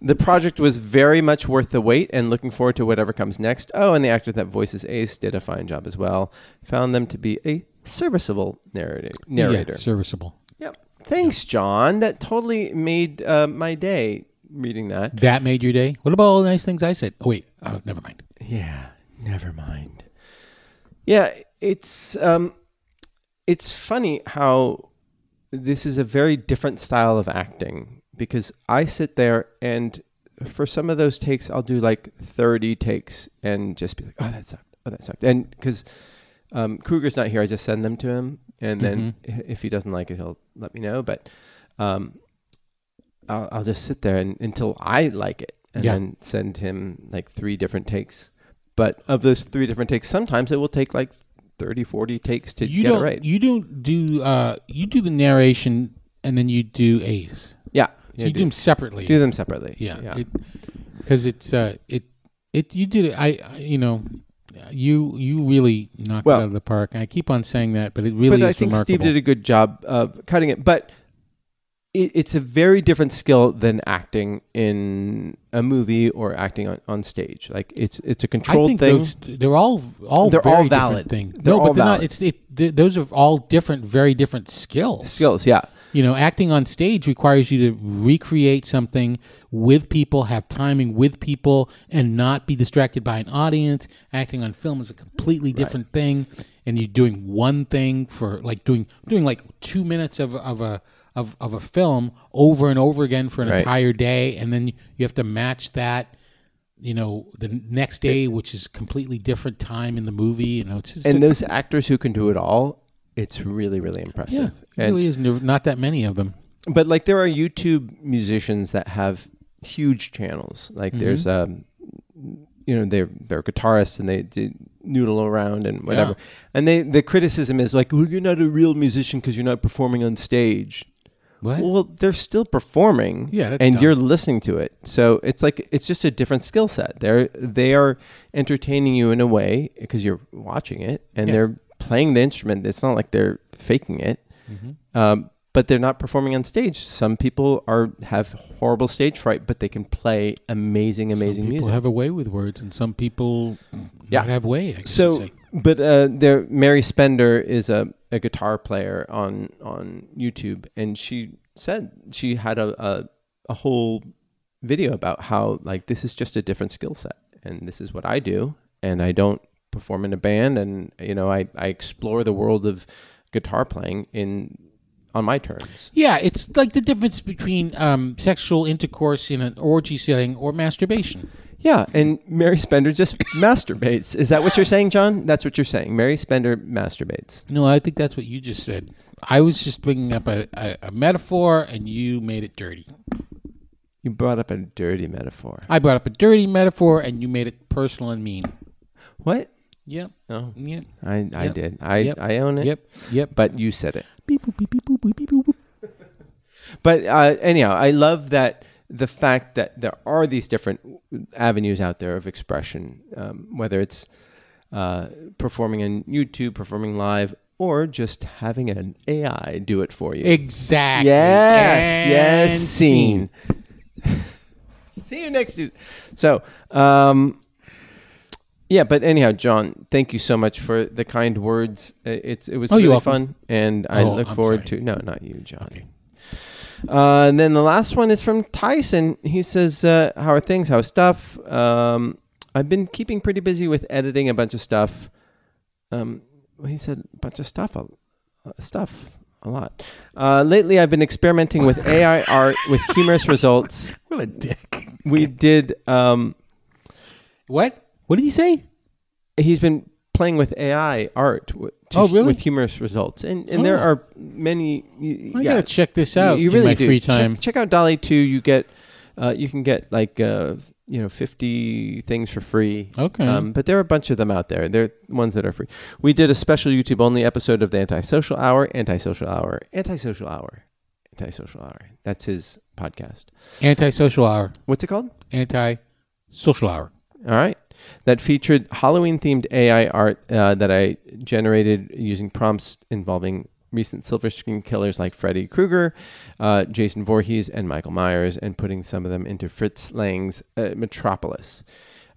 the project was very much worth the wait and looking forward to whatever comes next. Oh, and the actor that voices Ace did a fine job as well. Found them to be a serviceable narrator. narrator.
Yeah, serviceable.
Yep. Thanks, John. That totally made uh, my day reading that.
That made your day. What about all the nice things I said? Oh wait, oh, never mind.
Yeah. Never mind. Yeah, it's um, it's funny how this is a very different style of acting because I sit there and for some of those takes I'll do like thirty takes and just be like, oh that sucked, oh that sucked, and because um, Kruger's not here, I just send them to him, and then i- if he doesn't like it, he'll let me know. But um, I'll, I'll just sit there and, until I like it, and
Yeah.
then send him like three different takes. But of those three different takes, sometimes it will take like 30, 40 takes to
You
get
don't.
it right.
You don't do. Uh, you do the narration and then you do Ace.
yeah,
So
Yeah,
you do them separately.
do them separately.
yeah. Because it's uh, it it you did it. I, I you know. You you really knocked
Well-
it out of the park. I keep on saying that, but it really
but
is
I think
remarkable.
Steve did a good job of cutting it. But it, it's a very different skill than acting in a movie or acting on, on stage. Like it's it's a
I
controlled
think
thing.
those they're all all
They're
very
all
different
valid.
Thing.
They're
no,
all
but they're
valid.
not. It's it. Th- those are all different, very different skills.
skills, yeah.
You know, acting on stage requires you to recreate something with people, have timing with people, and not be distracted by an audience. Acting on film is a completely different thing, and you're doing one thing for like doing doing like two minutes of of a of, of a film over and over again for an
Right.
entire day, and then you have to match that. You know, the next day, which is completely different time in the movie. You know, it's just
And
a,
those actors who can do it all, it's really really
yeah,
impressive.
it
and
really is no- not that many of them.
but like there are YouTube musicians that have huge channels. Like there's um, you know, they're they're guitarists and they, they noodle around and whatever. And they the criticism is like, well, you're not a real musician because you're not performing on stage.
What?
Well, they're still performing.
Yeah, that's
and
dumb.
you're listening to it. So it's like it's just a different skill set. They're they are entertaining you in a way because you're watching it and
Yeah.
they're playing the instrument. It's not like they're faking it.
Mm-hmm.
Um, but they're not performing on stage. Some people are have horrible stage fright, but they can play amazing, amazing
some people
music.
have a way with words, and some people
Yeah.
not have way. I guess you'd
so,
say.
but uh, there, Mary Spender is a, a guitar player on on YouTube, and she said she had a, a a whole video about how like this is just a different skill set, and this is what I do, and I don't perform in a band, and you know I I explore the world of guitar playing in on my terms.
yeah, it's like the difference between um, sexual intercourse in an orgy setting or masturbation.
Yeah, and Mary Spender just masturbates. Is that what you're saying, John? That's what you're saying. Mary Spender masturbates.
No, I think that's what you just said. I was just bringing up a, a, a metaphor, and you made it dirty.
You brought up a dirty metaphor.
I brought up a dirty metaphor, and you made it personal and mean.
What?
Yep.
Oh.
Yep.
I, I
Yep.
did. I,
Yep.
I own it.
Yep. Yep.
But you said it.
Beep, boop, beep, beep, boop, beep, beep, boop, boop.
But uh, anyhow, I love that the fact that there are these different avenues out there of expression, um, whether it's uh, performing on YouTube, performing live, or just having an AI do it for you.
Exactly.
Yes, yes,
And
scene. See you next Tuesday. So, um, yeah, but anyhow, John, thank you so much for the kind words. I- It's it was
Oh,
really
you're
fun, and I
Oh,
look
I'm
forward
sorry.
to no, not you, John.
Okay.
Uh, and then the last one is from Tyson. He says, uh, "How are things? How's stuff? Um, I've been keeping pretty busy with editing a bunch of stuff." Um, he said, "A bunch of stuff, a, uh, stuff, a lot." Uh, lately, I've been experimenting with AI art with humorous results.
What a dick.
We did. Um,
What? What did he say?
he's been playing with AI art w- to
Oh,
sh-
really?
with humorous results, and and there
Oh.
are many. y-
I
yeah.
gotta check this out.
You, you really
in my
do.
free
Check-
time.
Check, out Dolly Two. You get, uh, you can get like uh, you know fifty things for free.
Okay.
Um, but there are a bunch of them out there. There are ones that are free. We did a special YouTube only episode of the Antisocial Hour. Antisocial Hour. Antisocial Hour. Antisocial Hour. That's his podcast.
Anti-social hour.
What's it called?
Anti-social hour.
All right. That featured Halloween themed AI art uh, that I generated using prompts involving recent silver screen killers like Freddy Krueger, uh, Jason Voorhees, and Michael Myers, and putting some of them into Fritz Lang's uh, Metropolis.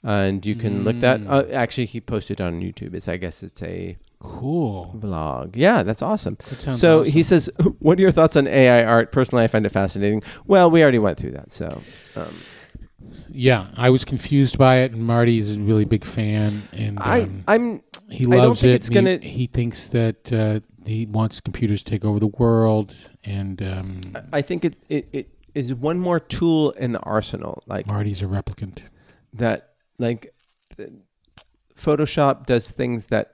And you can look that.
Mm.
Uh, actually, he posted it on YouTube. It's I guess it's a
Cool.
blog. Yeah, that's awesome.
sounds
so
awesome.
he says, "What are your thoughts on AI art? Personally, I find it fascinating." Well, we already went through that, so um,
Yeah, I was confused by it, and Marty is a really big fan, and
I
um,
I'm
he
I don't
loves
think
it.
it's
and
gonna-
He, he thinks that uh, he wants computers to take over the world, and um,
I think it, it, it is one more tool in the arsenal, like
Marty's a replicant.
that, like th- Photoshop does things that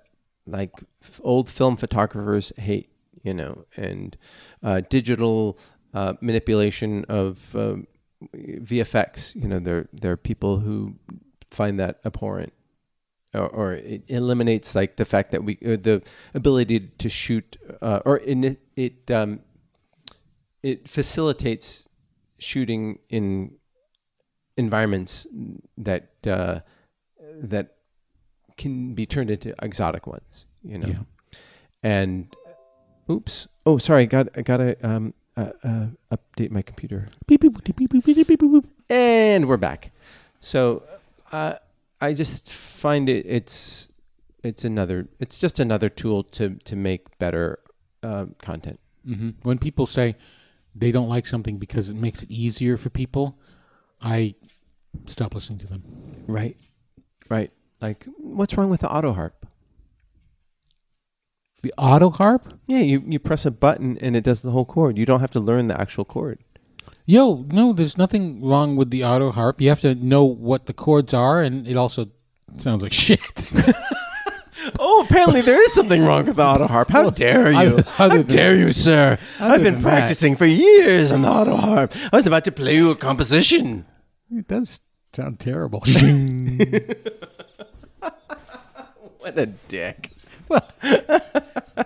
like f- old film photographers hate, you know, and uh, digital uh, manipulation of um, VFX, you know, there there are people who find that abhorrent. Or, or it eliminates like the fact that we uh, the ability to shoot uh, or in it, it um, it facilitates shooting in environments that uh, that can be turned into exotic ones, you know.
Yeah.
And oops, oh sorry, got I got a um, uh, uh, update my computer.
Beep, beep, beep, beep, beep, beep, beep, beep, beep.
And we're back. So uh, I just find it it's it's another it's just another tool to to make better um, content.
Mhm. When people say they don't like something because it makes it easier for people, I stop listening to them.
Right. Right. Like what's wrong with the auto harp?
The auto harp?
Yeah, you, you press a button and it does the whole chord. You don't have to learn the actual chord.
Yo, no, there's nothing wrong with the auto harp. You have to know what the chords are, and it also sounds like shit.
Oh, apparently there is something wrong with the auto harp. How dare
I-
you?
other
How
than-
dare you, sir? I've been
than that-
practicing for years on the auto harp. I was about to play you a composition.
it does sound terrible.
What a dick.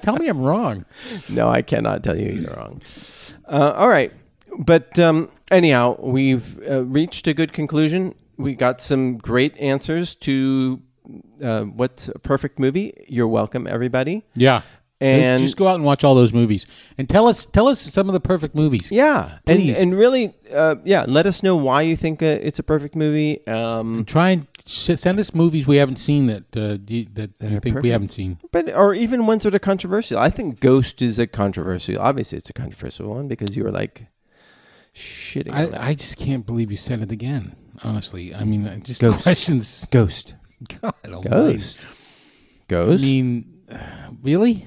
Tell me I'm wrong.
No, I cannot tell you you're wrong. Uh, all right. But um, anyhow, we've uh, reached a good conclusion. We got some great answers to uh, what's a perfect movie. You're welcome, everybody.
Yeah.
And-
just go out and watch all those movies and tell us tell us some of the perfect movies.
Yeah,
Please.
and and really, uh, yeah. Let us know why you think uh, it's a perfect movie. Um,
Try and sh- send us movies we haven't seen that uh, you, that you
are
think
perfect.
we haven't seen.
but or even ones that are controversial. I think Ghost is a controversial. Obviously, it's a controversial one because you were like shitting. on that.
I, I just can't believe you said it again. Honestly, I mean, I just
Ghost.
questions.
Ghost,
God, almighty.
Ghost,
I
Ghost.
mean, really?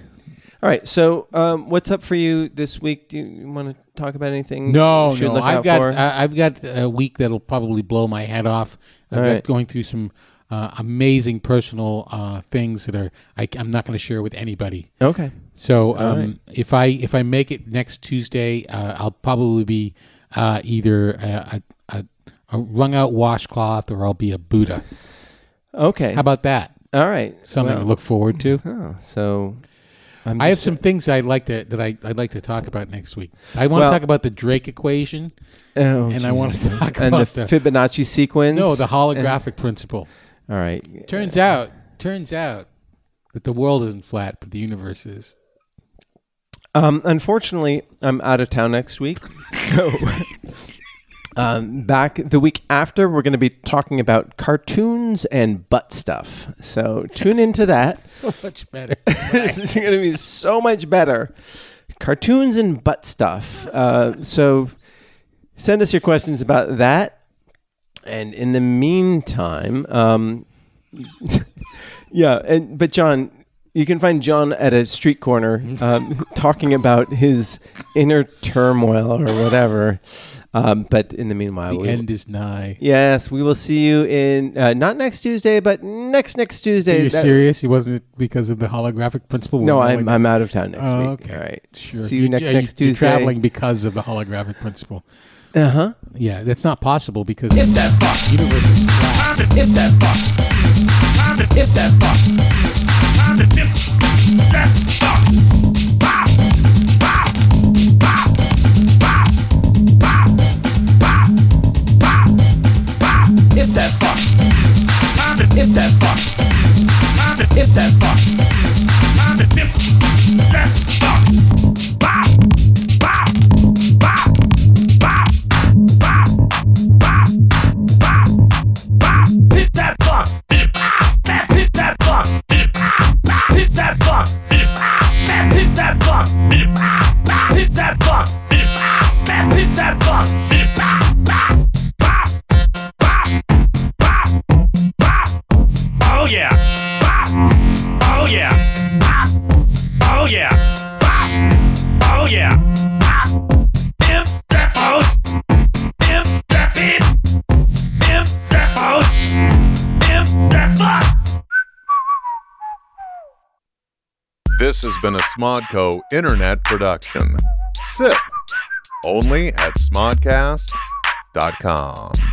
All right. So, um, what's up for you this week? Do you want to talk about anything?
No,
we should
no.
Look
I've
out
got
for?
I, I've got a week that'll probably blow my head off. I've
All
got
right.
going through some uh, amazing personal uh, things that are I, I'm not going to share with anybody.
okay.
So um, if I if I make it next Tuesday, uh, I'll probably be uh, either a, a, a, a wrung out washcloth or I'll be a Buddha.
Okay.
How about that?
All right.
Something to look forward to.
Well, oh, so, I'm
I have
just-
some things I'd like to that I, I'd like to talk about next week. I want
Well-
to talk about the Drake equation
oh,
and I
Jesus.
want to talk
and the
about the,
Fibonacci sequence.
no the holographic principle.
All right.
Turns out, turns out that the world isn't flat, but the universe is.
Um, unfortunately, I'm out of town next week. So, um, back the week after, we're going to be talking about cartoons and butt stuff. So, tune into that.
So much better.
this is going to be so much better. Cartoons and butt stuff. Uh, so, send us your questions about that. And in the meantime, um, yeah, and but John, you can find John at a street corner um, talking about his inner turmoil or whatever. Um, but in the meanwhile,
the
we-
end is nigh.
yes, we will see you in uh, not next Tuesday, but next next Tuesday.
You're
That-
serious? It wasn't because of the holographic principle.
No,
We're
I'm,
going-
I'm out of town next
Oh,
week.
okay.
All right.
Sure.
See you, next
are
next
you're
Tuesday.
traveling because of the holographic principle.
Uh huh.
Yeah, that's not possible because
If that box. If that box. If that box. If that box. Bow. Bow. Bow. Bow. Bow. Bow. Bow. Bow. If that box. If that box. If that box. If that box. Bow. Bow. Bow. Bow. Hit that fuck. Hit that hit that fuck. Hit that fuck. Hit that fuck. Hit that fuck. Hit that fuck. Hit that fuck. Oh yeah. Oh yeah. Oh yeah. Oh yeah. Imp that phone. Imp that fit. Imp that phone. Imp that fuck.
This has been a Smodco internet production. Sip. Only at smodcast.com.